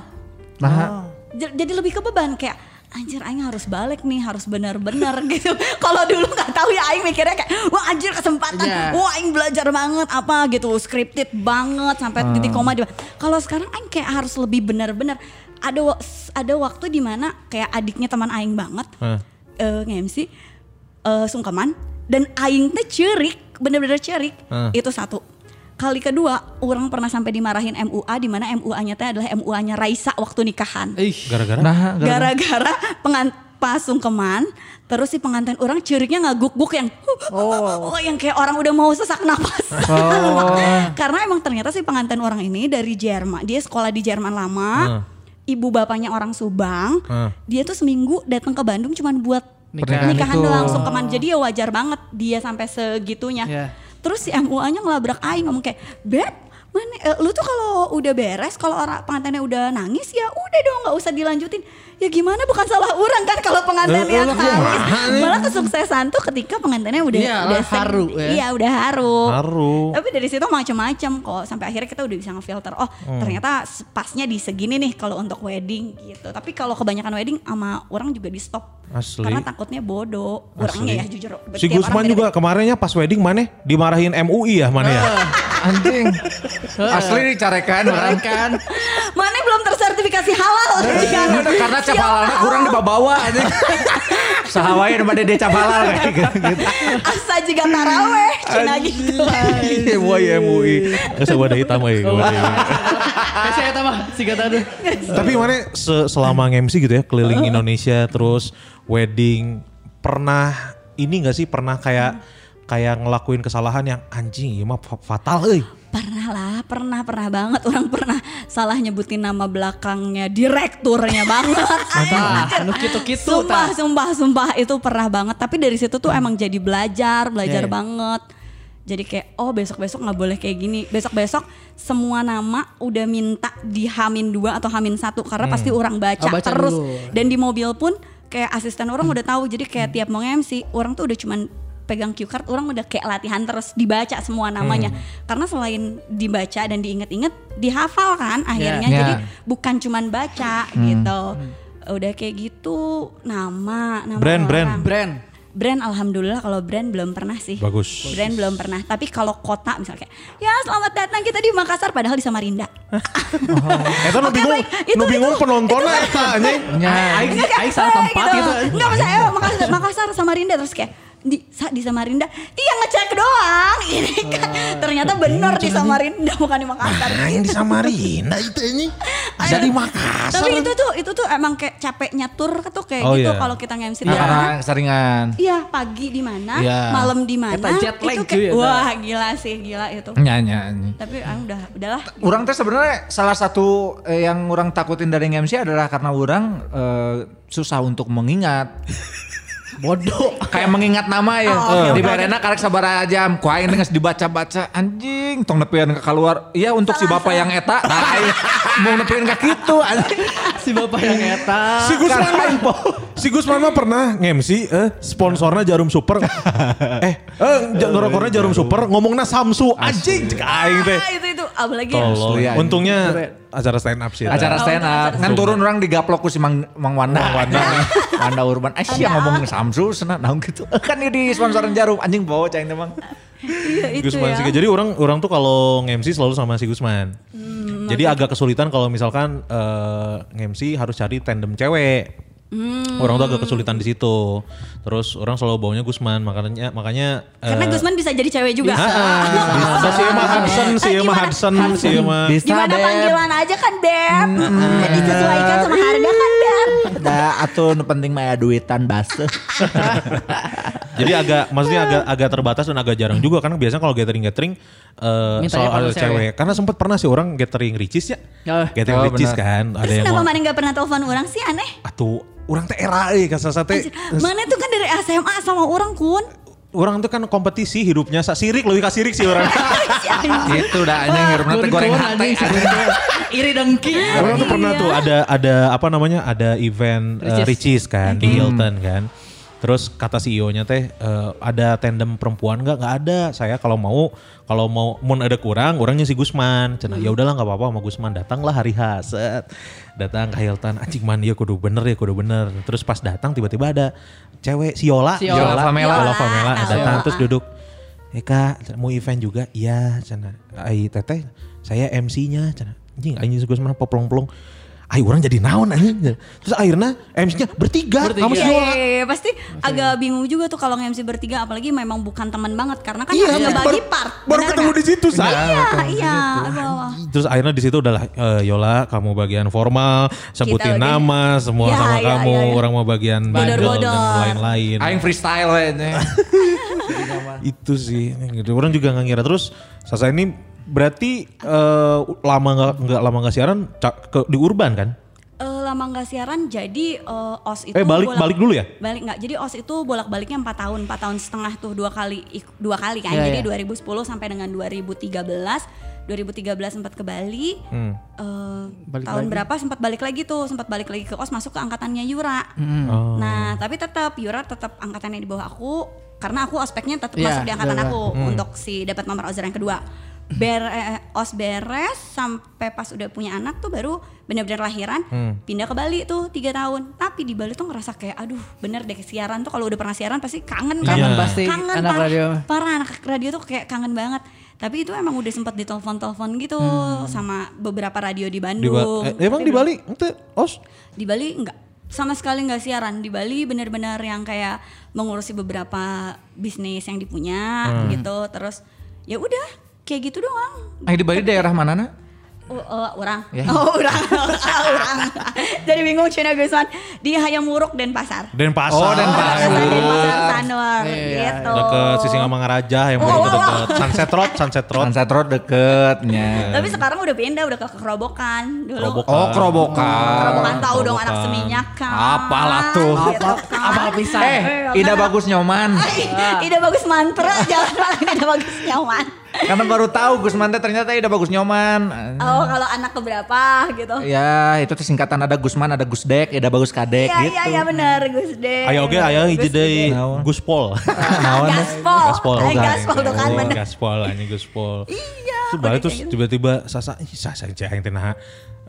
Speaker 3: Nah,
Speaker 5: J- jadi lebih ke beban kayak anjir aing harus balik nih harus benar-benar gitu kalau dulu nggak tahu ya aing mikirnya kayak wah anjir kesempatan
Speaker 4: Iya.
Speaker 5: wah aing belajar banget apa gitu scripted banget sampai
Speaker 2: Hmm.
Speaker 5: titik koma di kalau sekarang aing kayak harus lebih benar-benar ada wa- s- ada waktu di mana kayak adiknya teman aing banget
Speaker 2: Hah.
Speaker 5: eh nge-MC eh, sungkeman dan aing teh cerik bener-bener cerik
Speaker 2: Hah.
Speaker 5: itu satu kali kedua orang pernah sampai dimarahin MUA di mana MUA-nya teh adalah MUA-nya Raisa waktu nikahan
Speaker 4: Ih,
Speaker 2: Gara-gara.
Speaker 3: nah,
Speaker 5: gara-gara pengan pasungkeman terus si pengantin orang ciriknya ngaguk-guk yang oh. yang kayak orang udah mau sesak napas karena emang ternyata si pengantin orang ini dari Jerman dia sekolah di Jerman lama
Speaker 2: Hmm.
Speaker 5: ibu bapaknya orang Subang
Speaker 2: Hmm.
Speaker 5: dia tuh seminggu datang ke Bandung cuman buat
Speaker 4: Nikahan
Speaker 5: nikahan,
Speaker 3: itu.
Speaker 5: doang sungkeman jadi ya wajar banget dia sampai segitunya
Speaker 4: Iya.
Speaker 5: terus si MUA-nya ngelabrak Aing ngomong kayak Beb mana eh, lu tuh kalau udah beres kalau orang pengantinnya udah nangis ya udah dong nggak usah dilanjutin ya gimana bukan salah orang kan kalau pengantinnya
Speaker 2: Eh, eh,
Speaker 5: nangis
Speaker 2: kumaha nih?
Speaker 5: malah kesuksesan tuh ketika pengantinnya udah
Speaker 4: Iya,
Speaker 5: udah
Speaker 4: lah, haru ya.
Speaker 5: iya udah haru
Speaker 2: Haru.
Speaker 5: tapi dari situ macam-macam kok sampai akhirnya kita udah bisa ngefilter oh
Speaker 2: Hmm.
Speaker 5: ternyata s- pasnya di segini nih kalau untuk wedding gitu tapi kalau kebanyakan wedding sama orang juga di stop
Speaker 2: Asli.
Speaker 5: karena takutnya bodoh orangnya ya jujur
Speaker 2: Si Gusman
Speaker 5: tiap orang beda-beda.
Speaker 2: juga kemarinnya pas wedding mana dimarahin MUI ya mana ya.
Speaker 5: Ah.
Speaker 3: anjing. Asli dicarekan orang.
Speaker 4: kan.
Speaker 5: Mana belum tersertifikasi halal.
Speaker 4: Eh,
Speaker 3: Iya, Karena capalalnya kurang dibawa anjing. Sahawai daripada dia capalal kayak gitu.
Speaker 5: Asa juga taraweh Cina gitu.
Speaker 2: Iya, wah ya MUI. Geus wadah hitam euy.
Speaker 4: Eh, saya tambah si kata aduh.
Speaker 2: Tapi mana se- selama MC gitu ya keliling Indonesia terus wedding pernah ini gak sih pernah kayak kayak ngelakuin kesalahan yang anjing ya mah fa- fatal euy.
Speaker 5: Pernah lah, pernah pernah banget orang pernah salah nyebutin nama belakangnya direkturnya banget.
Speaker 4: Tah, nu kitu-kitu tah.
Speaker 5: sumpah, sumpah, sumpah itu pernah banget. Tapi dari situ tuh emang jadi belajar, belajar
Speaker 4: Iya, iya.
Speaker 5: banget. Jadi kayak oh besok-besok nggak boleh kayak gini. Besok-besok semua nama udah minta di Hamin 2 atau Hamin 1 karena pasti orang
Speaker 4: Oh,
Speaker 5: baca,
Speaker 4: baca
Speaker 5: terus.
Speaker 4: dulu.
Speaker 5: Dan di mobil pun kayak asisten orang udah tahu. Jadi kayak tiap mau MC, orang tuh udah cuman pegang cue card, orang udah kayak latihan terus dibaca semua namanya. Karena selain dibaca dan diinget-inget, dihafal kan akhirnya.
Speaker 3: Iya.
Speaker 5: Jadi
Speaker 3: Iya.
Speaker 5: bukan cuman baca gitu. Udah kayak gitu nama nama
Speaker 2: Brand, brand.
Speaker 5: orang.
Speaker 4: Brand.
Speaker 5: brand Brand alhamdulillah kalau brand belum pernah sih.
Speaker 2: Bagus.
Speaker 5: Brand belum pernah. Tapi kalau kota misalnya kayak, ya selamat datang kita di Makassar padahal di Samarinda.
Speaker 2: Eta nu
Speaker 5: Oke,
Speaker 2: bingung,
Speaker 5: baik. Itu-
Speaker 2: nu bingung
Speaker 5: itu-
Speaker 2: penontonnya eta anjing.
Speaker 3: Iya.
Speaker 6: Aing aing salah
Speaker 4: Iya,
Speaker 6: tempat gitu.
Speaker 5: Enggak maksudnya eh, Makassar, Makassar Samarinda terus kayak di sa- di Samarinda iya ngecek doang ini kan
Speaker 2: Ah, ya
Speaker 5: ternyata bener
Speaker 2: gitu.
Speaker 5: di Samarinda bukan di Makassar
Speaker 2: Aing di Samarinda itu anjing.
Speaker 5: Aduh.
Speaker 2: Jadi Makassar.
Speaker 5: tapi itu tuh itu tuh emang kayak capeknya tur tuh kayak
Speaker 2: Oh, iya.
Speaker 5: gitu kalau kita nge-MC di
Speaker 3: Karena
Speaker 5: mana
Speaker 3: seringan.
Speaker 5: Iya pagi di mana,
Speaker 2: Iya.
Speaker 5: malam di mana,
Speaker 6: Eta jet lag
Speaker 5: itu
Speaker 2: gitu
Speaker 6: cuy,
Speaker 2: ya.
Speaker 5: kayak
Speaker 6: eta.
Speaker 5: wah gila sih gila itu.
Speaker 3: Iya, Nyanyi.
Speaker 5: Tapi ah, udah udahlah.
Speaker 3: Orang teh sebenarnya salah satu eh, yang orang takutin dari MC adalah karena orang eh, susah untuk mengingat.
Speaker 6: Bodoh.
Speaker 3: Kayak mengingat nama ya.
Speaker 5: Oh,
Speaker 3: di
Speaker 5: oke, oke,
Speaker 3: barena karek sabaraha jam, ku aing geus dibaca-baca anjing tong nepian ka keluar. Iya untuk si bapak yang eta. Nah, aing mau nepian ka kitu anjing.
Speaker 6: Si bapak yang eta.
Speaker 2: Si Gusman
Speaker 3: Karena
Speaker 2: mah,
Speaker 3: info.
Speaker 2: si Gusman mah pernah ngemsi, eh, sponsornya Jarum Super. eh, eh, ja- ngorokornya Jarum Super, ngomongnya Samsu anjing. Cek Aing teh.
Speaker 5: Ah, itu itu apalagi
Speaker 2: Tolong.
Speaker 3: Asli, anjing.
Speaker 2: Untungnya acara stand up sih. eta.
Speaker 3: Gitu. Acara stand up, kan turun orang digaplok ku si Mang, Mang Wanda. Mang Wanda. Wanda Urban. Ah sia ngomong Samsu senang naon gitu. Kan ieu di sponsoran jarum anjing bawa cai teh Mang.
Speaker 5: Iya, itu
Speaker 2: Gusman
Speaker 5: ya.
Speaker 2: Siga. Jadi orang orang tuh kalau nge-MC selalu sama si Gusman.
Speaker 5: Hmm,
Speaker 2: Jadi agak kesulitan kalau misalkan eh, nge-MC harus cari tandem cewek.
Speaker 5: Hmm.
Speaker 2: Orang tuh agak kesulitan di situ. Terus orang selalu baunya Gusman, makanya makanya
Speaker 5: Karena
Speaker 2: eh,
Speaker 5: Gusman bisa jadi cewek juga.
Speaker 2: Ah, ah, bisa. si Emma Hudson, si
Speaker 5: Ah,
Speaker 2: Emma
Speaker 5: gimana?
Speaker 2: Hudson, si Emma.
Speaker 3: Bisa,
Speaker 5: Gimana
Speaker 3: Beb.
Speaker 5: panggilan aja kan Beb? Nah,
Speaker 3: Hmm,
Speaker 5: Disesuaikan sama harga kan Beb?
Speaker 3: Da atuh nu penting mah aya duitan baseuh.
Speaker 2: Jadi agak maksudnya agak agak terbatas dan agak jarang juga karena biasanya kalau gathering gathering eh
Speaker 6: Mintanya
Speaker 2: soal
Speaker 6: kalau
Speaker 5: ya
Speaker 2: ada
Speaker 6: cewek.
Speaker 2: cewek. Karena sempat pernah sih orang gathering ricis ya.
Speaker 6: Oh.
Speaker 2: Gathering
Speaker 3: Oh,
Speaker 2: ricis
Speaker 3: benar.
Speaker 2: kan ada
Speaker 5: Terus
Speaker 2: yang
Speaker 5: kenapa
Speaker 2: ngomong,
Speaker 5: mana nggak pernah telepon orang sih aneh?
Speaker 2: atuh orang teh era eh, kan euy kasar
Speaker 5: Anjir, Mana tuh kan dari SMA sama orang kun.
Speaker 2: Orang tuh kan kompetisi hidupnya sak sirik lebih ka sirik sih orang.
Speaker 3: Itu Gitu dah anjing hirupna teh goreng hate. anjing.
Speaker 6: Iri dengki.
Speaker 4: Iya.
Speaker 2: Orang tuh pernah tuh ada ada apa namanya ada event uh, Ricis kan di Hilton kan. Terus kata CEO-nya teh "Eh, ada tandem perempuan nggak? Nggak ada. Saya kalau mau kalau mau mun ada kurang orangnya si Gusman. Cenah ya udahlah nggak apa-apa sama Gusman datanglah hari haset. Datang ke Hilton anjing man ya kudu bener ya kudu bener. Terus pas datang tiba-tiba ada cewek si Yola.
Speaker 6: Si Yola
Speaker 3: Famela.
Speaker 2: Yola Famela
Speaker 5: Yola.
Speaker 2: datang
Speaker 5: Yola.
Speaker 2: terus duduk. Eh kak, mau event juga? Iya, cina. Ai teteh, saya MC-nya, cina. Anjing, anjing gue mana pelong-pelong. Ai orang jadi naon anjing. Terus akhirnya MC-nya bertiga,
Speaker 6: Bertiga.
Speaker 2: kamu
Speaker 5: Iya,
Speaker 2: si Yola.
Speaker 5: iya, iya, pasti agak bingung juga tuh kalau nge-MC bertiga apalagi memang bukan teman banget karena kan
Speaker 2: Iya,
Speaker 5: harus
Speaker 2: baru-
Speaker 5: ngebagi part.
Speaker 2: Baru
Speaker 5: benar
Speaker 2: ketemu
Speaker 5: nggak?
Speaker 2: di situ, Sah.
Speaker 5: Iya, iya. Aduh.
Speaker 2: Terus akhirnya di situ udahlah "Eh, Yola kamu bagian formal, sebutin
Speaker 5: Kita bagian-
Speaker 2: nama semua
Speaker 5: Ya,
Speaker 2: sama
Speaker 5: ya,
Speaker 2: kamu,
Speaker 5: ya, ya.
Speaker 2: orang mau bagian
Speaker 5: Bodor-bodor.
Speaker 2: bandel dan lain-lain.
Speaker 3: Aing freestyle we ini.
Speaker 2: Itu sih, gitu. orang juga nggak ngira terus Sasa ini berarti eh, lama nggak nggak lama nggak siaran ca- ke, di urban kan?
Speaker 5: Eh, lama nggak siaran jadi eh, os itu
Speaker 2: Eh, balik- balik dulu ya?
Speaker 5: balik nggak jadi os itu bolak baliknya 4 tahun 4 tahun setengah tuh dua kali ik- dua kali kan
Speaker 6: Iya,
Speaker 5: jadi 2010 sampai dengan 2013 2013 sempat ke Bali
Speaker 2: Hmm.
Speaker 5: Eh,
Speaker 4: Balik
Speaker 5: tahun
Speaker 4: lagi.
Speaker 5: berapa sempat balik lagi tuh sempat balik lagi ke os masuk ke angkatannya Yura
Speaker 2: Oh.
Speaker 5: nah tapi tetap Yura tetap angkatannya di bawah aku karena aku ospeknya tetap
Speaker 6: Iya,
Speaker 5: masuk di angkatan
Speaker 6: iya, iya.
Speaker 5: aku untuk si dapat nomor ozer yang kedua Ber, eh, os beres sampai pas udah punya anak tuh baru bener-bener lahiran
Speaker 6: Hmm.
Speaker 5: pindah ke Bali tuh tiga tahun tapi di Bali tuh ngerasa kayak aduh bener deh siaran tuh kalau udah pernah siaran pasti kangen kan
Speaker 6: Kangen pasti,
Speaker 5: kangen
Speaker 6: anak
Speaker 5: parah,
Speaker 6: radio.
Speaker 5: parah anak radio tuh kayak kangen banget tapi itu emang udah sempat ditelepon-telepon gitu
Speaker 6: Hmm.
Speaker 5: sama beberapa radio di
Speaker 2: Di
Speaker 5: Bandung
Speaker 2: Ba- eh, emang di Bali? oh, Ente, os?
Speaker 5: di Bali enggak sama sekali nggak siaran di Bali bener-bener yang kayak mengurusi beberapa bisnis yang dipunya gitu terus ya udah kayak gitu doang
Speaker 3: Aing di Bali daerah manana?
Speaker 5: U- uh, orang oh orang Ah, orang jadi bingung Cina Gusman di Hayamuruk Denpasar
Speaker 2: Denpasar.
Speaker 3: Oh, Denpasar.
Speaker 5: Pasar Denpasar Sanur
Speaker 6: Iya,
Speaker 5: gitu
Speaker 2: Deket Sisingamangaraja yang paling
Speaker 5: Wow, wow,
Speaker 2: deket. Sunset Road, Sunset Road.
Speaker 3: Sunset Road deketnya.
Speaker 5: tapi sekarang udah pindah udah ke kerobokan dulu
Speaker 2: Kerobokan.
Speaker 3: Oh kerobokan.
Speaker 5: kerobokan tahu dong anak
Speaker 2: Kerobokan.
Speaker 5: seminyak kan
Speaker 3: Apalah tuh.
Speaker 5: Gitu Iya, kan.
Speaker 6: Apa bisa?
Speaker 3: Eh, Ida bagus nyoman.
Speaker 2: Ah.
Speaker 5: Ida bagus mantra jalan malam Ida bagus nyaman.
Speaker 3: Karena baru tahu Gus Mante ternyata Ida bagus nyoman.
Speaker 5: Oh
Speaker 2: Hmm.
Speaker 5: kalau anak keberapa gitu.
Speaker 2: Iya,
Speaker 3: Ya, itu tuh singkatan ada Gusman, ada Gusdek, ada Bagus Kadek
Speaker 5: Iya
Speaker 3: gitu.
Speaker 5: iya iya benar Gus De.
Speaker 2: Ayo oke, ayo hiji deui
Speaker 3: Naon?
Speaker 2: Guspol.
Speaker 3: Naon?
Speaker 5: Gaspol.
Speaker 2: Gaspol. Oh,
Speaker 5: Eh, Gaspol tuh kan bener.
Speaker 2: Gaspol anjing Guspol.
Speaker 5: Iya.
Speaker 2: Terus balik terus tiba-tiba Sasa, ih Sasa cek aing teh naha.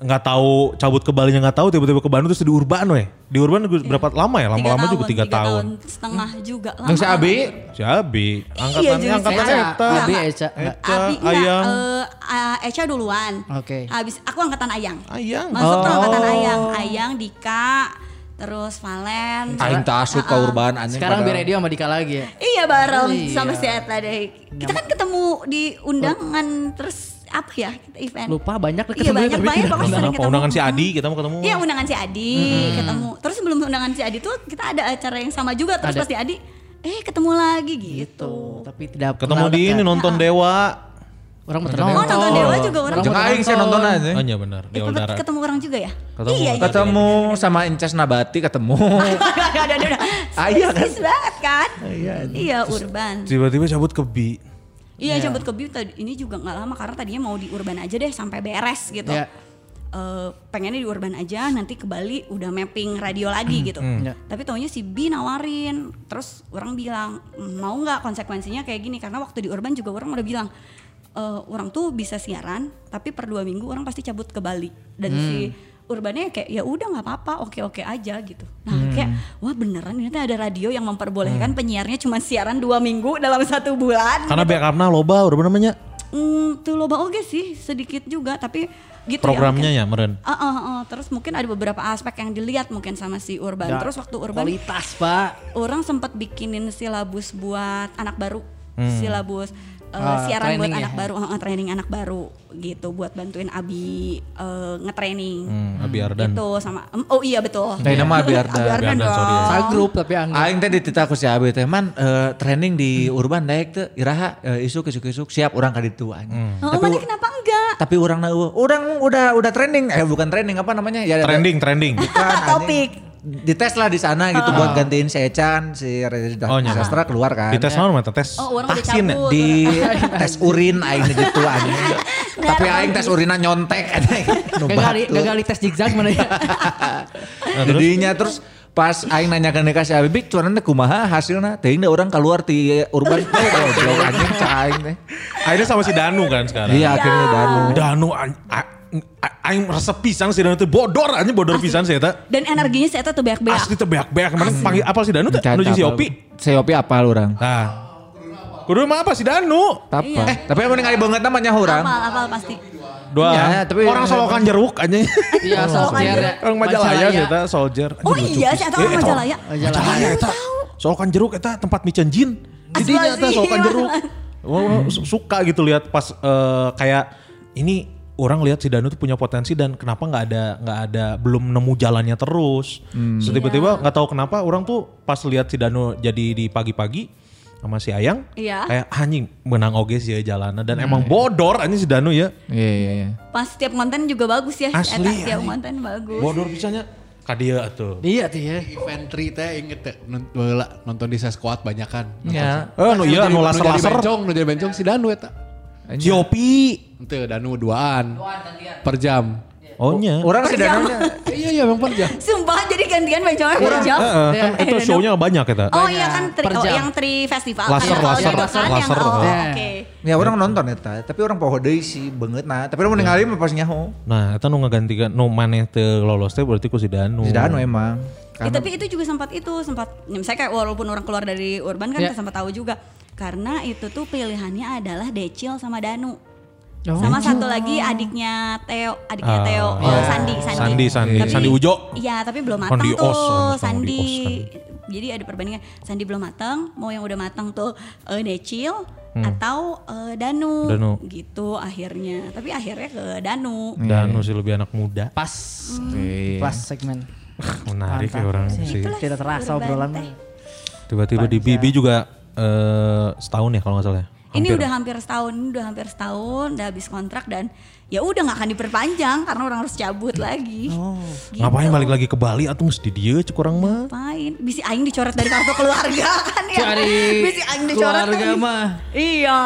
Speaker 2: nggak tahu cabut ke Bali nya nggak tahu tiba-tiba ke Bandung terus di Urban weh. Di Urban
Speaker 5: Iya.
Speaker 2: gue berapa lama ya? Lama-lama juga tiga tahun. Hmm.
Speaker 5: setengah juga lama.
Speaker 3: Nung si Abi,
Speaker 2: Si Abi, angkatan
Speaker 5: Iya, jadi
Speaker 2: angkatan
Speaker 5: saya-
Speaker 2: Eta.
Speaker 5: Enggak,
Speaker 4: Abi,
Speaker 5: enggak.
Speaker 4: Eca, enggak.
Speaker 5: Abi enggak,
Speaker 2: Ayang.
Speaker 5: eh, eh, Eca duluan.
Speaker 4: Oke.
Speaker 5: Habis aku angkatan Ayang.
Speaker 2: Ayang. Oh,
Speaker 5: Masuk tuh angkatan Ayang. Ayang, Dika, terus Valen.
Speaker 3: aing tak
Speaker 5: Ah,
Speaker 3: asup ke urban anjing.
Speaker 4: Sekarang
Speaker 3: padahal.
Speaker 4: Biredio sama Dika lagi ya.
Speaker 5: Iya bareng
Speaker 4: Iya.
Speaker 5: sama si Eta deh. Kita kan ketemu di undangan terus apa ya kita event.
Speaker 4: Lupa banyak deh
Speaker 5: Iya
Speaker 4: ketemunya,
Speaker 5: banyak
Speaker 4: tapi
Speaker 5: banyak
Speaker 4: tidak
Speaker 5: pokoknya sering
Speaker 2: Undangan, apa?
Speaker 5: ketemu.
Speaker 2: undangan si Adi kita mau ketemu.
Speaker 5: Iya undangan si Adi ketemu. Terus sebelum undangan si Adi tuh kita ada acara yang sama juga terus
Speaker 4: Ada.
Speaker 5: pasti Adi eh ketemu lagi gitu.
Speaker 4: Tuh, tapi tidak
Speaker 2: Ketemu
Speaker 4: pernah
Speaker 2: di
Speaker 4: dekat.
Speaker 2: ini nonton Dewa.
Speaker 4: Orang mau
Speaker 5: Oh nonton Dewa juga orang
Speaker 3: Jeung aing sih nonton aja.
Speaker 2: Oh iya benar, di
Speaker 5: Eh,
Speaker 2: Oldara.
Speaker 5: ketemu orang juga ya?
Speaker 2: Ketemu.
Speaker 5: Iya, iya.
Speaker 3: Ketemu sama Inces Nabati ketemu.
Speaker 5: Ada ada ada.
Speaker 3: Ayah kan?
Speaker 5: Spesies banget kan? Iya. urban.
Speaker 2: Tiba-tiba cabut ke Bi.
Speaker 5: Iya, cabut ke Biu tadi ini juga nggak lama karena tadinya mau di urban aja deh sampai beres gitu.
Speaker 4: Iya.
Speaker 5: Eh, pengennya di urban aja nanti ke Bali udah mapping radio lagi gitu.
Speaker 4: Iya.
Speaker 5: Tapi taunya si Bi nawarin, terus orang bilang "Mm, mau nggak konsekuensinya kayak gini karena waktu di urban juga orang udah bilang "Eh, orang tuh bisa siaran tapi per dua minggu orang pasti cabut ke Bali dan si
Speaker 4: Hmm.
Speaker 5: urbannya kayak ya udah nggak apa-apa oke oke aja gitu. Nah
Speaker 4: Hmm.
Speaker 5: kayak wah beneran ini tuh ada radio yang memperbolehkan penyiarnya cuma siaran dua minggu dalam satu bulan.
Speaker 2: Karena Bia Karna loba udah namanya
Speaker 5: Hmm, tuh loba oge sih sedikit juga tapi gitu
Speaker 2: programnya
Speaker 5: ya.
Speaker 2: ya meren.
Speaker 5: mungkin. Ah, ah, ah. terus mungkin ada beberapa aspek yang dilihat mungkin sama si Urban. Terus waktu Urban
Speaker 4: kualitas, Pak.
Speaker 5: orang sempat bikinin silabus buat anak baru.
Speaker 2: Hmm.
Speaker 5: Silabus eh,
Speaker 4: Ah,
Speaker 5: siaran buat
Speaker 4: training ya.
Speaker 5: anak baru, eh, training anak baru gitu buat bantuin Abi eh, ngetraining.
Speaker 2: Hmm, Abi Ardan.
Speaker 5: Gitu sama em, Oh iya betul.
Speaker 3: Kayaknya mah Abi Ardan.
Speaker 5: Abi
Speaker 2: Abi
Speaker 5: Ardan
Speaker 2: Ardan,
Speaker 5: dong.
Speaker 2: sorry ya.
Speaker 4: Sagrup tapi angga.
Speaker 3: Aing teh dititah ku si Abi teh man eh, training di urban daek teh iraha eh, isuk isuk isuk siap orang ka ditu anjing.
Speaker 5: Oh, mana kenapa enggak?
Speaker 3: Tapi orang na orang udah udah training eh bukan training apa namanya ya
Speaker 2: Trending, trending.
Speaker 3: bukan, anjing.
Speaker 5: Topik. Ah.
Speaker 3: Dites lah di sana gitu buat gantiin si Echan, si Reza
Speaker 2: Oh, iya.
Speaker 3: Sastra keluar kan.
Speaker 2: Di tes naon mah tes.
Speaker 5: Oh, orang udah
Speaker 2: vaksin ya?
Speaker 5: cabut.
Speaker 3: di tes urin aing teh gitu anjing. Tapi aing tes urina nyontek anjing. Nu
Speaker 4: Gagal di-
Speaker 3: batu.
Speaker 4: gagal di tes zigzag mana ya?
Speaker 3: Jadinya terus pas aing nanyakan ke si Abi, "Bik, cuman teh kumaha hasilnya? Teuing da urang keluar ti urban. Eh, goblok anjing cah aing teh.
Speaker 2: Akhirnya sama si Danu kan sekarang.
Speaker 3: Iya akhirnya Danu.
Speaker 2: Danu an- a- a- aing resep pisang si Danu teh bodor anjing bodor pisang si eta.
Speaker 5: Dan energinya saya tuh beak-beak.
Speaker 2: Asli tebeak-beak kemarin panggil apa si Danu teh?
Speaker 3: Cah,
Speaker 2: Anu jeung si
Speaker 3: tapal.
Speaker 2: Opi.
Speaker 3: Si Opi apal orang.
Speaker 2: Nah. Kudu mah apa si Danu?
Speaker 3: Tapal. Eh, tapi emang ningali banget namanya
Speaker 2: kan?
Speaker 3: orang.
Speaker 5: Apal, apal pasti.
Speaker 2: Dua.
Speaker 5: Iya,
Speaker 3: Ya, tapi-
Speaker 2: orang solokan jeruk anjing.
Speaker 4: Iya, soldier ya.
Speaker 2: orang gitu. Majalaya si eta iya, soldier.
Speaker 5: Oh iya,
Speaker 2: Eh,
Speaker 5: saya tahu Majalaya.
Speaker 2: oh, Majalaya eta. Solokan jeruk eta tempat mican jin. Jadinya
Speaker 5: iya.
Speaker 2: eta solokan jeruk. Wah, su- suka gitu lihat pas eh, kayak ini orang lihat si Danu tuh punya potensi dan kenapa nggak ada nggak ada belum nemu jalannya terus. So,
Speaker 5: Iya.
Speaker 2: tiba-tiba nggak tahu kenapa orang tuh pas lihat si Danu jadi di pagi-pagi sama si Ayang,
Speaker 5: Iya.
Speaker 2: kayak anjing menang oge sih ya jalanan dan emang bodor anjing si Danu ya.
Speaker 3: Iya iya iya.
Speaker 5: Pas setiap konten juga bagus ya.
Speaker 2: Asli,
Speaker 5: Eta setiap
Speaker 2: asli.
Speaker 5: konten bagus.
Speaker 2: Bodor pisannya kadia tuh.
Speaker 4: Iya tuh ya.
Speaker 7: event tri teh inget teh nun- heula, nonton di squad banyak kan
Speaker 3: Ya.
Speaker 2: Eh nu iya nu
Speaker 7: jadi
Speaker 2: laser-laser.
Speaker 7: bencong nu jadi bencong si Danu eta
Speaker 2: Si Opi.
Speaker 7: ente Danu duaan per jam
Speaker 2: Oh nya.
Speaker 3: Orang si Danu nya-
Speaker 7: Eh, iya iya memang per jam
Speaker 5: Sumpah jadi gantian bancongnya per jam.
Speaker 2: Heeh, kan
Speaker 5: Eh,
Speaker 2: itu
Speaker 5: Danu.
Speaker 2: show-nya banyak ya, Ta.
Speaker 5: Oh iya kan tri,
Speaker 4: Iya. Per
Speaker 5: oh,
Speaker 4: jam.
Speaker 5: yang tri festival.
Speaker 2: Laser,
Speaker 5: Karena
Speaker 2: laser,
Speaker 5: kalau
Speaker 2: laser,
Speaker 5: yang
Speaker 2: laser.
Speaker 5: yang- oh,
Speaker 2: Iya.
Speaker 5: Oke.
Speaker 3: Ya orang nonton eta, tapi orang poho deui sih beungeut nah. Tapi orang ningali mah pas nyaho.
Speaker 2: Nah, eta nu ngagantikan nu maneh teu lolos teh berarti ku si Danu.
Speaker 3: Si Danu emang.
Speaker 5: Ya, tapi itu juga sempat itu sempat ya, misalnya kayak walaupun orang keluar dari urban kan kita sempat tahu juga karena itu tuh pilihannya adalah Decil sama Danu. sama satu lagi adiknya Theo,
Speaker 2: Ah,
Speaker 5: adiknya Theo,
Speaker 2: iya.
Speaker 5: eh, Sandi, Sandi.
Speaker 2: Sandi, Sandi.
Speaker 5: Tapi-
Speaker 2: Sandi Ujo.
Speaker 5: Iya, tapi belum matang
Speaker 2: Sandi Os,
Speaker 5: tuh
Speaker 2: kan. sama Sandi
Speaker 5: Sandi.
Speaker 2: Os,
Speaker 5: Jadi ada perbandingan Sandi belum matang, mau yang udah matang tuh eh, Decil atau eh, Danu.
Speaker 2: Hmm. Danu.
Speaker 5: Gitu akhirnya. Tapi akhirnya ke Danu.
Speaker 2: Danu sih lebih anak muda.
Speaker 4: Pas.
Speaker 3: Iya.
Speaker 4: Pas segmen.
Speaker 2: Menarik ya orang sih.
Speaker 4: Tidak terasa
Speaker 5: Urban
Speaker 4: obrolan.
Speaker 5: teh.
Speaker 2: Tiba-tiba di BB juga eh, setahun ya kalau nggak salah. ya?
Speaker 5: Ini
Speaker 2: Hampir.
Speaker 5: udah hampir setahun, ini udah hampir setahun, udah habis kontrak dan ya udah nggak akan diperpanjang karena orang harus cabut lagi. Gitu.
Speaker 2: Ngapain balik lagi ke Bali atau mesti dia cek orang mah?
Speaker 5: Ngapain? Bisi aing dicoret dari kartu keluarga kan ya.
Speaker 4: Cari
Speaker 5: Bisi aing dicoret
Speaker 6: Keluarga
Speaker 5: tuh.
Speaker 6: mah.
Speaker 5: Iya,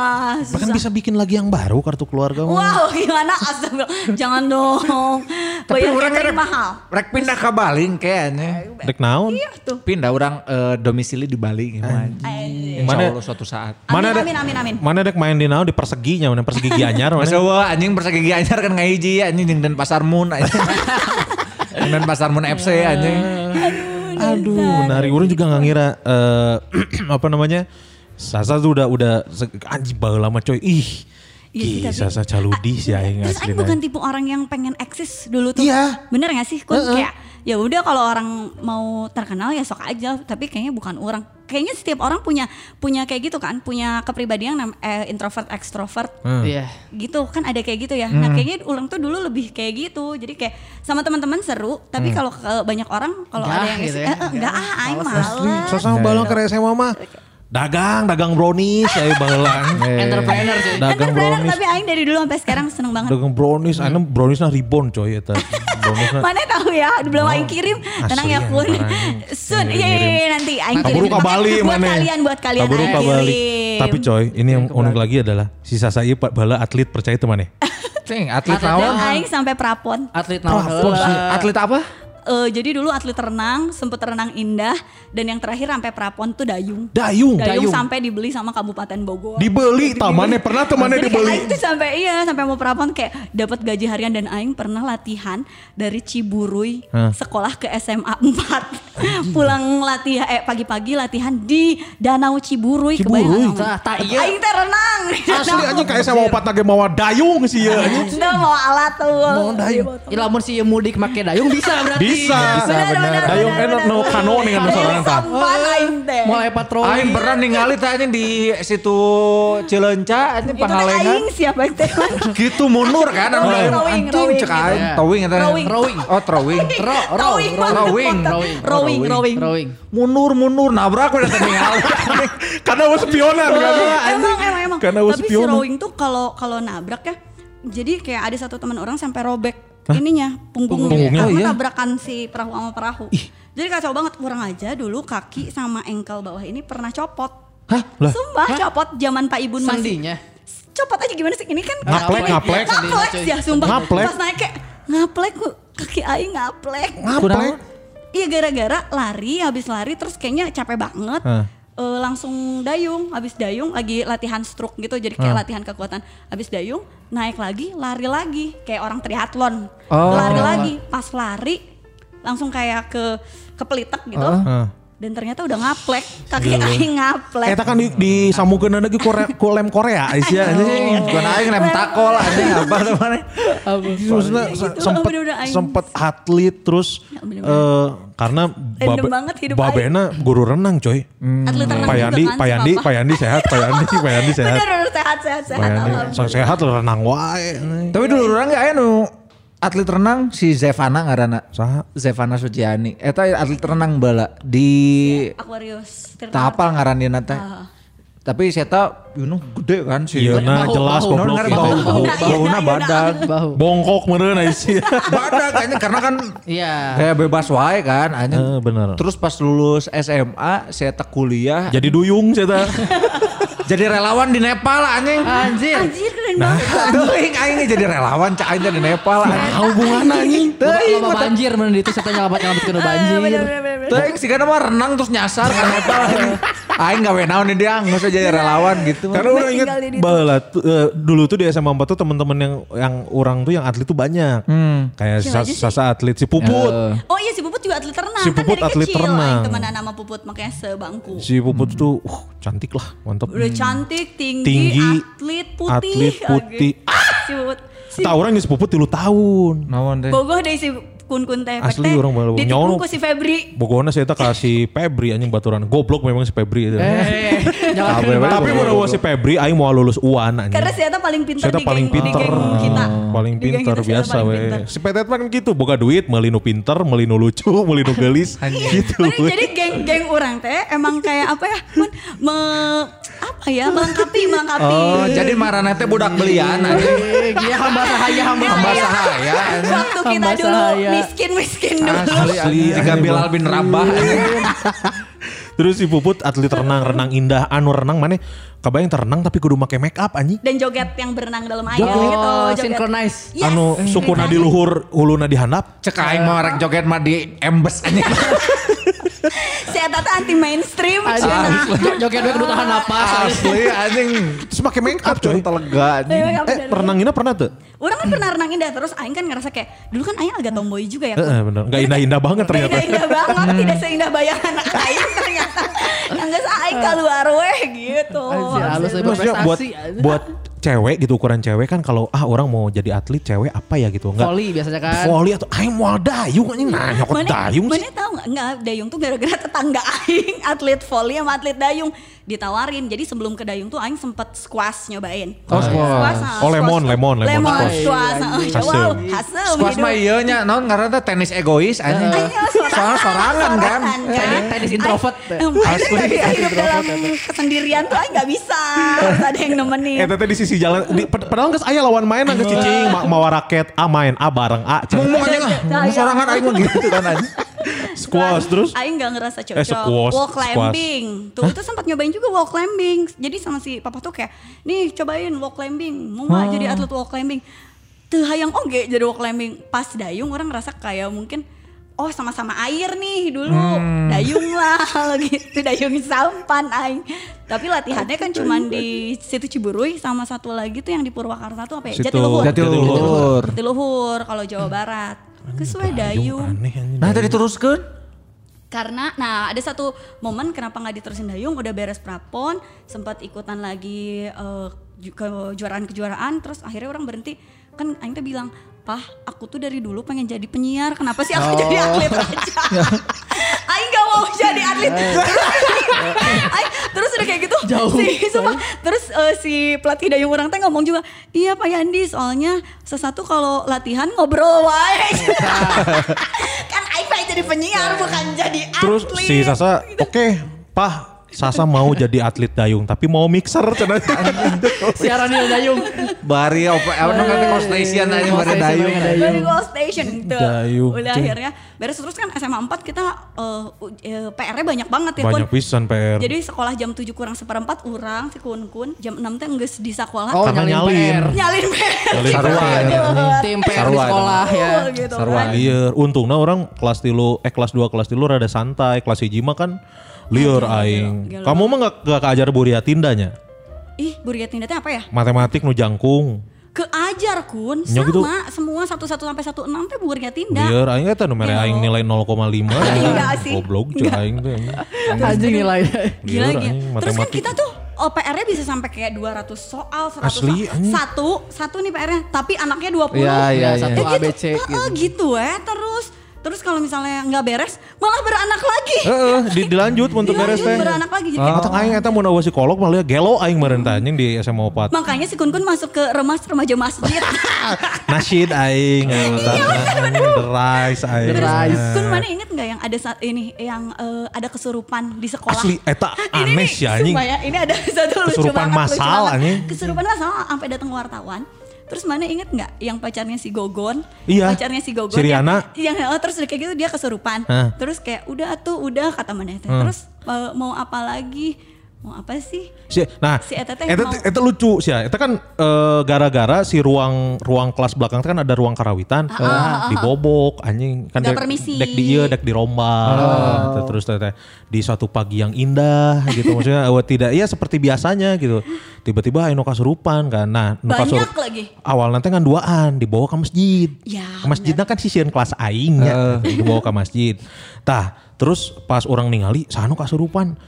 Speaker 2: Bahkan
Speaker 5: susah.
Speaker 2: bisa bikin lagi yang baru kartu keluarga. mah.
Speaker 5: Wow, gimana astagfirullah. Jangan dong.
Speaker 3: Tapi
Speaker 5: Bayar
Speaker 3: orang kan
Speaker 5: catering mahal.
Speaker 3: rek pindah ke Bali kayaknya.
Speaker 2: Dek naon.
Speaker 5: Iya tuh.
Speaker 3: Pindah orang eh, domisili di Bali gimana.
Speaker 5: Anjing.
Speaker 3: Insya
Speaker 2: Mana-
Speaker 3: Allah suatu saat.
Speaker 2: Mana dek,
Speaker 5: amin, amin, amin.
Speaker 2: Mana dek main di naon di perseginya, mana persegi gianyar
Speaker 3: Mas
Speaker 2: mana.
Speaker 3: Owo anjing persegi gigi anyar kan ngaiji anjing jeung dan pasar Moon anjing. Jeung dan pasar Moon FC anjing.
Speaker 2: Aduh, nari urang juga nggak ngira eh, apa namanya? Sasa tuh udah udah se- anjing baheula lama coy. Ih. Ih,
Speaker 5: Iya, tapi-
Speaker 2: Sasa caludi Eh, sih aing
Speaker 5: Terus
Speaker 2: asli.
Speaker 5: Aing bukan tipe orang yang pengen eksis dulu tuh.
Speaker 2: Iya.
Speaker 5: Bener gak sih? Kun? Kayak ya udah kalau orang mau terkenal ya sok aja. Tapi kayaknya bukan orang. Kayaknya setiap orang punya punya kayak gitu kan, punya kepribadian nam- eh, introvert, extrovert.
Speaker 2: Hmm.
Speaker 6: Iya.
Speaker 5: gitu kan ada kayak gitu ya. Nah kayaknya ulang tuh dulu lebih kayak gitu. Jadi kayak sama teman-teman seru, tapi
Speaker 2: Hmm.
Speaker 5: kalau ke banyak orang kalau
Speaker 6: Enggak
Speaker 5: ada yang
Speaker 6: gitu
Speaker 5: gitu
Speaker 6: ya.
Speaker 5: enggak ah aing
Speaker 2: Asli,
Speaker 5: males.
Speaker 2: Sasa balang ke SMA mah. Dagang, dagang brownies, ayo bahelang.
Speaker 6: Entrepreneur sih.
Speaker 2: Dagang
Speaker 5: Entrepreneur
Speaker 2: brownies.
Speaker 5: Kan tapi aing dari dulu sampai sekarang seneng banget.
Speaker 2: Dagang brownies, anu brownies nah ribbon coy eta. Brownies nah.
Speaker 5: Mana tahu ya, belum aing kirim. Tenang ya, Kun.
Speaker 2: parang.
Speaker 5: Soon, iya
Speaker 2: Kirim-kirim.
Speaker 5: iya iya, nanti aing kirim.
Speaker 2: Kaburu ka
Speaker 5: Makanya
Speaker 2: Bali
Speaker 5: buat
Speaker 2: mana? ya?
Speaker 5: kalian buat kalian
Speaker 2: Kaburu
Speaker 5: aing
Speaker 2: ka Bali.
Speaker 5: kirim.
Speaker 2: Tapi coy, ini yang unik lagi adalah sisa saya pak bala atlet percaya itu mana?
Speaker 3: Cing,
Speaker 6: Atlet
Speaker 3: atlet
Speaker 5: Dan
Speaker 3: naon?
Speaker 5: aing sampai prapon.
Speaker 6: Atlet naon heula.
Speaker 3: Atlet apa?
Speaker 5: Eh, jadi dulu atlet renang, sempet renang indah dan yang terakhir sampai prapon tuh dayung.
Speaker 2: Dayung.
Speaker 5: Dayung sampai dibeli sama Kabupaten Bogor.
Speaker 2: Dibeli tamannya pernah temannya
Speaker 5: Jadi kayak Aing
Speaker 2: dibeli.
Speaker 5: tuh sampai iya sampai mau prapon kayak dapat gaji harian dan Aing pernah latihan dari Ciburui
Speaker 2: Hah.
Speaker 5: sekolah ke SMA 4 pulang latihan eh pagi-pagi latihan di Danau Ciburui,
Speaker 2: Ciburui?
Speaker 5: kebayang nggak?
Speaker 4: Ah,
Speaker 6: Tah, tah, iya.
Speaker 5: Aing teh renang di danau.
Speaker 2: Asli anjing kayak sama opat nage mawa dayung sih ya. anjing.
Speaker 5: Nggak mau alat tuh.
Speaker 2: Mau dayung.
Speaker 6: Ih, lamun si mudik make dayung bisa berarti.
Speaker 2: Bisa.
Speaker 5: Iya, benar,
Speaker 2: Dayung
Speaker 5: benar,
Speaker 2: kan
Speaker 5: benar,
Speaker 2: no
Speaker 5: benar.
Speaker 2: kano dengan
Speaker 5: Dayung
Speaker 2: seorang tah.
Speaker 5: sampan Aing teh.
Speaker 6: Eh, Mulai patroli.
Speaker 3: Aing pernah ningali teh anjing di situ Cileunca anjing
Speaker 5: Itu kan
Speaker 3: Pangalengan.
Speaker 5: Aing siapa yang teh?
Speaker 3: Gitu mundur kan anu
Speaker 5: Rowing,
Speaker 3: lain.
Speaker 5: rowing,
Speaker 3: anjing
Speaker 5: rowing
Speaker 3: cek
Speaker 5: gitu.
Speaker 3: aing
Speaker 6: Iya.
Speaker 3: towing eta.
Speaker 5: Rowing.
Speaker 6: Rowing.
Speaker 3: Oh, towing.
Speaker 6: Ro, ro,
Speaker 5: Rowing,
Speaker 6: ro,
Speaker 5: banget,
Speaker 3: rowing,
Speaker 5: Pak.
Speaker 6: rowing,
Speaker 5: rowing, rowing.
Speaker 6: Rowing.
Speaker 3: Mundur mundur nabrak udah teh ningali.
Speaker 2: Karena was spionan kan.
Speaker 5: emang emang emang
Speaker 2: Karena was
Speaker 5: tapi si
Speaker 2: spionan.
Speaker 5: rowing tuh kalau kalau nabrak ya jadi kayak ada satu teman orang sampai robek ininya punggungnya,
Speaker 2: Punggungnya,
Speaker 5: karena
Speaker 2: iya.
Speaker 5: tabrakan si perahu sama perahu jadi kacau banget kurang aja dulu kaki sama engkel bawah ini pernah copot
Speaker 2: Hah? Lah,
Speaker 5: sumpah copot zaman Pak Ibun masih
Speaker 6: Sandinya.
Speaker 5: copot aja gimana sih ini kan
Speaker 2: Ngaplek,
Speaker 5: kaki-
Speaker 2: ngaplek.
Speaker 5: ngaplek
Speaker 6: Sandinya, cuy.
Speaker 5: ya sumpah
Speaker 2: Ngaplek.
Speaker 5: pas naik kayak ngaplek ku- kaki aing ngaplek
Speaker 2: ngapain?
Speaker 5: Iya gara-gara lari, habis lari terus kayaknya capek banget.
Speaker 2: Hah.
Speaker 5: Eh, langsung dayung, habis dayung lagi latihan stroke gitu, jadi kayak latihan kekuatan. Habis dayung naik lagi, lari lagi, kayak orang triathlon,
Speaker 2: Oh.
Speaker 5: lari lagi. Pas lari langsung kayak ke kepelitek gitu,
Speaker 2: Heeh.
Speaker 5: dan ternyata udah ngaplek, kaki aing ngaplek.
Speaker 2: Eta kan di, di sambungkeun lagi kore, ku lem Korea
Speaker 5: Iya.
Speaker 2: Asia anjing.
Speaker 3: Bukan aing lem takol anjing apa namanya.
Speaker 2: Iya, Maksudnya
Speaker 5: Kayak
Speaker 2: se-
Speaker 5: gitu,
Speaker 2: sempet
Speaker 5: bener-bener aing.
Speaker 2: sempet atlet terus eh, karena babe,
Speaker 5: Ya, banget hidup
Speaker 2: babena guru renang coy.
Speaker 5: Atlet
Speaker 2: Hmm,
Speaker 5: renang juga
Speaker 2: Payandi,
Speaker 5: kan,
Speaker 2: Payandi,
Speaker 5: sumpah.
Speaker 2: Payandi sehat, Payandi, Payandi sehat.
Speaker 5: Bener, bener, sehat, sehat, sehat.
Speaker 2: Payandi
Speaker 5: Alhamdulillah.
Speaker 2: so- sehat renang wae.
Speaker 3: Tapi dulu orang gak anu atlet renang si Zevana ngaranna.
Speaker 2: Saha?
Speaker 3: Zevana Suciani. Eta atlet renang bala di
Speaker 5: Aquarius. Tirta
Speaker 3: tak apa ngaranna teh. Tapi si Eta you know, gede kan si
Speaker 2: Iya, nah
Speaker 6: Bahu,
Speaker 2: jelas
Speaker 6: bahu.
Speaker 3: Nah,
Speaker 2: goblok
Speaker 3: ngerti
Speaker 2: itu.
Speaker 3: tahu tahu
Speaker 5: Iya, iya,
Speaker 3: tahu
Speaker 5: iya,
Speaker 3: badak.
Speaker 6: Bahu.
Speaker 2: Bongkok meureun ai sih. Eh,
Speaker 3: Badak kayaknya karena kan
Speaker 6: Iya.
Speaker 3: kayak bebas wae kan anjing.
Speaker 2: Eh, bener.
Speaker 3: Terus pas lulus SMA saya tak kuliah
Speaker 2: Jadi duyung sih ta.
Speaker 3: jadi relawan di Nepal anjing.
Speaker 4: Ah.
Speaker 6: Anjir.
Speaker 5: Anjir keren
Speaker 2: Nah.
Speaker 5: banget.
Speaker 3: Tuh aing aing jadi relawan cak aing teh di Nepal anjing.
Speaker 2: Hubungan anjing.
Speaker 3: Teuing,
Speaker 6: Loba banjir mana itu saya nyelamat nyelamat kena banjir.
Speaker 3: Teuing sih karena mah renang terus nyasar kan Nepal. Aing gawe naon nih dia nggak usah jadi relawan gitu.
Speaker 2: Karena orang inget
Speaker 5: tinggal di situ.
Speaker 2: bala tu- eh, dulu tuh di SMA 4 tuh teman-teman yang yang orang tuh yang atlet tuh banyak. Kayak
Speaker 5: Siapa
Speaker 2: sasa,
Speaker 5: Hmm. aja sih?
Speaker 2: sasa atlet si Puput.
Speaker 5: Oh iya si Puput juga atlet renang
Speaker 2: Si
Speaker 5: kan
Speaker 2: Puput
Speaker 5: dari
Speaker 2: atlet
Speaker 5: kecil
Speaker 2: renang.
Speaker 5: teman nama Puput makanya sebangku.
Speaker 2: Si Puput tuh uh, cantik lah, mantep. Hmm.
Speaker 5: Udah cantik, tinggi,
Speaker 2: Tinggi,
Speaker 5: atlet putih.
Speaker 2: atlet putih.
Speaker 5: lagi. Si Puput. Si
Speaker 2: Tahu orang si Puput tilu tahun.
Speaker 3: Naon deh.
Speaker 5: Bogoh deh si kun-kun teh.
Speaker 2: Asli orang baru
Speaker 5: Ditikung
Speaker 2: nyono.
Speaker 5: ku si Febri.
Speaker 2: Bogona saya tak kasih Febri anjing baturan. Goblok memang si Febri itu.
Speaker 6: Eh, nyelamat
Speaker 3: Tapi
Speaker 6: kena
Speaker 3: memang-
Speaker 2: Tapi
Speaker 3: goblok,
Speaker 2: mau
Speaker 3: goblok.
Speaker 2: si Febri aing mau lulus UAN anjing.
Speaker 5: Karena siapa paling pintar
Speaker 2: Saya
Speaker 5: di,
Speaker 2: paling
Speaker 5: geng, di
Speaker 2: pinter, Hmm,
Speaker 5: geng kita.
Speaker 2: paling
Speaker 5: Di geng
Speaker 2: pinter
Speaker 5: kita, Seta
Speaker 2: biasa
Speaker 5: paling pinter.
Speaker 2: we. Si Petet mah kan gitu, boga duit, melinu pinter, melinu lucu, melinu gelis, gitu.
Speaker 5: Bener,
Speaker 2: we.
Speaker 5: jadi geng-geng orang teh emang kayak apa ya? Mun, me, apa ya? Melengkapi, melengkapi.
Speaker 3: Oh, jadi marana teh budak belian anjing.
Speaker 6: banjir. Iya hamba sahaya hamba
Speaker 3: Tambah
Speaker 6: sahaya.
Speaker 3: sahaya anjing.
Speaker 5: Waktu kita
Speaker 6: Hamba
Speaker 5: dulu
Speaker 6: sahaya.
Speaker 5: miskin-miskin dulu.
Speaker 3: Asli,
Speaker 2: Asli,
Speaker 3: anjing. Tiga
Speaker 2: anjing,
Speaker 3: Bilal bin Rabah anjing.
Speaker 2: Terus si Puput atlet renang, renang indah, anu renang mana? Kabayang terenang tapi kudu make make up anjing.
Speaker 5: dan joget yang berenang dalam air
Speaker 6: Joget.
Speaker 5: gitu
Speaker 6: Oh,
Speaker 5: joget. Iya. Eh,
Speaker 6: synchronize.
Speaker 5: Yes,
Speaker 2: Anu sukuna di
Speaker 5: synchronize.
Speaker 2: luhur, huluna di handap.
Speaker 3: Cek aing mau rek joget mah di embes anjing.
Speaker 5: si Eta tuh anti mainstream Nah. cenah.
Speaker 6: Joget gue kudu tahan napas.
Speaker 3: Asli anjing.
Speaker 2: Terus make make up coy.
Speaker 3: Telega anjing.
Speaker 5: Make up,
Speaker 2: Eh
Speaker 5: Iya, bener.
Speaker 2: renanginnya pernah tuh?
Speaker 5: Orang kan pernah renang indah terus Aing kan ngerasa kayak dulu kan Aing agak tomboy juga ya.
Speaker 2: Heeh Eh, bener, gak indah-indah banget ternyata.
Speaker 5: Ternyata indah banget, tidak seindah bayangan Aing ternyata. Yang gak Aing keluar weh gitu.
Speaker 6: Anjir, halus eh,
Speaker 5: Abis itu-
Speaker 2: Maksudnya buat
Speaker 6: Berprestasi.
Speaker 2: buat cewek gitu ukuran cewek kan kalau ah orang mau jadi atlet cewek apa ya gitu enggak
Speaker 6: Volley biasanya kan.
Speaker 2: volley atau aing moal dayung anjing nah nyokot
Speaker 5: Mana-
Speaker 2: dayung sih
Speaker 5: Mana tahu nggak? Nggak dayung tuh gara-gara tetangga Aing atlet volley sama atlet dayung ditawarin. Jadi sebelum ke dayung tuh Aing sempet squash nyobain.
Speaker 3: Oh, squash.
Speaker 5: ah,
Speaker 2: Oh, lemon, lemon, lemon squash.
Speaker 5: squash. ah,
Speaker 2: Iya, iya.
Speaker 5: Wow,
Speaker 2: Hasem.
Speaker 5: hasem.
Speaker 3: Squash mah
Speaker 5: hidup.
Speaker 3: iya nya, naon karena teh tenis egois anjing.
Speaker 5: Ayo,
Speaker 3: Soalnya sorangan kan.
Speaker 6: Tenis- tenis introvert.
Speaker 5: Asli. Hidup dalam kesendirian tuh Aing nggak bisa. Harus ada yang
Speaker 2: Eh
Speaker 5: nemenin.
Speaker 2: teteh di sisi jalan, di, pad- padahal nggak ayah lawan main nggak cicing, ma, mawa raket, a main, a bareng, a cen.
Speaker 3: Mung mung anjing ah, mung sorangan aing mah gitu kan anjing.
Speaker 2: squash terus. Eh,
Speaker 5: Aing gak ngerasa cocok.
Speaker 2: squash,
Speaker 5: wall
Speaker 2: squash.
Speaker 5: climbing. Tuh itu sempat nyobain juga wall climbing. Jadi sama si papa tuh kayak, "Nih, cobain wall climbing. Mau
Speaker 2: Hmm.
Speaker 5: nggak jadi atlet wall climbing?" Tuh hayang oge jadi wall climbing. Pas dayung orang ngerasa kayak mungkin Oh sama-sama air nih dulu
Speaker 2: Hmm.
Speaker 5: dayung lah kalau gitu dayung sampan aing tapi latihannya kan cuman di situ Ciburuy sama satu lagi tuh yang di Purwakarta tuh apa ya Jatiluhur
Speaker 3: Jatiluhur.
Speaker 5: Jatiluhur kalau Jawa Barat kesuai dayung
Speaker 2: Aneh anjing.
Speaker 3: Nah, tadi teruskeun.
Speaker 5: karena nah ada satu momen kenapa nggak diterusin dayung udah beres prapon sempat ikutan lagi eh, ju- kejuaraan-kejuaraan terus akhirnya orang berhenti kan Aing tuh bilang pah aku tuh dari dulu pengen jadi penyiar kenapa sih aku jadi atlet aja Aing gak mau jadi atlet
Speaker 2: Eh.
Speaker 5: Aing terus udah kayak gitu si, sumpah. terus eh, si pelatih dayung orang teh ngomong juga iya Pak Yandi soalnya sesatu kalau latihan ngobrol wae kan Aing pengen jadi penyiar bukan jadi atlet
Speaker 2: Terus si Sasa, oke, pah, Sasa mau jadi atlet dayung, tapi mau mixer cen.
Speaker 6: Siaran di Dayung.
Speaker 3: Bari apa apa kan kos station anjing bari dayung.
Speaker 5: Dari Gold Station gitu.
Speaker 2: Dayung,
Speaker 5: Udah
Speaker 2: cuy.
Speaker 5: akhirnya beres terus kan SMA 4 kita eh, u- eh, PR-nya banyak banget ya
Speaker 2: Banyak
Speaker 5: Kun.
Speaker 2: pisan PR.
Speaker 5: Jadi sekolah jam 7 kurang seperempat urang si Kun Kun jam 6 teh geus di sekolah
Speaker 6: Oh,
Speaker 2: Karena
Speaker 6: nyalin PR.
Speaker 2: nyalin.
Speaker 5: nyalin PR.
Speaker 2: Nyalin
Speaker 5: Gitu.
Speaker 3: PR.
Speaker 5: Aduh.
Speaker 6: Tim PR di
Speaker 3: Sarua
Speaker 6: sekolah ya.
Speaker 5: gitu
Speaker 3: Sarua.
Speaker 5: kan.
Speaker 2: Liar, Iya, untungnya orang kelas tilu, eh kelas 2, kelas tilu rada santai, kelas hiji mah kan liar aing. Kamu mah gak, gak keajar buriatindanya,
Speaker 5: Ih, Buryatinda teh apa ya?
Speaker 2: matematik nu jangkung.
Speaker 5: Keajar Kun
Speaker 2: Ya
Speaker 5: sama
Speaker 2: gitu.
Speaker 5: semua 11 sampai 16 teh Buryatinda.
Speaker 2: Liar aing eta nu mere
Speaker 5: Iya.
Speaker 2: aing nilai 0,5.
Speaker 5: Enggak Iya, sih.
Speaker 2: Goblok cuy aing tuh.
Speaker 6: Anjing nilai.
Speaker 5: Gila,
Speaker 2: Liar,
Speaker 5: gila.
Speaker 2: anjing,
Speaker 5: Terus kan
Speaker 2: matematik.
Speaker 5: kita tuh oh, PR-nya bisa sampai kayak 200 soal, 100
Speaker 2: Asli,
Speaker 5: soal.
Speaker 2: anjing.
Speaker 5: Satu, satu nih PR-nya, tapi anaknya 20.
Speaker 6: Iya, iya,
Speaker 5: Ya
Speaker 6: satu
Speaker 5: gitu.
Speaker 6: ABC
Speaker 5: Heeh,
Speaker 6: gitu.
Speaker 5: gitu eh, terus terus kalau misalnya nggak beres, malah beranak lagi.
Speaker 2: Heeh, di- dilanjut untuk beres
Speaker 5: Dilanjut,
Speaker 2: teh.
Speaker 5: beranak lagi, jadi
Speaker 2: Ah. Atau aing eta mau nawa psikolog malah gelo aing meureun teh anjing di SMA 4.
Speaker 5: Makanya si Kun Kun masuk ke remas remaja masjid.
Speaker 2: Nasid aing. eh,
Speaker 5: Iya,
Speaker 2: Derais aing.
Speaker 5: terus Kun mana inget nggak yang ada saat ini yang eh, ada kesurupan di sekolah?
Speaker 2: Asli eta aneh sih anjing.
Speaker 5: sumpah ya, ini ada satu lucu
Speaker 2: Kesurupan
Speaker 5: banget, lucu
Speaker 2: masal,
Speaker 5: banget.
Speaker 2: anjing.
Speaker 5: Kesurupan masal sampai datang wartawan. Terus mana inget nggak yang pacarnya si Gogon?
Speaker 2: Iya.
Speaker 5: Pacarnya si Gogon.
Speaker 2: Si Riana.
Speaker 5: Yang, yang- oh, terus udah kayak gitu dia kesurupan.
Speaker 2: Hah. Hmm.
Speaker 5: Terus kayak udah tuh udah kata mana teh. Terus eh, mau apa lagi? Mau apa sih?
Speaker 2: Si, nah,
Speaker 5: Si Eta teh
Speaker 2: Eta,
Speaker 5: mau-
Speaker 2: Eta lucu sih ya. Eta kan eh, gara-gara si ruang ruang kelas belakang teh kan ada ruang karawitan,
Speaker 5: Ah,
Speaker 2: dibobok anjing kan
Speaker 5: Nggak
Speaker 2: dek-
Speaker 5: permisi.
Speaker 2: dek di ieu, dek di rombak. Teh- Terus teh teh, di suatu pagi yang indah gitu maksudnya awet tidak ya seperti biasanya gitu. Tiba-tiba Aino kasurupan kan. Nah, nu
Speaker 5: Banyak
Speaker 2: kasurup-
Speaker 5: lagi.
Speaker 2: Awal nanti kan duaan dibawa ke masjid.
Speaker 5: Ya,
Speaker 2: Ke masjidnya kan sisian kelas aingnya dibawa ke masjid. Tah, terus pas orang ningali sanu kasurupan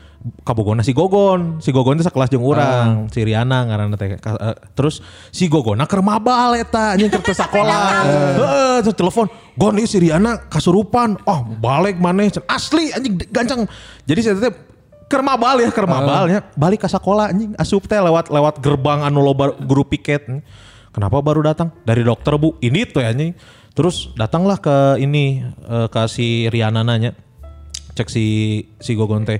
Speaker 2: kabogona si Gogon. Si Gogon itu sekelas jeung urang, si Riana ngaranna teh. Ka- eh, Terus si Gogona keur mabal eta anjing keur teu sakola. Heeh, Eh, terus telepon, "Gon ieu si Riana kasurupan. Oh, balik maneh Cen, asli anjing de- gancang." Jadi si eta teh keur mabal ya, keur mabal nya. Balik ka sakola anjing asup teh lewat lewat gerbang anu loba guru piket. Kenapa baru datang? Dari dokter bu, ini tuh ya anjing. Terus datanglah ke ini eh, ke si Riana nanya, cek si si Gogon teh.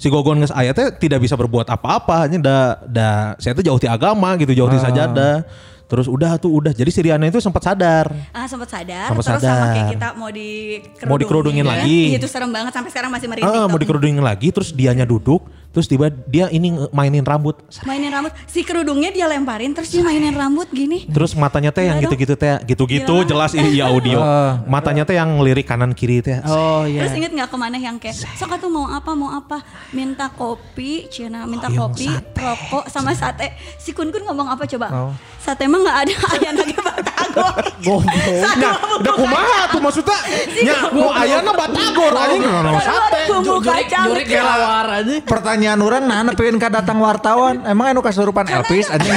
Speaker 2: Si Gogon nges
Speaker 3: Ah.
Speaker 2: aya teh tidak bisa berbuat apa-apa, hanya da da saya tuh jauh ti agama gitu, jauh ti sajadah. Terus udah tuh udah. Jadi si Riana itu sempat sadar.
Speaker 5: Ah sempat sadar,
Speaker 2: Sempat
Speaker 5: terus sama kayak
Speaker 2: sadar.
Speaker 5: kita mau dikerudungin,
Speaker 2: Mau dikerudungin
Speaker 5: kan?
Speaker 2: lagi.
Speaker 5: Iya, Itu serem banget sampai sekarang masih merinding.
Speaker 2: Ah,
Speaker 5: tau.
Speaker 2: mau dikerudungin lagi terus dianya duduk, terus tiba dia ini nge- mainin rambut.
Speaker 5: Mainin rambut, si kerudungnya dia lemparin terus dia mainin rambut gini.
Speaker 2: Terus matanya teh yang
Speaker 5: Gila dong.
Speaker 2: gitu-gitu teh, gitu-gitu
Speaker 5: Gila.
Speaker 2: jelas iya audio.
Speaker 3: Ah.
Speaker 2: Matanya teh yang lirik kanan kiri teh.
Speaker 4: Oh iya.
Speaker 5: Terus inget nggak kemana yang kayak sok tuh mau apa mau apa minta kopi Cina minta
Speaker 2: Hoyong
Speaker 5: kopi
Speaker 2: sate.
Speaker 5: rokok sama sate si kun kun ngomong apa coba sate mah nggak ada ayam lagi batagor
Speaker 1: Nah, udah kumaha tuh maksudnya? Ya, mau ayana batagor anjing.
Speaker 5: sate bumbu kacang
Speaker 6: Nyuri kelawar aja.
Speaker 3: Pertanyaan orang nana pengen ka datang wartawan. Emang anu kasurupan Elvis anjing.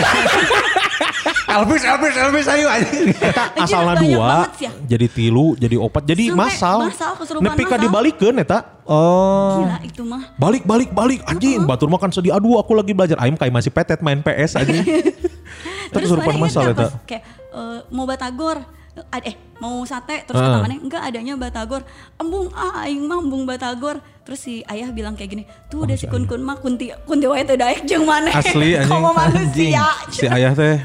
Speaker 3: Elvis, Elvis, Elvis ayo anjing.
Speaker 2: Eta
Speaker 5: Anjir,
Speaker 2: asalna
Speaker 5: Eh, banyak
Speaker 2: dua,
Speaker 5: banget sih ya.
Speaker 2: jadi tilu, jadi opat, jadi
Speaker 5: Sampai
Speaker 2: masal.
Speaker 5: masal, kesurupan
Speaker 2: Nepi ka
Speaker 5: masal.
Speaker 2: dibalikeun eta.
Speaker 3: Oh.
Speaker 5: gila itu mah
Speaker 2: Balik balik balik anjing,
Speaker 5: Uh-huh.
Speaker 2: batur makan sedih. Aduh, aku lagi belajar. Aing kayak masih petet main PS anjing. Terus kesurupan
Speaker 5: paling inget
Speaker 2: masal
Speaker 5: nggak
Speaker 2: eta.
Speaker 5: pas kayak eh, mau batagor ad- eh mau sate terus
Speaker 2: Ah.
Speaker 5: kata mana enggak adanya batagor embung ah aing mah embung batagor terus si ayah bilang kayak gini tuh udah si kun kun mah kunti kunti wae teu daek jeung maneh
Speaker 2: Oh, Asli anjing.
Speaker 5: komo manusia
Speaker 2: Si ayah teh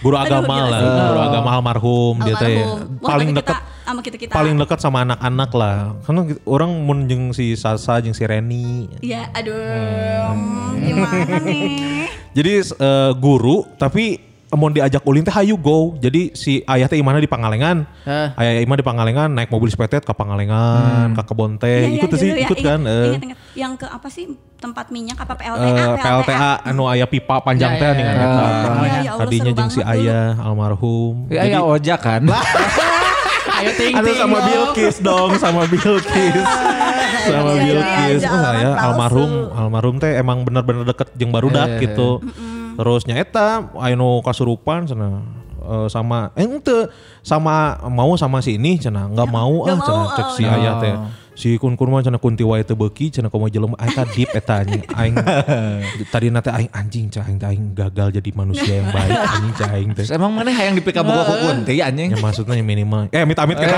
Speaker 2: guru
Speaker 5: Aduh,
Speaker 2: agama
Speaker 5: gila
Speaker 2: lah,
Speaker 5: sih.
Speaker 2: guru agama almarhum, dia teh
Speaker 5: Almarhum. Wah,
Speaker 2: paling
Speaker 5: tapi kita
Speaker 2: dekat
Speaker 5: sama kita-kita.
Speaker 2: paling dekat sama anak-anak lah. Karena gitu- orang mun jeung si Sasa jeung si Reni.
Speaker 5: ya aduh
Speaker 2: Hmm.
Speaker 5: gimana nih
Speaker 2: Jadi s- eh, guru tapi mau diajak ulin teh hayu go. Jadi si ayah teh imana di Pangalengan.
Speaker 4: Hah.
Speaker 2: Ayah imah di Pangalengan naik mobil sepetet ke Pangalengan, ke Kebon teh.
Speaker 5: Iya, iya,
Speaker 2: Eh, ikut tuh sih,
Speaker 5: dulu ya,
Speaker 2: ikut
Speaker 5: ingat,
Speaker 2: kan. eh.
Speaker 5: ingat, ingat. Yang ke apa sih tempat minyak apa PLTA?
Speaker 2: Eh, PLTA anu ayah pipa panjang
Speaker 4: Ya,
Speaker 2: teh
Speaker 4: ya,
Speaker 2: nih kan
Speaker 4: ya.
Speaker 2: eta.
Speaker 5: Ya, ya Allah,
Speaker 2: Tadinya
Speaker 5: seru
Speaker 2: jeung si
Speaker 5: banget dulu.
Speaker 2: ayah almarhum.
Speaker 3: Ya, ya ojak kan.
Speaker 6: Ayo ting
Speaker 2: Aduh
Speaker 6: ting
Speaker 2: sama
Speaker 6: dong.
Speaker 2: Bilkis dong, sama Bilkis. sama
Speaker 5: Iya, iya,
Speaker 2: Bilkis.
Speaker 5: iya,
Speaker 2: Oh, saya
Speaker 5: alamat palsu.
Speaker 2: almarhum, almarhum teh emang bener-bener deket jeung
Speaker 5: Iya,
Speaker 2: barudak gitu. Terus nyaeta Aino kasurupan cenah Eh, sama eh ente sama mau sama si ini cenah nggak mau ah
Speaker 5: nggak
Speaker 2: cenah
Speaker 5: mau,
Speaker 2: cek si
Speaker 3: ah.
Speaker 2: ayah teh si kun kun mah cenah kunti wae teu beuki cenah komo jelema aing tah deep eta anjing aing tadi nate aing anjing cah aing teh aing gagal jadi manusia yang baik anjing cah aing teh
Speaker 3: Terus emang mana hayang dipika buka ku kunti anjing.
Speaker 2: ya maksudnya minimal eh amit Ya amit kita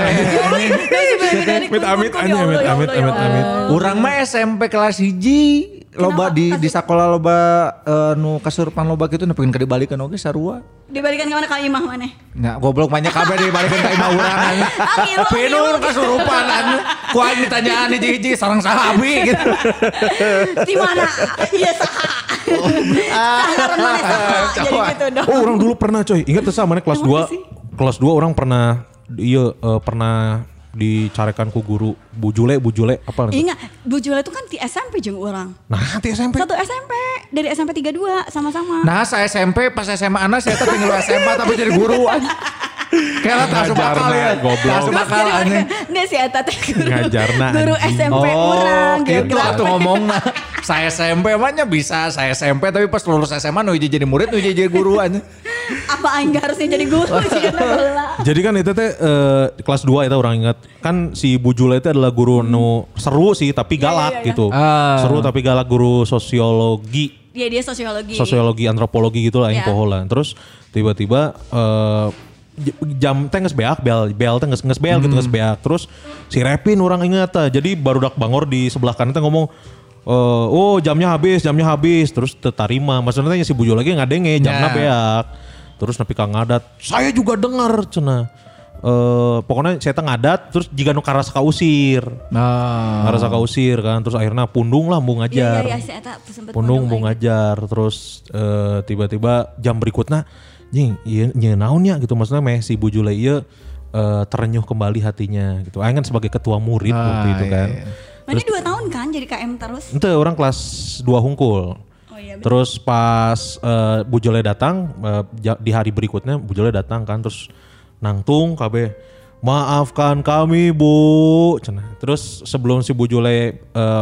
Speaker 2: Amit, amit, amit, amit, amit, amit, amit.
Speaker 3: Urang mah SMP kelas hiji loba di di sekolah loba eh, nu kasurupan loba gitu nu pengen kadibalikan oge sarua.
Speaker 5: Dibalikan kemana ke imah mana?
Speaker 3: Nah, goblok banyak kabeh dibalikan ka imah urang. anjing.
Speaker 5: Ah, ngilu,
Speaker 3: Pinun kasurupan anjing. Ku aing ditanyaan hiji-hiji sareng sahabi gitu.
Speaker 5: Di mana? Iya saha. Sangaran mana saha. Jadi gitu dong.
Speaker 2: Oh orang dulu pernah coy. Ingat tuh sama kelas 2. Kelas 2 orang pernah iya eh, pernah dicarekan ku guru bujule bujule apa nih?
Speaker 5: Ingat, Bu Jula itu kan di SMP jeung orang.
Speaker 2: Nah, nanti SMP.
Speaker 5: Satu SMP, dari SMP 32 sama-sama.
Speaker 3: Nah, saya SMP pas SMA anak nah, saya tuh pengen lu SMA tapi jadi guru anjing. Kayaknya tak masuk
Speaker 2: Ngajar,
Speaker 3: akal ya.
Speaker 2: nah, goblok.
Speaker 3: Tak masuk
Speaker 5: Terus
Speaker 3: akal anjing.
Speaker 5: jadi orang Nggak sih Eta teh guru,
Speaker 2: Ngajarna,
Speaker 5: guru
Speaker 2: anjing.
Speaker 5: SMP orang.
Speaker 3: gitu
Speaker 5: geografi.
Speaker 3: atuh ngomongna. Saya SMP emangnya bisa, saya SMP tapi pas lulus SMA nu hiji jadi murid, nu hiji jadi guru anjing.
Speaker 5: Apa aing nggak harusnya jadi guru sih karena bola.
Speaker 2: Jadi kan itu teh eh, kelas 2 itu orang ingat. Kan si bujule itu adalah guru nu seru sih tapi galak gitu.
Speaker 3: Ah.
Speaker 2: Seru tapi galak guru sosiologi.
Speaker 5: Iya dia sosiologi.
Speaker 2: sosiologi antropologi gitu lah yang
Speaker 5: Ya.
Speaker 2: poholan terus tiba-tiba eh, j- jam teh nges beak bel bel teh nges, nges beak gitu nges beak terus si Repin orang ingat tah. jadi barudak bangor di sebelah kanan teh ngomong eh, oh jamnya habis jamnya habis terus tetarima maksudnya teh si bujo lagi ngadenge jamnya
Speaker 3: Ya.
Speaker 2: beak terus nepi ka ngadat saya juga dengar cenah Eh, pokoknya saya teh ngadat terus jika nu karasa kausir
Speaker 3: Nah,
Speaker 2: karasa kausir kan terus akhirnya pundung lah mau ngajar
Speaker 5: Iya iya iya si Eta sempet eh.
Speaker 2: Pundung mau
Speaker 5: pondong aing.
Speaker 2: ngajar terus eh, tiba-tiba jam berikutnya jing iya iya naon ya gitu maksudnya meh si Bujule ieu eh, terenyuh kembali hatinya gitu. Aing kan sebagai ketua murid waktu itu
Speaker 3: iya,
Speaker 2: kan.
Speaker 3: iya.
Speaker 5: Mana dua tahun kan jadi KM terus.
Speaker 2: Ente orang kelas 2 hungkul.
Speaker 5: Oh iya, bener.
Speaker 2: terus pas eh, Bujule datang eh, ja- di hari berikutnya Bujule datang kan terus nangtung KB maafkan kami Bu. Cenah. Terus sebelum si Bujule eh,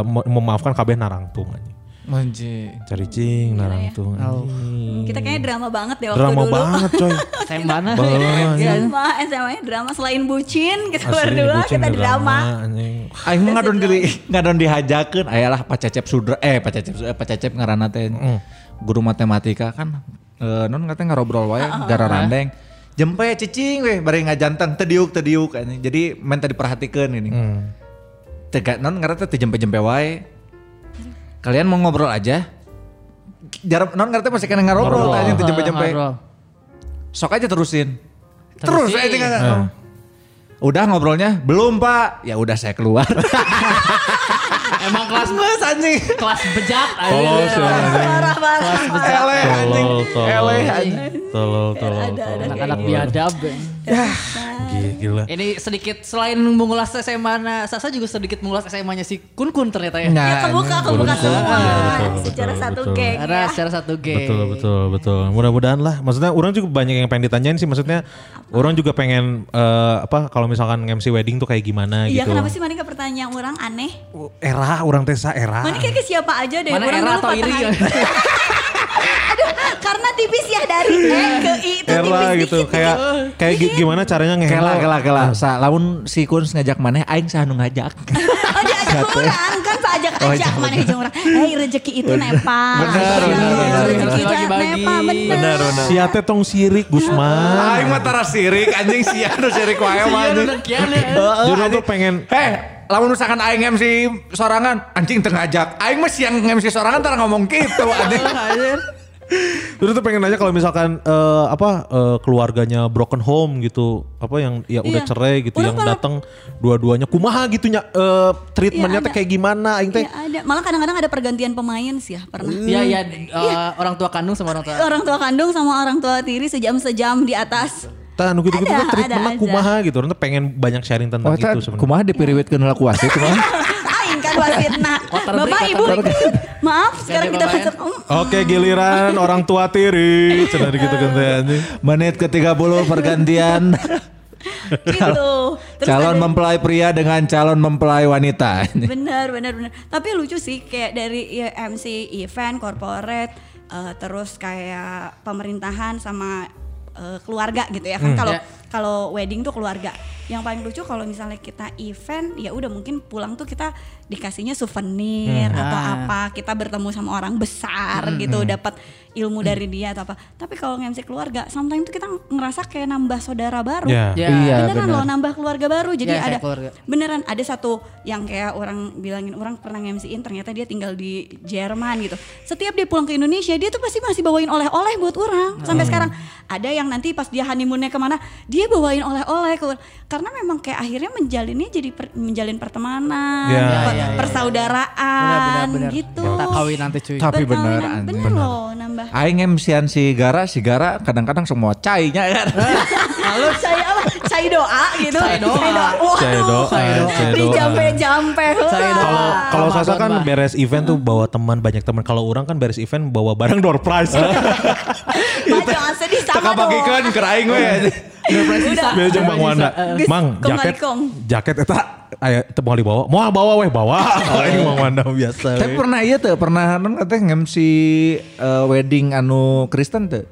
Speaker 2: me- memaafkan KB narangtung anjing.
Speaker 3: anjing.
Speaker 2: Cari
Speaker 5: Iya,
Speaker 2: cing narangtung. anjing.
Speaker 5: Kita kayaknya drama banget deh waktu
Speaker 2: drama
Speaker 5: dulu.
Speaker 2: banget coy
Speaker 6: Saya mana?
Speaker 2: Banget.
Speaker 5: Drama, SMA-nya drama selain bucin, kita
Speaker 2: Asli
Speaker 5: berdua
Speaker 2: bucin ya,
Speaker 5: kita drama.
Speaker 2: "Ah, anjing.
Speaker 3: Aing mah ngadon diri, ngadon dihajakeun ayalah Pak Cecep Sudra eh Pak Cecep eh, Pak Cecep ngaranna teh guru matematika kan eh, non katanya ngarobrol wae gara randeng. Jempe cicing weh bari ngajanteng tediuk tediuk anjing. Jadi minta diperhatikan ini.
Speaker 2: Mm. Hmm.
Speaker 3: Tega non ngarana teh jempe-jempe wae. Kalian mau ngobrol aja. Jarang non ngarana teh masih kena ngarobrol
Speaker 2: Ngobrol.
Speaker 4: Ah,
Speaker 3: tanya teh jempe-jempe.
Speaker 4: Ngobrol.
Speaker 3: sok aja terusin. Terus
Speaker 6: Terusin.
Speaker 3: aja
Speaker 2: Eh,
Speaker 3: nggak-
Speaker 5: Oh.
Speaker 3: Udah ngobrolnya? Belum pak. Ya udah saya keluar.
Speaker 6: Emang kelas
Speaker 3: Mas anjing.
Speaker 6: kelas bejat aja.
Speaker 2: Polos ya.
Speaker 5: Parah parah.
Speaker 3: Eleh anjing.
Speaker 2: Tolol, tolol,
Speaker 3: Eleh anjing.
Speaker 2: tolol, tolol,
Speaker 5: Ada, ada
Speaker 2: tolol.
Speaker 6: Anak-anak biadab.
Speaker 2: Gila,
Speaker 6: Iya.
Speaker 2: Gila.
Speaker 6: Ini sedikit selain mengulas SMA na nah, Sasa juga sedikit mengulas SMA-nya si Kun Kun ternyata ya.
Speaker 5: Ya kebuka kebuka
Speaker 2: Iya, Betul, iya,
Speaker 5: semua.
Speaker 2: betul, betul,
Speaker 5: Secara
Speaker 2: betul,
Speaker 5: satu
Speaker 2: betul.
Speaker 5: geng
Speaker 6: Karena
Speaker 5: ya.
Speaker 6: secara satu geng.
Speaker 2: Betul, betul, betul. Mudah-mudahan lah. Maksudnya orang juga banyak yang pengen ditanyain sih. Maksudnya orang juga pengen eh, apa kalau misalkan MC wedding tuh kayak gimana
Speaker 5: Iya
Speaker 2: gitu.
Speaker 5: kenapa sih mana gak pertanyaan orang aneh?
Speaker 2: Era orang Tesa era.
Speaker 5: Mana kayak ke siapa aja deh.
Speaker 6: Mana
Speaker 5: orang
Speaker 6: era ya?
Speaker 5: Iya, dulu
Speaker 6: atau
Speaker 5: patah
Speaker 6: iri?
Speaker 5: hati. Aduh karena tipis ya dari E ke I itu
Speaker 2: Era
Speaker 5: tipis
Speaker 2: gitu.
Speaker 5: dikit
Speaker 2: Kayak kayak
Speaker 5: Iya.
Speaker 2: gi- gimana caranya
Speaker 3: Kela
Speaker 2: ngehandle
Speaker 3: kela kela. Sa, lamun si kun ngajak mana? Aing sa nu ngajak.
Speaker 5: Oh diajak orang kan sajak
Speaker 3: Oh,
Speaker 5: ajak
Speaker 3: iya,
Speaker 5: mana dijak orang. Hei rezeki itu nepal.
Speaker 3: Benar,
Speaker 5: Iya,
Speaker 3: benar, benar,
Speaker 5: Rezeki
Speaker 6: benar.
Speaker 5: jangan
Speaker 6: Bagi-bagi.
Speaker 5: nepal benar. Ya
Speaker 2: Benar, benar.
Speaker 3: Iya.
Speaker 2: Si Ate tong sirik Gusman.
Speaker 3: Aing mah tara sirik anjing sia nu sirik wae mah
Speaker 6: Iya,
Speaker 3: anjing.
Speaker 6: udah kian ya.
Speaker 2: Jodoh tuh pengen
Speaker 3: Heh, lamun misalkan aing MC sorangan, anjing teu ngajak. Aing mah siang MC sorangan tara ngomong gitu anjing.
Speaker 2: Terus tuh pengen nanya kalau misalkan eh, apa eh, keluarganya broken home gitu, apa yang ya udah
Speaker 5: Iya.
Speaker 2: cerai gitu,
Speaker 5: Orang
Speaker 2: yang
Speaker 5: kalau-
Speaker 2: datang dua-duanya kumaha gitu ya eh, treatmentnya
Speaker 5: Iya,
Speaker 2: teh
Speaker 5: ada.
Speaker 2: kayak gimana aing teh.
Speaker 5: Iya ada. Malah kadang-kadang ada pergantian pemain sih ya pernah.
Speaker 6: Iya, iya. eh, Orang tua kandung sama orang tua.
Speaker 5: Orang tua kandung sama orang tua tiri sejam-sejam di atas.
Speaker 2: Tah nu gitu-gitu
Speaker 5: Ada,
Speaker 2: teh treatmentnya
Speaker 5: ada aja.
Speaker 2: kumaha gitu. Orang tuh pengen banyak sharing
Speaker 3: Oh,
Speaker 2: tentang itu Gitu sebenarnya.
Speaker 3: kumaha dipiriwitkeun laku wasit kumaha?
Speaker 5: Aing kan wasitna.
Speaker 6: Quarterback,
Speaker 5: Bapak ibu. Maaf sekarang kita
Speaker 6: Ganti
Speaker 5: masuk.
Speaker 6: pemain.
Speaker 5: Mm,
Speaker 2: Oke giliran orang tua tiri cenah gitu kan teh anjing.
Speaker 3: Menit ke-30 pergantian
Speaker 5: Gitu. Terus
Speaker 3: calon
Speaker 5: ada-
Speaker 3: mempelai pria dengan calon mempelai wanita.
Speaker 5: Bener, bener, bener. Tapi lucu sih kayak dari ya, MC event, corporate, eh, terus kayak pemerintahan sama eh, keluarga gitu ya kan kalau
Speaker 6: Ya.
Speaker 5: kalau wedding tuh keluarga. Yang paling lucu kalau misalnya kita event, ya udah mungkin pulang tuh kita dikasihnya souvenir atau apa, kita bertemu sama orang besar gitu, dapat ilmu dari dia atau apa. Tapi kalau MC keluarga, sometimes tuh kita ngerasa kayak nambah saudara baru
Speaker 2: Ya.
Speaker 6: Iya.
Speaker 5: beneran loh nambah keluarga baru jadi
Speaker 6: Iya, saya
Speaker 5: ada
Speaker 6: keluarga.
Speaker 5: beneran ada satu yang kayak orang bilangin orang pernah MC-in ternyata dia tinggal di Jerman gitu setiap dia pulang ke Indonesia dia tuh pasti masih bawain oleh-oleh buat orang sampai sekarang ada yang nanti pas dia honeymoonnya kemana dia bawain oleh-oleh ke karena memang kayak akhirnya menjalinnya jadi per- menjalin pertemanan
Speaker 2: Iya.
Speaker 5: per-
Speaker 6: Iya, iya, iya.
Speaker 5: persaudaraan
Speaker 6: benar. Ya,
Speaker 5: gitu
Speaker 6: Tak kawin nanti cuy.
Speaker 3: Tapi bener,
Speaker 5: Perkawinan,
Speaker 3: anjing.
Speaker 5: bener loh nambah
Speaker 3: Aing MC-an si Gara, si Gara kadang-kadang semua cainya kan.
Speaker 5: Halo saya apa? Cai doa gitu.
Speaker 6: Cai doa.
Speaker 5: Waduh.
Speaker 2: Cai doa, cai
Speaker 5: Di
Speaker 2: doa.
Speaker 5: jampe-jampe.
Speaker 6: Cai doa.
Speaker 2: Kalau kalau Sasa
Speaker 6: Ramadan,
Speaker 2: kan
Speaker 6: Bah.
Speaker 2: beres event tuh bawa teman banyak teman. Kalau orang kan beres event bawa barang door prize.
Speaker 5: Mah, jangan sedih sama
Speaker 3: Teka
Speaker 5: dong.
Speaker 3: bagikan ke aing we.
Speaker 5: Udah.
Speaker 2: Beda jeung Bang Wanda.
Speaker 5: Geus,
Speaker 2: Mang,
Speaker 5: kong
Speaker 2: jaket
Speaker 5: ngalikong.
Speaker 2: jaket eta aya teu moal dibawa. Moal bawa weh, bawa. Aing Bang Wanda biasa.
Speaker 3: Tapi
Speaker 2: we.
Speaker 3: pernah iya tuh, pernah non katanya MC eh, wedding anu Kristen tuh.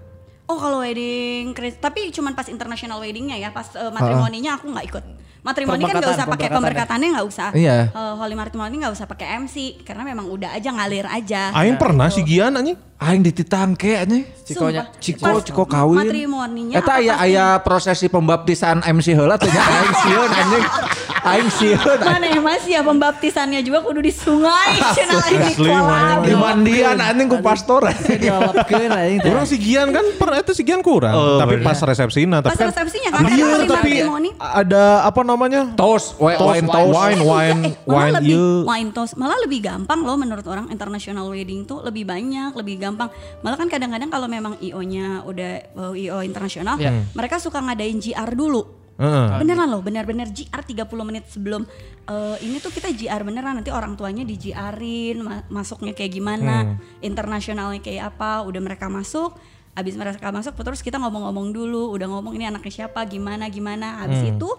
Speaker 5: Oh kalau wedding, Chris. tapi cuman pas international weddingnya ya, pas eh, matrimoninya aku nggak ikut. Matrimoni kan nggak
Speaker 6: Pemberkatan,
Speaker 5: usah pakai
Speaker 6: pemberkatannya.
Speaker 5: pemberkatannya nggak usah.
Speaker 3: Iya.
Speaker 5: Eh, holy matrimony nggak usah pakai MC karena memang udah aja ngalir aja.
Speaker 2: Aing pernah si Gian anjing.
Speaker 3: Aing dititang kayaknya.
Speaker 6: Cikonya.
Speaker 5: Sumpah.
Speaker 3: Ciko,
Speaker 5: Pas
Speaker 3: Ciko kawin.
Speaker 5: Matrimoninya.
Speaker 3: Eta
Speaker 5: apa
Speaker 3: aya
Speaker 5: pas-
Speaker 3: aya prosesi pembaptisan MC heula tuh nya aing sieun anjing. Aing sieun.
Speaker 5: Mana ya mas ya pembaptisannya juga kudu di sungai. Cenah lain di
Speaker 2: Asli, mana.
Speaker 5: kolam.
Speaker 3: Dimandian anjing ku pastor.
Speaker 6: Dialapkeun aing teh.
Speaker 2: Orang si Gian kan pernah itu si Gian kurang, tapi pas resepsinya tapi
Speaker 5: Pas
Speaker 2: kan
Speaker 5: resepsinya kan,
Speaker 2: Iya,
Speaker 5: karena
Speaker 2: tapi
Speaker 5: matrimoni.
Speaker 2: ada apa namanya?
Speaker 3: Tos, we- wine tos.
Speaker 2: wine, kan wine, wine,
Speaker 5: Eh, malah lebih,
Speaker 2: iya.
Speaker 5: wine toast malah lebih gampang loh menurut orang international wedding tuh lebih banyak lebih gampang malah kan kadang-kadang kalau memang io nya udah uh, io internasional
Speaker 6: Iya.
Speaker 5: mereka suka ngadain gr dulu
Speaker 2: Heeh.
Speaker 5: beneran loh bener-bener gr 30 menit sebelum eh, ini tuh kita gr beneran nanti orang tuanya di grin masuknya kayak
Speaker 2: Hmm.
Speaker 5: gimana internasionalnya kayak apa udah mereka masuk Abis mereka masuk terus kita ngomong-ngomong dulu, udah ngomong ini anaknya siapa, gimana gimana. Abis
Speaker 2: Hmm.
Speaker 5: itu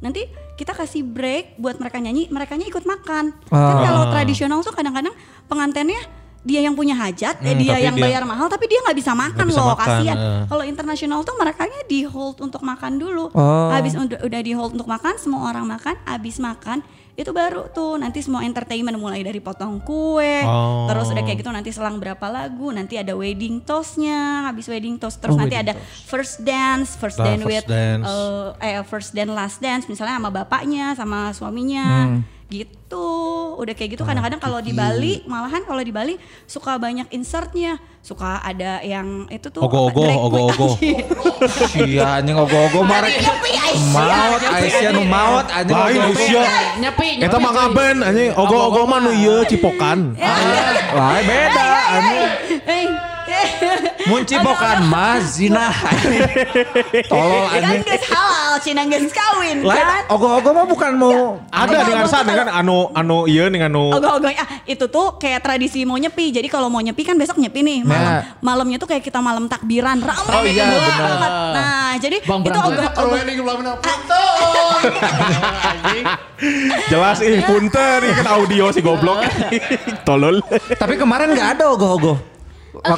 Speaker 5: nanti kita kasih break buat mereka nyanyi, merekanya ikut makan. Kan
Speaker 2: Ah.
Speaker 5: kalau tradisional tuh kadang-kadang pengantennya dia yang punya hajat, eh,
Speaker 2: Hmm,
Speaker 5: dia
Speaker 2: tapi
Speaker 5: yang
Speaker 2: dia-
Speaker 5: bayar mahal tapi dia nggak bisa makan
Speaker 2: bisa
Speaker 5: loh,
Speaker 2: makan,
Speaker 5: kasihan.
Speaker 2: eh.
Speaker 5: Kalau internasional tuh merekanya di hold untuk makan dulu.
Speaker 2: Oh.
Speaker 5: Habis udah, udah di hold untuk makan, semua orang makan, habis makan itu baru tuh nanti semua entertainment mulai dari potong kue,
Speaker 2: Oh.
Speaker 5: terus udah kayak gitu nanti selang berapa lagu, nanti ada wedding toastnya, habis wedding toast terus nanti ada first dance,
Speaker 2: Oh,
Speaker 5: first
Speaker 2: Nah,
Speaker 5: dance
Speaker 2: first
Speaker 5: with
Speaker 2: dance.
Speaker 5: eh,
Speaker 2: Hmm.
Speaker 5: eh first dan last dance misalnya sama bapaknya sama suaminya gitu gitu udah
Speaker 2: Ah,
Speaker 5: kayak gitu kadang-kadang kalau di Bali malahan kalau di Bali suka banyak insertnya suka ada yang itu tuh
Speaker 2: Ogoh-ogoh,
Speaker 5: drag queen.
Speaker 2: ogoh-ogoh.
Speaker 3: Iya anjing ogo-ogo marek. Maot Aisyah nu maot anjing
Speaker 1: Lain
Speaker 3: ogo-ogo.
Speaker 1: Aisyah.
Speaker 6: Nyepi, nyepi.
Speaker 1: Eta mah ngaben anjing ogo-ogo mah nu ieu cipokan.
Speaker 3: Lain beda anjing.
Speaker 5: Eh, eh,
Speaker 3: Muncipokan mah zina. Tolol
Speaker 5: kan
Speaker 3: anjing.
Speaker 5: geus halal, Cina geus kawin
Speaker 3: Lain
Speaker 5: kan?
Speaker 3: ogo-ogo mah bukan mau
Speaker 1: Ada dengan sana dengan anu anu ieu dengan
Speaker 3: oh.
Speaker 1: anu
Speaker 5: Ogoh-ogoh ah itu tuh kayak tradisi mau nyepi. Jadi kalau mau nyepi kan besok nyepi nih malam.
Speaker 3: Nah.
Speaker 5: Malamnya tuh kayak kita malam takbiran rame gitu,
Speaker 3: Oh iya,
Speaker 5: banget.
Speaker 3: benar.
Speaker 5: Nah, jadi
Speaker 6: Bang
Speaker 5: itu
Speaker 6: Berang.
Speaker 5: ogoh
Speaker 7: Kalau ini belum nonton. Anjing.
Speaker 1: jelas
Speaker 3: Iya.
Speaker 1: ih punten ini kan audio si goblok. Tolol.
Speaker 3: Tapi kemarin nggak ada ogo-ogo.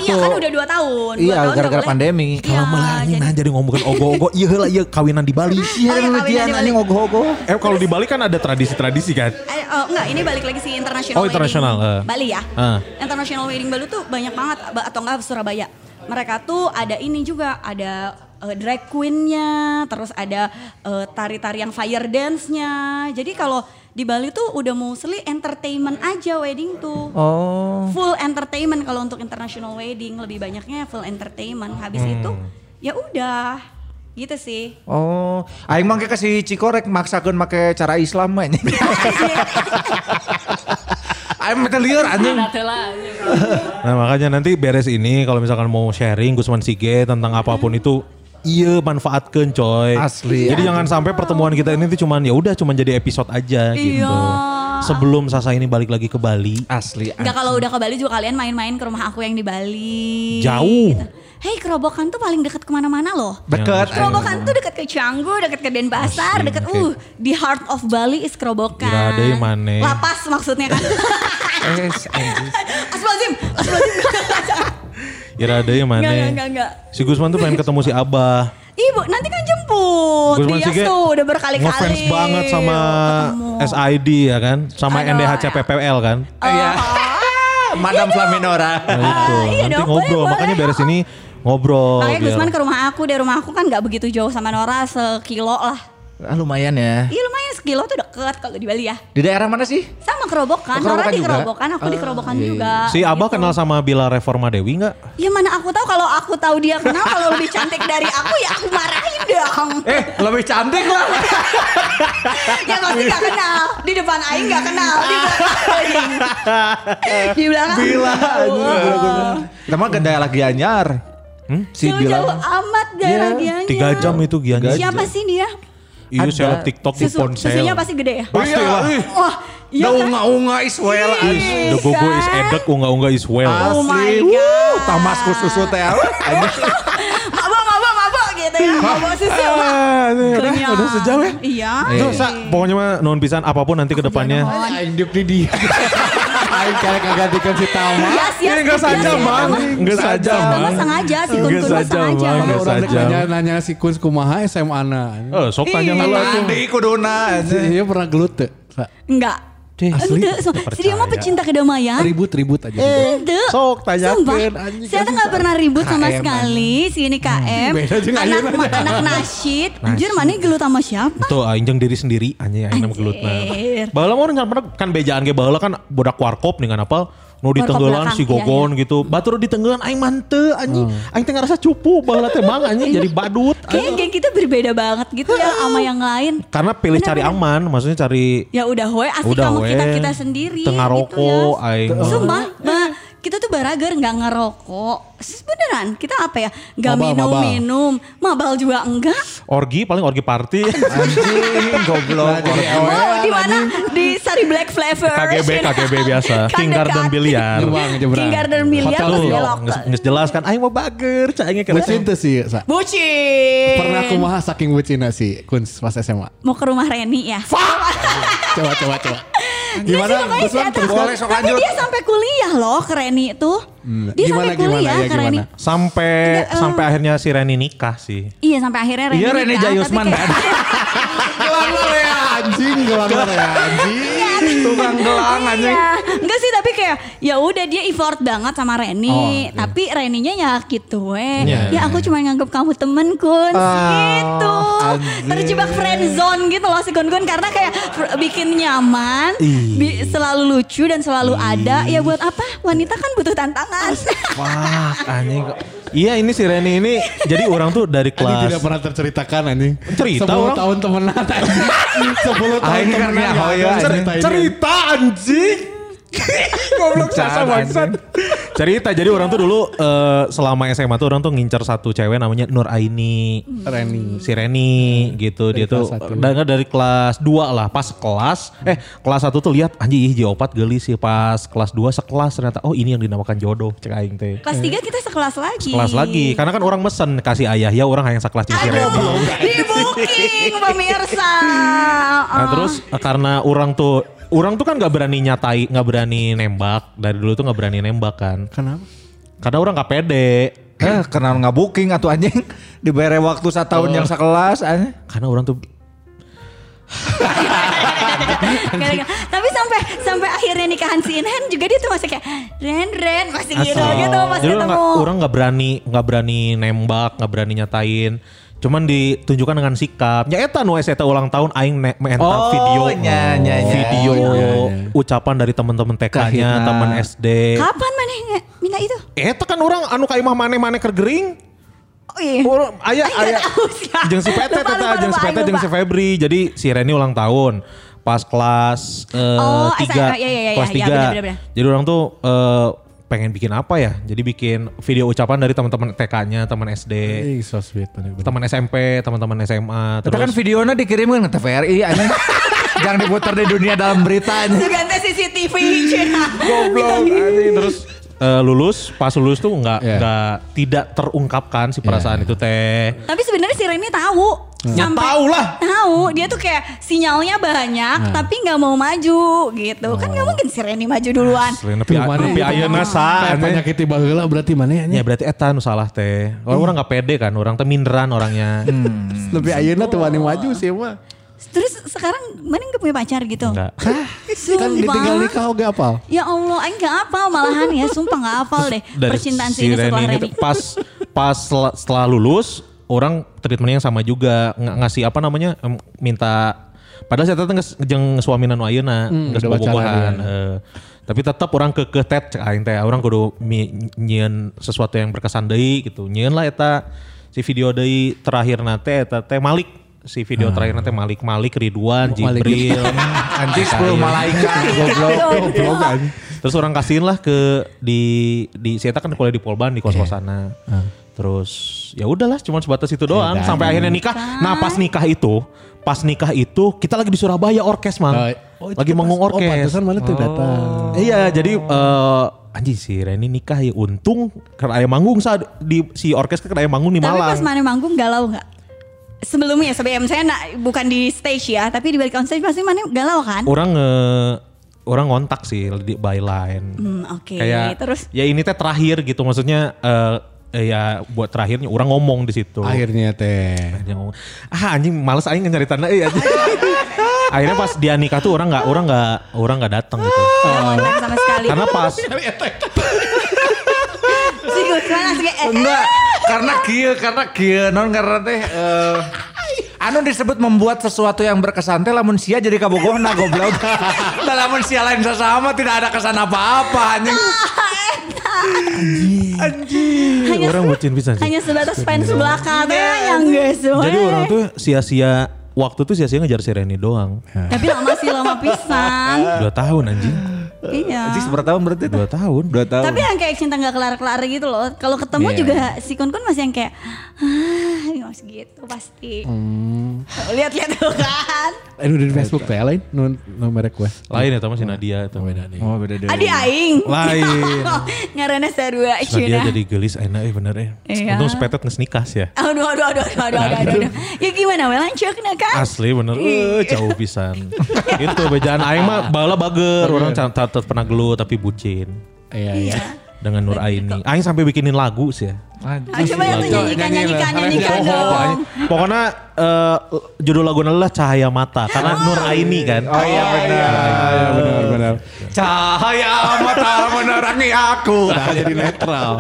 Speaker 5: iya kan udah 2 tahun. Dua
Speaker 3: Iya,
Speaker 5: tahun
Speaker 3: gara-gara
Speaker 5: nggak boleh.
Speaker 3: pandemi.
Speaker 5: Iya,
Speaker 2: Lama lah anjing
Speaker 5: jadi-
Speaker 2: nah jadi ngomongin ogo-ogo. Iya lah iya kawinan di Bali.
Speaker 3: Iya,
Speaker 5: Oh, iya,
Speaker 3: lu
Speaker 5: kawin
Speaker 3: Dian,
Speaker 5: aja,
Speaker 3: anjing
Speaker 5: Bali.
Speaker 3: ogo-ogo.
Speaker 1: Eh kalau di Bali kan ada tradisi-tradisi kan.
Speaker 5: Eh, oh, enggak, ini balik lagi si international
Speaker 2: Oh, international, eh.
Speaker 5: wedding. Bali ya.
Speaker 2: Ah.
Speaker 5: International wedding Bali tuh banyak banget ba- atau enggak Surabaya. Mereka tuh ada ini juga, ada eh, drag queen-nya, terus ada eh, tari-tarian fire dance-nya. Jadi kalau di Bali tuh udah mostly entertainment aja wedding tuh.
Speaker 3: Oh.
Speaker 5: Full entertainment kalau untuk international wedding lebih banyaknya full entertainment. Habis
Speaker 2: Hmm.
Speaker 5: itu ya udah gitu sih.
Speaker 3: Oh, aing mah ke si Cikorek maksakeun make cara Islam mah. anjing. Aing mah teu lieur anjing.
Speaker 6: Nah, teh lah, anjing.
Speaker 2: Nah makanya nanti beres ini kalau misalkan mau sharing Gusman Sige tentang apapun itu Iya manfaatkan coy.
Speaker 3: Asli,
Speaker 2: Jadi jangan sampai pertemuan kita ini tuh cuman ya udah cuman jadi episode aja gitu. Sebelum Sasa ini balik lagi ke Bali.
Speaker 3: Asli. anjing.
Speaker 5: Enggak kalau udah ke Bali juga kalian main-main ke rumah aku yang di Bali. Gitu.
Speaker 2: Jauh.
Speaker 5: Hei kerobokan tuh paling deket kemana-mana loh.
Speaker 3: Deket. anjing.
Speaker 5: Kerobokan tuh deket ke Canggu, deket ke Denpasar,
Speaker 2: Asli,
Speaker 5: deket
Speaker 2: oke.
Speaker 5: uh di heart of Bali is kerobokan.
Speaker 2: Gila, deh, maneh.
Speaker 5: Lapas maksudnya kan.
Speaker 3: Eh, anjing.
Speaker 5: Asbalzim,
Speaker 2: Ira ada yang mana?
Speaker 5: Enggak, enggak, enggak, enggak.
Speaker 2: Si Gusman tuh pengen ketemu si Abah.
Speaker 5: Ibu nanti kan jemput.
Speaker 2: Gusman
Speaker 5: Dias
Speaker 2: Sige
Speaker 5: tuh udah berkali-kali.
Speaker 2: Ngefans banget sama
Speaker 5: Ketemu.
Speaker 2: SID ya kan? Sama
Speaker 5: Aduh.
Speaker 2: NDHCPPL kan?
Speaker 5: Oh.
Speaker 3: Iya. Madam Flaminora.
Speaker 2: Nah, itu.
Speaker 5: iya
Speaker 2: Nanti
Speaker 5: dong,
Speaker 2: ngobrol.
Speaker 5: boleh,
Speaker 2: Makanya
Speaker 5: boleh.
Speaker 2: beres ini ngobrol.
Speaker 5: Makanya
Speaker 2: biar-
Speaker 5: Gusman ke rumah aku, dari rumah aku kan nggak begitu jauh sama Nora sekilo lah.
Speaker 3: Ah, lumayan ya.
Speaker 5: Iya lumayan sekilo tuh deket kalau di Bali ya.
Speaker 3: Di daerah mana sih?
Speaker 5: Sama kerobokan,
Speaker 3: Oh, kerobokan
Speaker 5: Nora di
Speaker 3: juga?
Speaker 5: kerobokan, aku
Speaker 2: Ah,
Speaker 5: di kerobokan juga.
Speaker 2: iya, Si Abah
Speaker 5: gitu.
Speaker 2: kenal sama Bila Reforma Dewi nggak?
Speaker 5: Ya mana aku tahu kalau aku tahu dia kenal kalau lebih cantik dari aku ya aku marahin dong.
Speaker 3: Eh, lebih cantik lah.
Speaker 5: Ya pasti gak kenal. Di depan Aing gak kenal. Di belakang Aing. Di belakang.
Speaker 3: Bila. Kita mah gede lagi anyar. Si
Speaker 5: Jauh-jauh
Speaker 3: Bila.
Speaker 5: amat
Speaker 3: Iya,
Speaker 5: daerah dianya.
Speaker 2: Tiga jam itu Giannya.
Speaker 5: Siapa sih dia?
Speaker 2: Iya
Speaker 3: Ada.
Speaker 2: seleb TikTok di
Speaker 5: Susu,
Speaker 2: ponsel.
Speaker 5: susunya pasti gede ya?
Speaker 2: Pasti lah.
Speaker 5: Wah, iya
Speaker 3: Da
Speaker 5: kan?
Speaker 3: Nah,
Speaker 5: Iya,
Speaker 3: unga-unga Iswel.
Speaker 2: Is, the gogo is edek, unga-unga is well.
Speaker 5: Oh my
Speaker 3: Asli.
Speaker 5: God.
Speaker 3: Uh, Tamas khusus teh. Anjing.
Speaker 5: Mabok, mabok, mabok gitu ya. Mabok susu.
Speaker 2: Ah, ini udah,
Speaker 5: Kenyang.
Speaker 2: udah sejam ya.
Speaker 5: Iya.
Speaker 2: Terus Sa, pokoknya mah nuhun pisan apapun nanti ke depannya.
Speaker 7: Aing diuk di dia. Aing kayak gantikan si Tama.
Speaker 5: Yes, yes.
Speaker 1: Ini enggak
Speaker 5: yes,
Speaker 1: saja,
Speaker 5: yes,
Speaker 1: Mang.
Speaker 5: Mang.
Speaker 1: Enggak saja,
Speaker 5: Tama
Speaker 1: Mang.
Speaker 5: sengaja, si Kun
Speaker 1: Nggak
Speaker 5: Kun mah
Speaker 1: saja,
Speaker 5: sengaja.
Speaker 1: Mang.
Speaker 7: Kalau orang
Speaker 2: Biasa aja.
Speaker 7: nanya-nanya si Kun kumaha SMA na.
Speaker 2: Eh, sok tanya
Speaker 5: iya.
Speaker 2: lah tuh.
Speaker 3: Tadi kuduna. anjing.
Speaker 7: Iya pernah gelut teh. Sa-
Speaker 5: Enggak.
Speaker 2: Asli,
Speaker 5: Enggak, so-
Speaker 2: percaya.
Speaker 5: si dia mah pecinta kedamaian.
Speaker 7: Ribut-ribut aja.
Speaker 5: Eh.
Speaker 7: ribut.
Speaker 5: Ente.
Speaker 2: Sok tanyakeun,
Speaker 5: Sumpah,
Speaker 7: anjing,
Speaker 5: saya tuh gak pernah ribut sama sekali. Si ini KM,
Speaker 7: Beda jeung
Speaker 5: anak,
Speaker 7: ayeuna.
Speaker 5: ma- anak nasyid. Anjir mana gelut sama siapa?
Speaker 2: Itu aing jeung diri sendiri anjing aing nama gelut nah.
Speaker 5: Oh. Anjir.
Speaker 2: Baheula mah orang pernah kan bejaan ge baheula kan bodak warkop dengan apa nu ditenggelan
Speaker 5: belakang,
Speaker 2: si
Speaker 5: iya, Hmm.
Speaker 2: gogon gitu. Batur ditenggelan aing mante anjing. Aing teh ngerasa cupu baheula teh mang
Speaker 5: Iya.
Speaker 2: anjing jadi badut.
Speaker 5: Kayaknya geng kita berbeda banget gitu ya sama yang lain.
Speaker 2: Karena pilih cari aman, maksudnya cari
Speaker 5: Ya udah hoy, asik
Speaker 2: Udah
Speaker 5: sama
Speaker 2: we.
Speaker 5: kita-kita sendiri gitu ya.
Speaker 2: Tengah rokok, aing.
Speaker 5: Sumpah, Mbak, kita tuh baragar nggak ngerokok. Sis, Beneran, kita apa ya? Gak
Speaker 7: Mabal, mabal.
Speaker 5: minum-minum, mabal juga enggak.
Speaker 2: orgi paling orgi party.
Speaker 3: Anjing goblok.
Speaker 5: Oh, di mana? Di Sari Black Flavor.
Speaker 2: KGB, KGB biasa.
Speaker 5: Kan
Speaker 2: King Garden
Speaker 5: dekat.
Speaker 2: Biliar.
Speaker 7: Nyebrang, nyebrang.
Speaker 5: King Garden Biliar
Speaker 2: Hotel
Speaker 5: terus
Speaker 2: tuh,
Speaker 5: belok. Iya.
Speaker 2: nges- nges jelas kan, aing mau bager, cahingnya
Speaker 7: Bucin
Speaker 2: kira
Speaker 7: teh sih. Sa.
Speaker 5: Bucin.
Speaker 7: Pernah kumaha saking bucinnya si Kun pas SMA.
Speaker 5: Mau ke rumah Reni ya?
Speaker 7: Coba coba coba.
Speaker 5: Gimana?
Speaker 7: Gimana? Gusman,
Speaker 5: Makanya
Speaker 7: kan?
Speaker 5: saya tahu.
Speaker 7: teruskan.
Speaker 3: Boleh, sok
Speaker 5: Tapi
Speaker 3: lanjut.
Speaker 5: dia sampai kuliah loh ke Reni itu.
Speaker 7: Hmm.
Speaker 5: Dia
Speaker 7: Gimana,
Speaker 5: sampai kuliah
Speaker 7: gimana, ya,
Speaker 5: ke Reni.
Speaker 7: gimana?
Speaker 2: sampai
Speaker 5: Nggak, eh.
Speaker 2: sampai akhirnya si Reni nikah sih.
Speaker 5: Iya sampai akhirnya Reni
Speaker 3: Iya Reni
Speaker 5: nikah, tapi
Speaker 3: Jayusman
Speaker 5: kayak-
Speaker 3: kan.
Speaker 7: Gelang ya anjing, gelang ya anjing.
Speaker 3: Tukang gelang anjing.
Speaker 5: Iya. Enggak sih tapi kayak ya udah dia effort banget sama Reni, tapi Reninya ya gitu we. Ya aku cuma nganggap kamu temen Kun. gitu.
Speaker 3: anjir.
Speaker 5: Terjebak friend zone gitu loh si Kun Kun karena kayak fr- bikin nyaman, bi- selalu lucu dan selalu ada. Ya buat apa? Wanita kan butuh tantangan.
Speaker 2: Wah, anjing. Iya ini si Reni ini jadi orang tuh dari
Speaker 7: Ini tidak
Speaker 2: kelas
Speaker 7: pernah terceritakan anjing. 10
Speaker 2: Cerita orang. kan ya,
Speaker 7: tahun temenan anjing. 10 tahun temenan. ya, kan?
Speaker 3: Aing karena
Speaker 7: nggak ada
Speaker 3: hoya,
Speaker 7: yang cerita ini.
Speaker 1: Cerita anjing. Goblok sasa
Speaker 3: Bercanda,
Speaker 1: bangsat.
Speaker 2: cerita. Jadi orang tuh dulu eh, selama SMA tuh orang tuh ngincer satu cewek namanya Nur Aini.
Speaker 7: Reni.
Speaker 2: Si Reni gitu dia tuh dengar dari kelas 2 lah pas kelas eh kelas 1 tuh lihat anjing ih Jeopat gelis sih pas kelas 2 sekelas ternyata oh ini yang dinamakan jodoh cek aing teh.
Speaker 5: Kelas 3 kita sekelas lagi.
Speaker 2: Kelas lagi karena kan orang mesen kasih ayah ya orang hanya sekelas jeung si Reni.
Speaker 5: Aduh, di booking pemirsa.
Speaker 3: Ah.
Speaker 2: Nah, terus eh, karena orang tuh orang tuh kan nggak berani nyatai, nggak berani nembak dari dulu tuh nggak berani nembak kan.
Speaker 7: Kenapa?
Speaker 2: Karena orang nggak pede.
Speaker 3: Eh, karena nggak booking atau anjing dibere waktu satu tahun yang sekelas anjing.
Speaker 2: Karena orang tuh
Speaker 5: Gara-gara- Tapi sampai sampai akhirnya nikahan si Inhan juga dia tuh masih kayak Ren Ren masih
Speaker 3: Iya,
Speaker 5: gitu gitu pas
Speaker 2: Jadi orang
Speaker 5: ketemu.
Speaker 2: nggak- orang nggak berani nggak berani nembak, nggak berani nyatain. Cuman ditunjukkan dengan sikap. Ya eta nu eta ulang tahun aing ne-
Speaker 3: Oh,
Speaker 2: mental video.
Speaker 3: nya, nya, nya.
Speaker 2: Video
Speaker 3: Oh,
Speaker 2: ucapan dari teman-teman
Speaker 3: Kahitna.
Speaker 2: TK-nya, teman SD.
Speaker 5: Kapan mana nge- minta itu?
Speaker 2: Eta kan orang anu ka imah maneh-maneh kergering.
Speaker 5: Oh iya.
Speaker 2: Orang ayah
Speaker 5: Ay,
Speaker 2: ayah.
Speaker 5: nggak tahu sih.
Speaker 2: Jeung si Pete
Speaker 5: Lupa,
Speaker 2: teta,
Speaker 5: lupa,
Speaker 2: jeung si
Speaker 5: lupa,
Speaker 2: Pete jeung si
Speaker 5: lupa.
Speaker 2: Febri. Jadi si Reni ulang tahun pas kelas eh,
Speaker 5: Oh,
Speaker 2: tiga,
Speaker 5: SMA, iya, iya, iya,
Speaker 2: kelas
Speaker 5: iya,
Speaker 2: tiga.
Speaker 5: benar-benar.
Speaker 2: Jadi orang tuh eh, pengen bikin apa ya? Jadi bikin video ucapan dari teman-teman TK-nya, teman SD,
Speaker 7: Ih, so sweet.
Speaker 5: Iya.
Speaker 7: bener-bener.
Speaker 2: teman SMP, teman-teman SMA.
Speaker 3: Kita kan videonya dikirimkan ke TVRI anjing. Jangan diputar di dunia dalam berita anjing.
Speaker 5: Suganti CCTV Cina.
Speaker 3: Goblok anjing. Terus
Speaker 2: eh, lulus, pas lulus tuh nggak
Speaker 7: Iya.
Speaker 2: nggak tidak terungkapkan si perasaan itu teh.
Speaker 5: Tapi sebenarnya si Reni tahu.
Speaker 2: Hmm.
Speaker 5: Sampai
Speaker 1: Tahu lah.
Speaker 5: Tahu, dia tuh kayak sinyalnya banyak
Speaker 2: Hmm.
Speaker 5: tapi nggak mau maju gitu. Kan
Speaker 2: Oh.
Speaker 5: nggak mungkin si Reni maju duluan.
Speaker 2: Selain nepi
Speaker 7: Tuh, mana
Speaker 2: nepi
Speaker 7: itu
Speaker 2: ayeuna
Speaker 7: mah.
Speaker 2: sa,
Speaker 7: Kayak
Speaker 2: aneh.
Speaker 7: penyakit tiba heula berarti mana ya?
Speaker 2: Ya berarti eta nu salah teh. Orang orang nggak pede kan, orang teh minderan orangnya.
Speaker 7: Lebih ayeuna tuh wani maju sih mah.
Speaker 5: Terus sekarang mana nggak punya pacar gitu?
Speaker 2: Enggak.
Speaker 7: Kan ditinggal nikah oge apal.
Speaker 5: Ya Allah, Aing gak apal malahan ya, sumpah gak apal deh
Speaker 2: dari
Speaker 5: percintaan
Speaker 2: si
Speaker 5: si ini setelah
Speaker 2: Reni
Speaker 5: Reni.
Speaker 2: gitu. Pas pas setelah, setelah lulus orang treatmentnya yang sama juga Ng- ngasih apa namanya em, minta padahal saya tetap jeng suaminan ayeuna geus
Speaker 7: udah
Speaker 2: bobogohan.
Speaker 7: pacaran,
Speaker 2: Heeh. eh. tapi tetap orang ke ke tet cek aing teh orang kudu mi- nyieun sesuatu yang berkesan deui gitu nyieun lah eta si video deui terakhir nate eta teh Malik si video terakhir nate Malik Ah. Malik Ridwan
Speaker 7: gitu.
Speaker 2: Jibril
Speaker 3: anjing 10 malaikat goblok.
Speaker 7: Goblok anjing.
Speaker 2: Terus orang kasihin lah ke di di saya kan kuliah di Polban di kos-kosana. Terus ya udahlah cuman sebatas itu doang sampai akhirnya nikah. Nah, pas nikah itu, pas nikah itu kita lagi di Surabaya orkes, Mang.
Speaker 7: Oh, itu
Speaker 2: Ah, lagi
Speaker 7: pas-
Speaker 2: manggung
Speaker 7: Oh,
Speaker 2: orkes.
Speaker 7: pantesan mana tuh datang.
Speaker 2: Iya, jadi eh anjing si Reni nikah ya untung karena aya manggung sa di si orkes kan aya manggung di
Speaker 5: Tapi pas
Speaker 2: Malang.
Speaker 5: mana manggung galau gak? Sebelumnya sebelum saya nak, bukan di stage ya, tapi di balik on stage pasti mana galau kan?
Speaker 2: Orang nge orang ngontak sih di byline.
Speaker 5: Hmm, oke.
Speaker 2: kayak
Speaker 5: Terus
Speaker 2: ya ini teh terakhir gitu maksudnya eh, eh, ya buat terakhirnya orang ngomong di situ.
Speaker 7: Akhirnya teh.
Speaker 2: Dia ngomong, ah anjing males aing nyari tanah eh, anjing." Akhirnya pas dia nikah tuh orang nggak orang nggak orang nggak datang gitu.
Speaker 5: gak kontak sama sekali.
Speaker 2: Karena pas
Speaker 5: Si Gusman langsung kayak, eh,
Speaker 3: Enggak, karena kieu, karena kieu non karena teh eh, anu disebut membuat sesuatu yang berkesan teh lamun sia jadi kabogohna goblok. Da lamun sia lain sesama tidak ada kesan apa-apa anjing.
Speaker 5: hanya,
Speaker 2: orang bucin pisan sih.
Speaker 5: hanya sebatas fans belakang ya, yang gak semua.
Speaker 2: Jadi orang tuh sia-sia waktu tuh sia-sia ngejar si Reni doang.
Speaker 5: Tapi lama sih lama pisan.
Speaker 2: Dua tahun anjing.
Speaker 5: iya.
Speaker 3: Anjing seberapa tahun berarti?
Speaker 2: Dua tahun.
Speaker 3: Dua tahun.
Speaker 5: Tapi yang kayak cinta gak kelar-kelar gitu loh. Kalau ketemu
Speaker 2: Iya.
Speaker 5: juga si Kun Kun masih yang kayak ah, masih gitu pasti.
Speaker 2: Hmm.
Speaker 5: Lihat-lihat tuh kan.
Speaker 7: Hmm. Eh udah di Facebook teh lain nu nu merek gue.
Speaker 2: Lain ya sama si Nadia itu.
Speaker 3: Oh beda deh.
Speaker 5: Adi aing.
Speaker 2: Lain.
Speaker 5: Ngarana sarua
Speaker 2: Si Nadia
Speaker 5: cina.
Speaker 2: jadi gelis enak eh bener eh.
Speaker 5: Eh, Iya.
Speaker 2: Untung sepetet ngesnikas ya.
Speaker 5: Aduh, aduh, aduh, aduh, aduh, aduh, aduh, aduh. Ya gimana, we lanjut nah kan?
Speaker 2: Asli bener, eh, jauh pisan. itu bejaan aing mah bala bager, orang catat pernah gelu tapi bucin.
Speaker 7: Iya iya.
Speaker 5: Iya.
Speaker 2: dengan Nur Aini. Aing sampai bikinin lagu sih ya.
Speaker 5: Ah, coba yang tuh nyanyikan, nyanyikan, nyanyikan
Speaker 7: Oh,
Speaker 5: dong.
Speaker 2: Pokoknya eh, judul lagunya adalah Cahaya Mata karena Nur Aini kan.
Speaker 3: Oh iya benar.
Speaker 1: benar benar.
Speaker 3: Cahaya mata menerangi aku.
Speaker 7: Nah, jadi netral.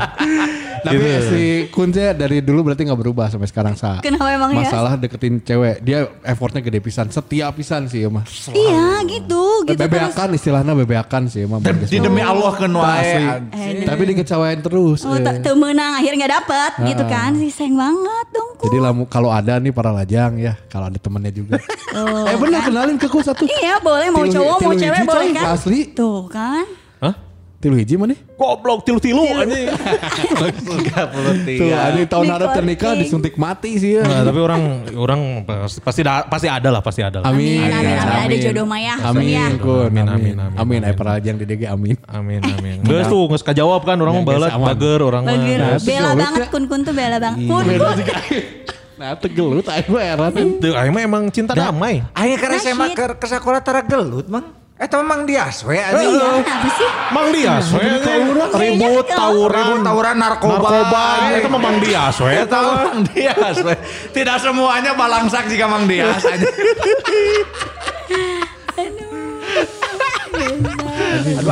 Speaker 7: Tapi ya
Speaker 2: Gitu.
Speaker 7: si Kunce dari dulu berarti nggak berubah sampai sekarang sa.
Speaker 5: Kenapa emang ya?
Speaker 7: Masalah deketin cewek, dia effortnya gede pisan, setia pisan sih emang.
Speaker 5: Iya gitu, gitu terus.
Speaker 7: bebeakan istilahnya bebeakan sih emang.
Speaker 3: Dem- Di demi Allah kenuai.
Speaker 7: eh, Tapi dikecewain terus.
Speaker 5: Oh,
Speaker 7: eh.
Speaker 5: tak- tuh menang akhirnya nggak dapet gitu kan sih sayang banget dong ku.
Speaker 7: Jadi lamu- kalau ada nih para lajang ya, kalau ada temennya juga.
Speaker 5: Tuh,
Speaker 7: eh benar kenalin ke ku satu.
Speaker 5: Oh. Iya boleh mau
Speaker 7: Tilu-
Speaker 5: cowok mau
Speaker 7: tilu
Speaker 5: cewek
Speaker 7: hiji,
Speaker 5: boleh
Speaker 7: coy,
Speaker 5: kan?
Speaker 7: Asli,
Speaker 5: Tuh kan.
Speaker 2: Hah?
Speaker 7: tilu hiji mana?
Speaker 2: Goblok tilu-tilu anjing.
Speaker 3: 33.
Speaker 7: Tuh, ada tahun harap
Speaker 5: Dikorting.
Speaker 7: ternikah disuntik mati sih ya.
Speaker 2: Iya. Nah, tapi orang orang pasti pasti da- pasti ada lah, pasti ada lah.
Speaker 7: Amin.
Speaker 5: Amin, amin, amin. Ada jodoh maya,
Speaker 7: Amin,
Speaker 5: ya.
Speaker 7: kun.
Speaker 2: Amin,
Speaker 7: Amin,
Speaker 2: amin,
Speaker 7: amin,
Speaker 2: amin.
Speaker 7: amin. Amin, para lajang di DG, amin.
Speaker 2: Amin amin. Geus tuh geus kajawab kan orang mah
Speaker 7: Ya,
Speaker 2: balat
Speaker 7: geus aman.
Speaker 2: bager orang mah.
Speaker 5: Bager,
Speaker 7: Nah, terus
Speaker 5: bela
Speaker 7: jodoh
Speaker 5: banget
Speaker 7: ya.
Speaker 5: kun kun tuh bela banget. Kun
Speaker 7: Beda
Speaker 5: kun.
Speaker 7: juga. Nah, tegelut aing mah era tuh.
Speaker 2: Tuh aing mah emang cinta damai.
Speaker 3: Ayo karena saya mah
Speaker 5: Nasib.
Speaker 3: ke, ke sekolah tara gelut mang. Eh tapi mang dia swe anjing.
Speaker 5: Iya, apa sih?
Speaker 2: Mang Dias, we Iya,
Speaker 5: Iya,
Speaker 2: tawuran ribut
Speaker 5: Kayaknya
Speaker 2: tawuran
Speaker 3: Ribut tawuran narkoba.
Speaker 2: narkoba iya, itu mah Mang Dias, we
Speaker 3: Eh tahu mang dia swe. Tidak semuanya balangsak jika mang dia saja. Aduh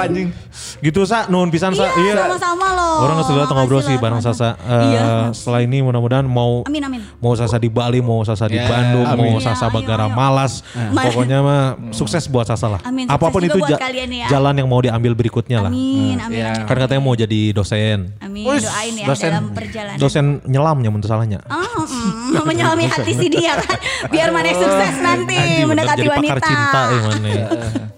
Speaker 3: anjing.
Speaker 2: Gitu sa nuhun pisan sa.
Speaker 5: Iya, sama-sama loh.
Speaker 2: Orang sudah
Speaker 5: Makasih
Speaker 2: ngobrol sih
Speaker 5: lah,
Speaker 2: bareng
Speaker 5: sama-sama.
Speaker 2: Sasa.
Speaker 5: Iya.
Speaker 2: Eh, Setelah ini mudah-mudahan mau
Speaker 5: Amin, amin.
Speaker 2: mau Sasa di Bali, mau Sasa di
Speaker 7: Ya,
Speaker 2: Bandung,
Speaker 7: amin.
Speaker 2: mau
Speaker 5: Iya,
Speaker 2: Sasa
Speaker 5: ayo,
Speaker 2: Bagara
Speaker 5: ayo.
Speaker 2: Malas.
Speaker 5: Ma-
Speaker 2: Pokoknya mah sukses buat Sasa lah.
Speaker 5: Amin, sukses
Speaker 2: Apapun
Speaker 5: juga
Speaker 2: itu
Speaker 5: buat
Speaker 2: ja-
Speaker 5: kalian ya.
Speaker 2: jalan yang mau diambil berikutnya lah.
Speaker 5: Amin, amin, amin.
Speaker 2: Kan katanya mau jadi dosen.
Speaker 5: Amin,
Speaker 3: Wih,
Speaker 5: doain ya
Speaker 3: dosen-
Speaker 5: dalam perjalanan.
Speaker 2: Dosen nyelam ya menurut salahnya.
Speaker 5: Oh, mm, menyelami hati si dia kan. Biar mana sukses nanti
Speaker 2: Anjing, bener
Speaker 5: mendekati
Speaker 2: jadi pakar
Speaker 5: wanita.
Speaker 2: cinta ya mana.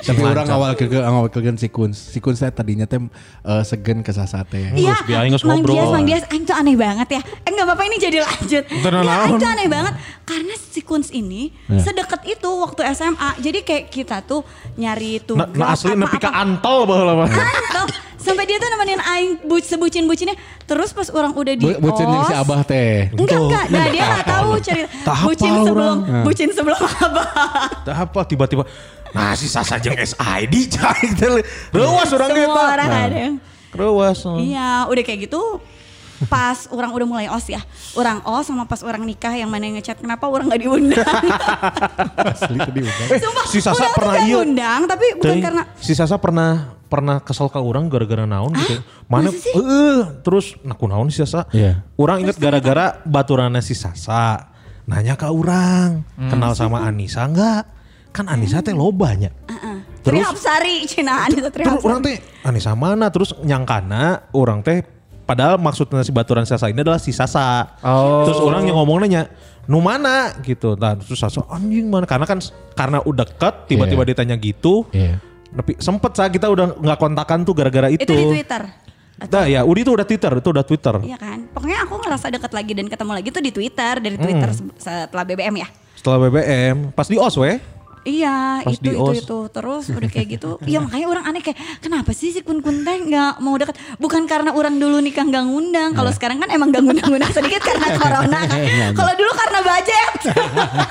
Speaker 7: Tapi orang awal ke awal kegen si Kun. Si Kun saya tadinya tem eh, segen ke sasate.
Speaker 5: Iya,
Speaker 2: Terus biarin terus
Speaker 5: Mang
Speaker 2: ngobrol.
Speaker 5: Dias, Mang Dias, Aing tuh aneh banget ya. Eh enggak apa-apa ini jadi lanjut.
Speaker 2: Ntar
Speaker 5: Nggak, Aing
Speaker 2: naon. Ya.
Speaker 5: tuh aneh banget. Karena si Kunz ini sedekat itu waktu SMA. Jadi kayak kita tuh nyari
Speaker 2: Nah,
Speaker 5: tugas
Speaker 2: nah asli nepi ka
Speaker 5: apa-apa.
Speaker 2: antel baheula mah.
Speaker 5: Tuh, sampai dia tuh nemenin Aing bu, sebucin-bucinnya. Terus pas orang udah di
Speaker 7: Bu, bucin yang si
Speaker 5: kos,
Speaker 7: Abah teh.
Speaker 5: Enggak, enggak. Nah, dia gak tahu cerita.
Speaker 2: Tak hafal
Speaker 5: Bucin sebelum,
Speaker 2: orang.
Speaker 5: bucin sebelum abah.
Speaker 2: Dah apa tiba-tiba nah si Sasa jeung SID cai teh. Reuas urang ge
Speaker 5: Semua orang
Speaker 2: Nah.
Speaker 5: ada yang.
Speaker 2: Reuas.
Speaker 5: Iya, udah kayak gitu pas orang udah mulai os ya. Orang os sama pas orang nikah yang mana yang ngechat kenapa orang gak diundang.
Speaker 7: Asli tadi udah.
Speaker 5: Sumpah,
Speaker 2: Eh, si Sasa
Speaker 5: orang tuh
Speaker 2: pernah
Speaker 5: gak
Speaker 2: iya.
Speaker 5: undang tapi bukan
Speaker 2: Teuing,
Speaker 5: karena Ah,
Speaker 2: si Sasa pernah pernah kesel ke orang gara-gara naon gitu. Mana
Speaker 5: Masa sih?
Speaker 2: heeh, terus naku naon si Sasa.
Speaker 7: Iya.
Speaker 2: Orang inget gara-gara baturannya si Sasa nanya ke orang, kenal sama Anissa enggak? Kan Anissa teh lobanya.
Speaker 5: Ah, eh,
Speaker 2: Terus
Speaker 5: Trihapsari Cina Anissa
Speaker 2: Terus
Speaker 5: Trihapsari.
Speaker 2: orang teh Anissa mana terus nyangkana orang teh padahal maksudnya si baturan Sasa ini adalah si Sasa. Terus orang yang ngomongnya nu mana gitu. Nah, terus Sasa anjing mana karena kan karena udah deket tiba-tiba
Speaker 7: Iya.
Speaker 2: ditanya gitu.
Speaker 7: Iya.
Speaker 2: Tapi sempet sa kita udah nggak kontakan tuh gara-gara itu.
Speaker 5: Itu di Twitter.
Speaker 2: Nah, ya Udi tuh udah Twitter, itu udah Twitter.
Speaker 5: Iya kan? Pokoknya aku ngerasa deket lagi dan ketemu lagi tuh di Twitter, dari Twitter
Speaker 2: Mm.
Speaker 5: se- setelah BBM ya.
Speaker 2: Setelah BBM, pas di OS weh.
Speaker 5: Iya
Speaker 2: Pas
Speaker 5: itu
Speaker 2: di
Speaker 5: itu
Speaker 2: os.
Speaker 5: itu terus udah kayak gitu Iya makanya orang aneh kayak kenapa sih si kun kun teh nggak mau dekat Bukan karena orang dulu nikah nggak ngundang Kalau
Speaker 2: Iya.
Speaker 5: sekarang kan emang nggak ngundang-ngundang sedikit karena corona kan Kalau dulu karena budget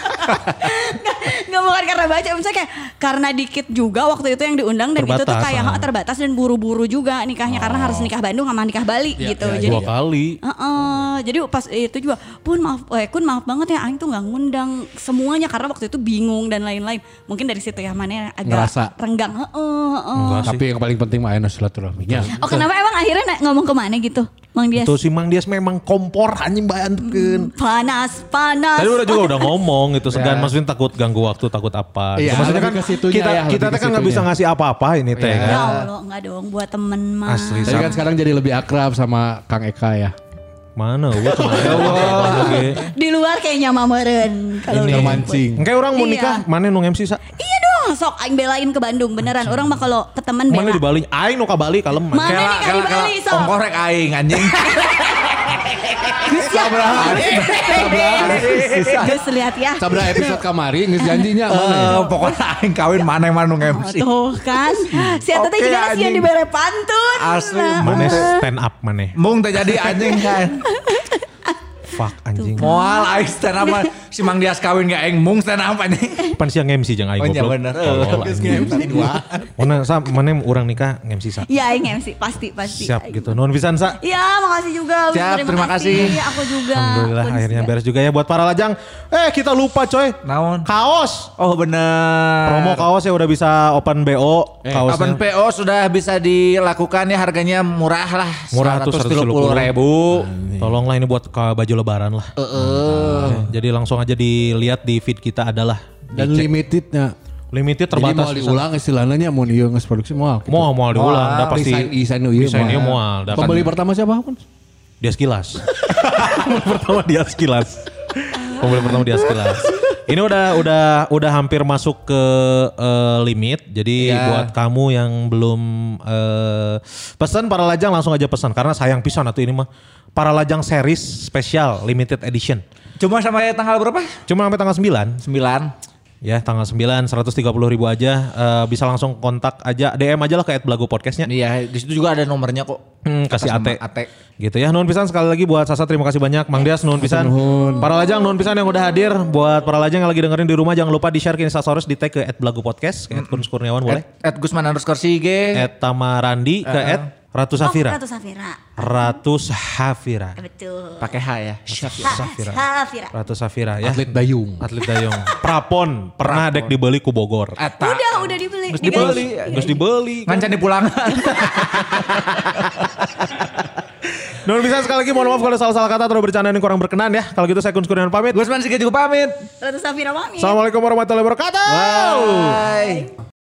Speaker 5: Nggak- Nggak bukan karena budget Misalnya kayak karena dikit juga waktu itu yang diundang Dan itu tuh
Speaker 2: Terbatas,
Speaker 5: kayak
Speaker 2: ah. Oh.
Speaker 5: "Oh, terbatas dan buru-buru juga nikahnya Karena harus nikah Bandung sama nikah Bali gitu Jadi
Speaker 2: Dua kali. Oh.
Speaker 5: Heeh, jadi pas itu juga pun maaf, eh, kun maaf banget ya, Aing tuh nggak ngundang semuanya karena waktu itu bingung dan lain-lain. Mungkin dari situ ya mana yang agak
Speaker 7: Ngerasa.
Speaker 5: renggang. Heeh, heeh.
Speaker 2: Enggak sih. Iya.
Speaker 7: Tapi yang paling penting mah enak silaturahminya.
Speaker 5: Oh kenapa emang akhirnya na- ngomong kemana gitu, Mang Dias?
Speaker 2: Tuh si Mang Dias memang kompor anjing bayangkeun.
Speaker 5: Panas, panas.
Speaker 2: Tadi udah juga udah ngomong gitu segan maksudnya takut ganggu waktu takut apa. gitu.
Speaker 7: Iya,
Speaker 2: maksudnya kan
Speaker 7: lebih ke situnya
Speaker 2: kita
Speaker 7: ya,
Speaker 2: kita
Speaker 7: lebih
Speaker 2: teh
Speaker 7: ke
Speaker 2: kan nggak bisa
Speaker 7: situnya.
Speaker 2: ngasih apa-apa ini teh
Speaker 7: Iya.
Speaker 5: Ya
Speaker 2: kan.
Speaker 5: Allah, enggak dong buat temen mah.
Speaker 2: Asli
Speaker 7: Tapi kan sekarang jadi lebih akrab sama Kang Eka ya.
Speaker 2: Mana gue cuma
Speaker 5: Di luar kayaknya mameren
Speaker 2: Ini.
Speaker 5: kalau lihat.
Speaker 7: Mancing.
Speaker 2: Engke orang mau
Speaker 5: Iya.
Speaker 2: nikah, mana nung MC sa?
Speaker 5: Iya dong, sok aing belain ke Bandung beneran. Orang mah kalau ke temen
Speaker 2: Mana
Speaker 5: bela.
Speaker 2: di Bali? Aing nu ka Bali kalem.
Speaker 5: Mana
Speaker 2: Kela-
Speaker 5: nih kali Bali sok.
Speaker 3: Ongkorek aing anjing.
Speaker 5: Geus lihat ya.
Speaker 7: Sabra episode kamari nggak janjinya mana ya?
Speaker 3: Eh, pokoknya aing kawin mana mana nunggu MC.
Speaker 5: Tuh kan. Si Eta teh
Speaker 3: Oke,
Speaker 5: juga sih yang
Speaker 3: anjing.
Speaker 5: dibere pantun.
Speaker 3: Asli,
Speaker 2: Mana stand up mana?
Speaker 3: Mung teh jadi anjing kan.
Speaker 2: Fuck anjing.
Speaker 3: Moal aing stand up. si Mang Dias kawin gak eng mung stand up anjing.
Speaker 2: Pan siang MC jangan aing
Speaker 3: Oh, iya
Speaker 2: goblok.
Speaker 3: bener.
Speaker 2: Tolol,
Speaker 3: Geus
Speaker 2: anjing.
Speaker 3: nge-MC dua.
Speaker 2: Mana sa mana orang nikah MC sa.
Speaker 5: Iya, aing MC pasti pasti.
Speaker 2: Siap gitu. Nuhun pisan sa.
Speaker 5: Iya, makasih juga. Wis,
Speaker 3: Siap, terima kasih.
Speaker 5: Iya, aku juga.
Speaker 2: Alhamdulillah
Speaker 5: Aku
Speaker 2: akhirnya
Speaker 5: juga.
Speaker 2: beres juga ya buat para lajang. Eh kita lupa coy.
Speaker 3: Naon?
Speaker 2: Kaos.
Speaker 3: Oh bener.
Speaker 2: Promo kaos ya udah bisa open BO kaosnya.
Speaker 3: Eh, Open PO sudah bisa dilakukan ya harganya murah lah.
Speaker 2: Murah tuh
Speaker 3: 130 ribu.
Speaker 2: Tolonglah ini buat ke baju lebaran lah. Oke, Jadi langsung aja dilihat di feed kita adalah
Speaker 7: Dan limitednya.
Speaker 2: limited
Speaker 7: Jadi
Speaker 2: terbatas.
Speaker 7: mau diulang istilahnya nya mau dieu geus produksi moal. gitu.
Speaker 2: Mau mau diulang, dah pasti.
Speaker 7: Desain desain ieu
Speaker 2: desain ieu moal,
Speaker 7: moal.
Speaker 2: dapat.
Speaker 7: Pembeli pertama siapa pun?
Speaker 2: Dia sekilas. pertama dia sekilas. Pembeli pertama dia sekilas. Ini udah udah udah hampir masuk ke eh, limit. Jadi
Speaker 3: Iya.
Speaker 2: buat kamu yang belum eh, pesan para lajang langsung aja pesan karena sayang pisan atau ini mah para lajang series spesial limited edition.
Speaker 3: Cuma sampai tanggal berapa?
Speaker 2: Cuma sampai tanggal 9
Speaker 3: 9.
Speaker 2: Ya tanggal 9 130 ribu aja Eh, bisa langsung kontak aja DM aja lah ke @belago podcastnya
Speaker 3: Iya, di situ juga ada nomornya kok.
Speaker 2: Hmm, kasih
Speaker 3: Atas
Speaker 2: ate.
Speaker 3: nama Ate.
Speaker 2: Gitu ya. Nuhun pisan sekali lagi buat Sasa terima kasih banyak. Mang Dias nuhun pisan. Para lajang nuhun pisan yang udah hadir buat para lajang yang lagi dengerin di rumah jangan lupa di-share ke Insta Stories di tag ke @belago podcast ke @kurnis kurniawan boleh.
Speaker 3: Eh, At Gusman underscore Sige.
Speaker 2: @tamarandi ke @ratu
Speaker 5: Oh,
Speaker 2: Safira.
Speaker 5: Ratu Safira.
Speaker 2: Ratu Safira.
Speaker 5: Betul.
Speaker 3: Pakai H ya.
Speaker 2: Safira.
Speaker 5: Safira.
Speaker 2: Ratu Safira ya.
Speaker 7: Atlet Dayung.
Speaker 2: Atlet Dayung. Prapon pernah dek dibeli ku Bogor.
Speaker 3: Ata.
Speaker 5: Udah, udah dibeli.
Speaker 3: Terus dibeli.
Speaker 2: Terus dibeli.
Speaker 3: Ngancan di pulangan.
Speaker 2: Nuhun pisan sekali lagi mohon maaf kalau salah-salah kata atau bercandaan yang kurang berkenan ya. Kalau gitu saya Kurnis kurniawan pamit.
Speaker 3: Gusman Sige juga pamit.
Speaker 5: Ratu Safira mami.
Speaker 2: Assalamualaikum warahmatullahi wabarakatuh.
Speaker 3: Bye.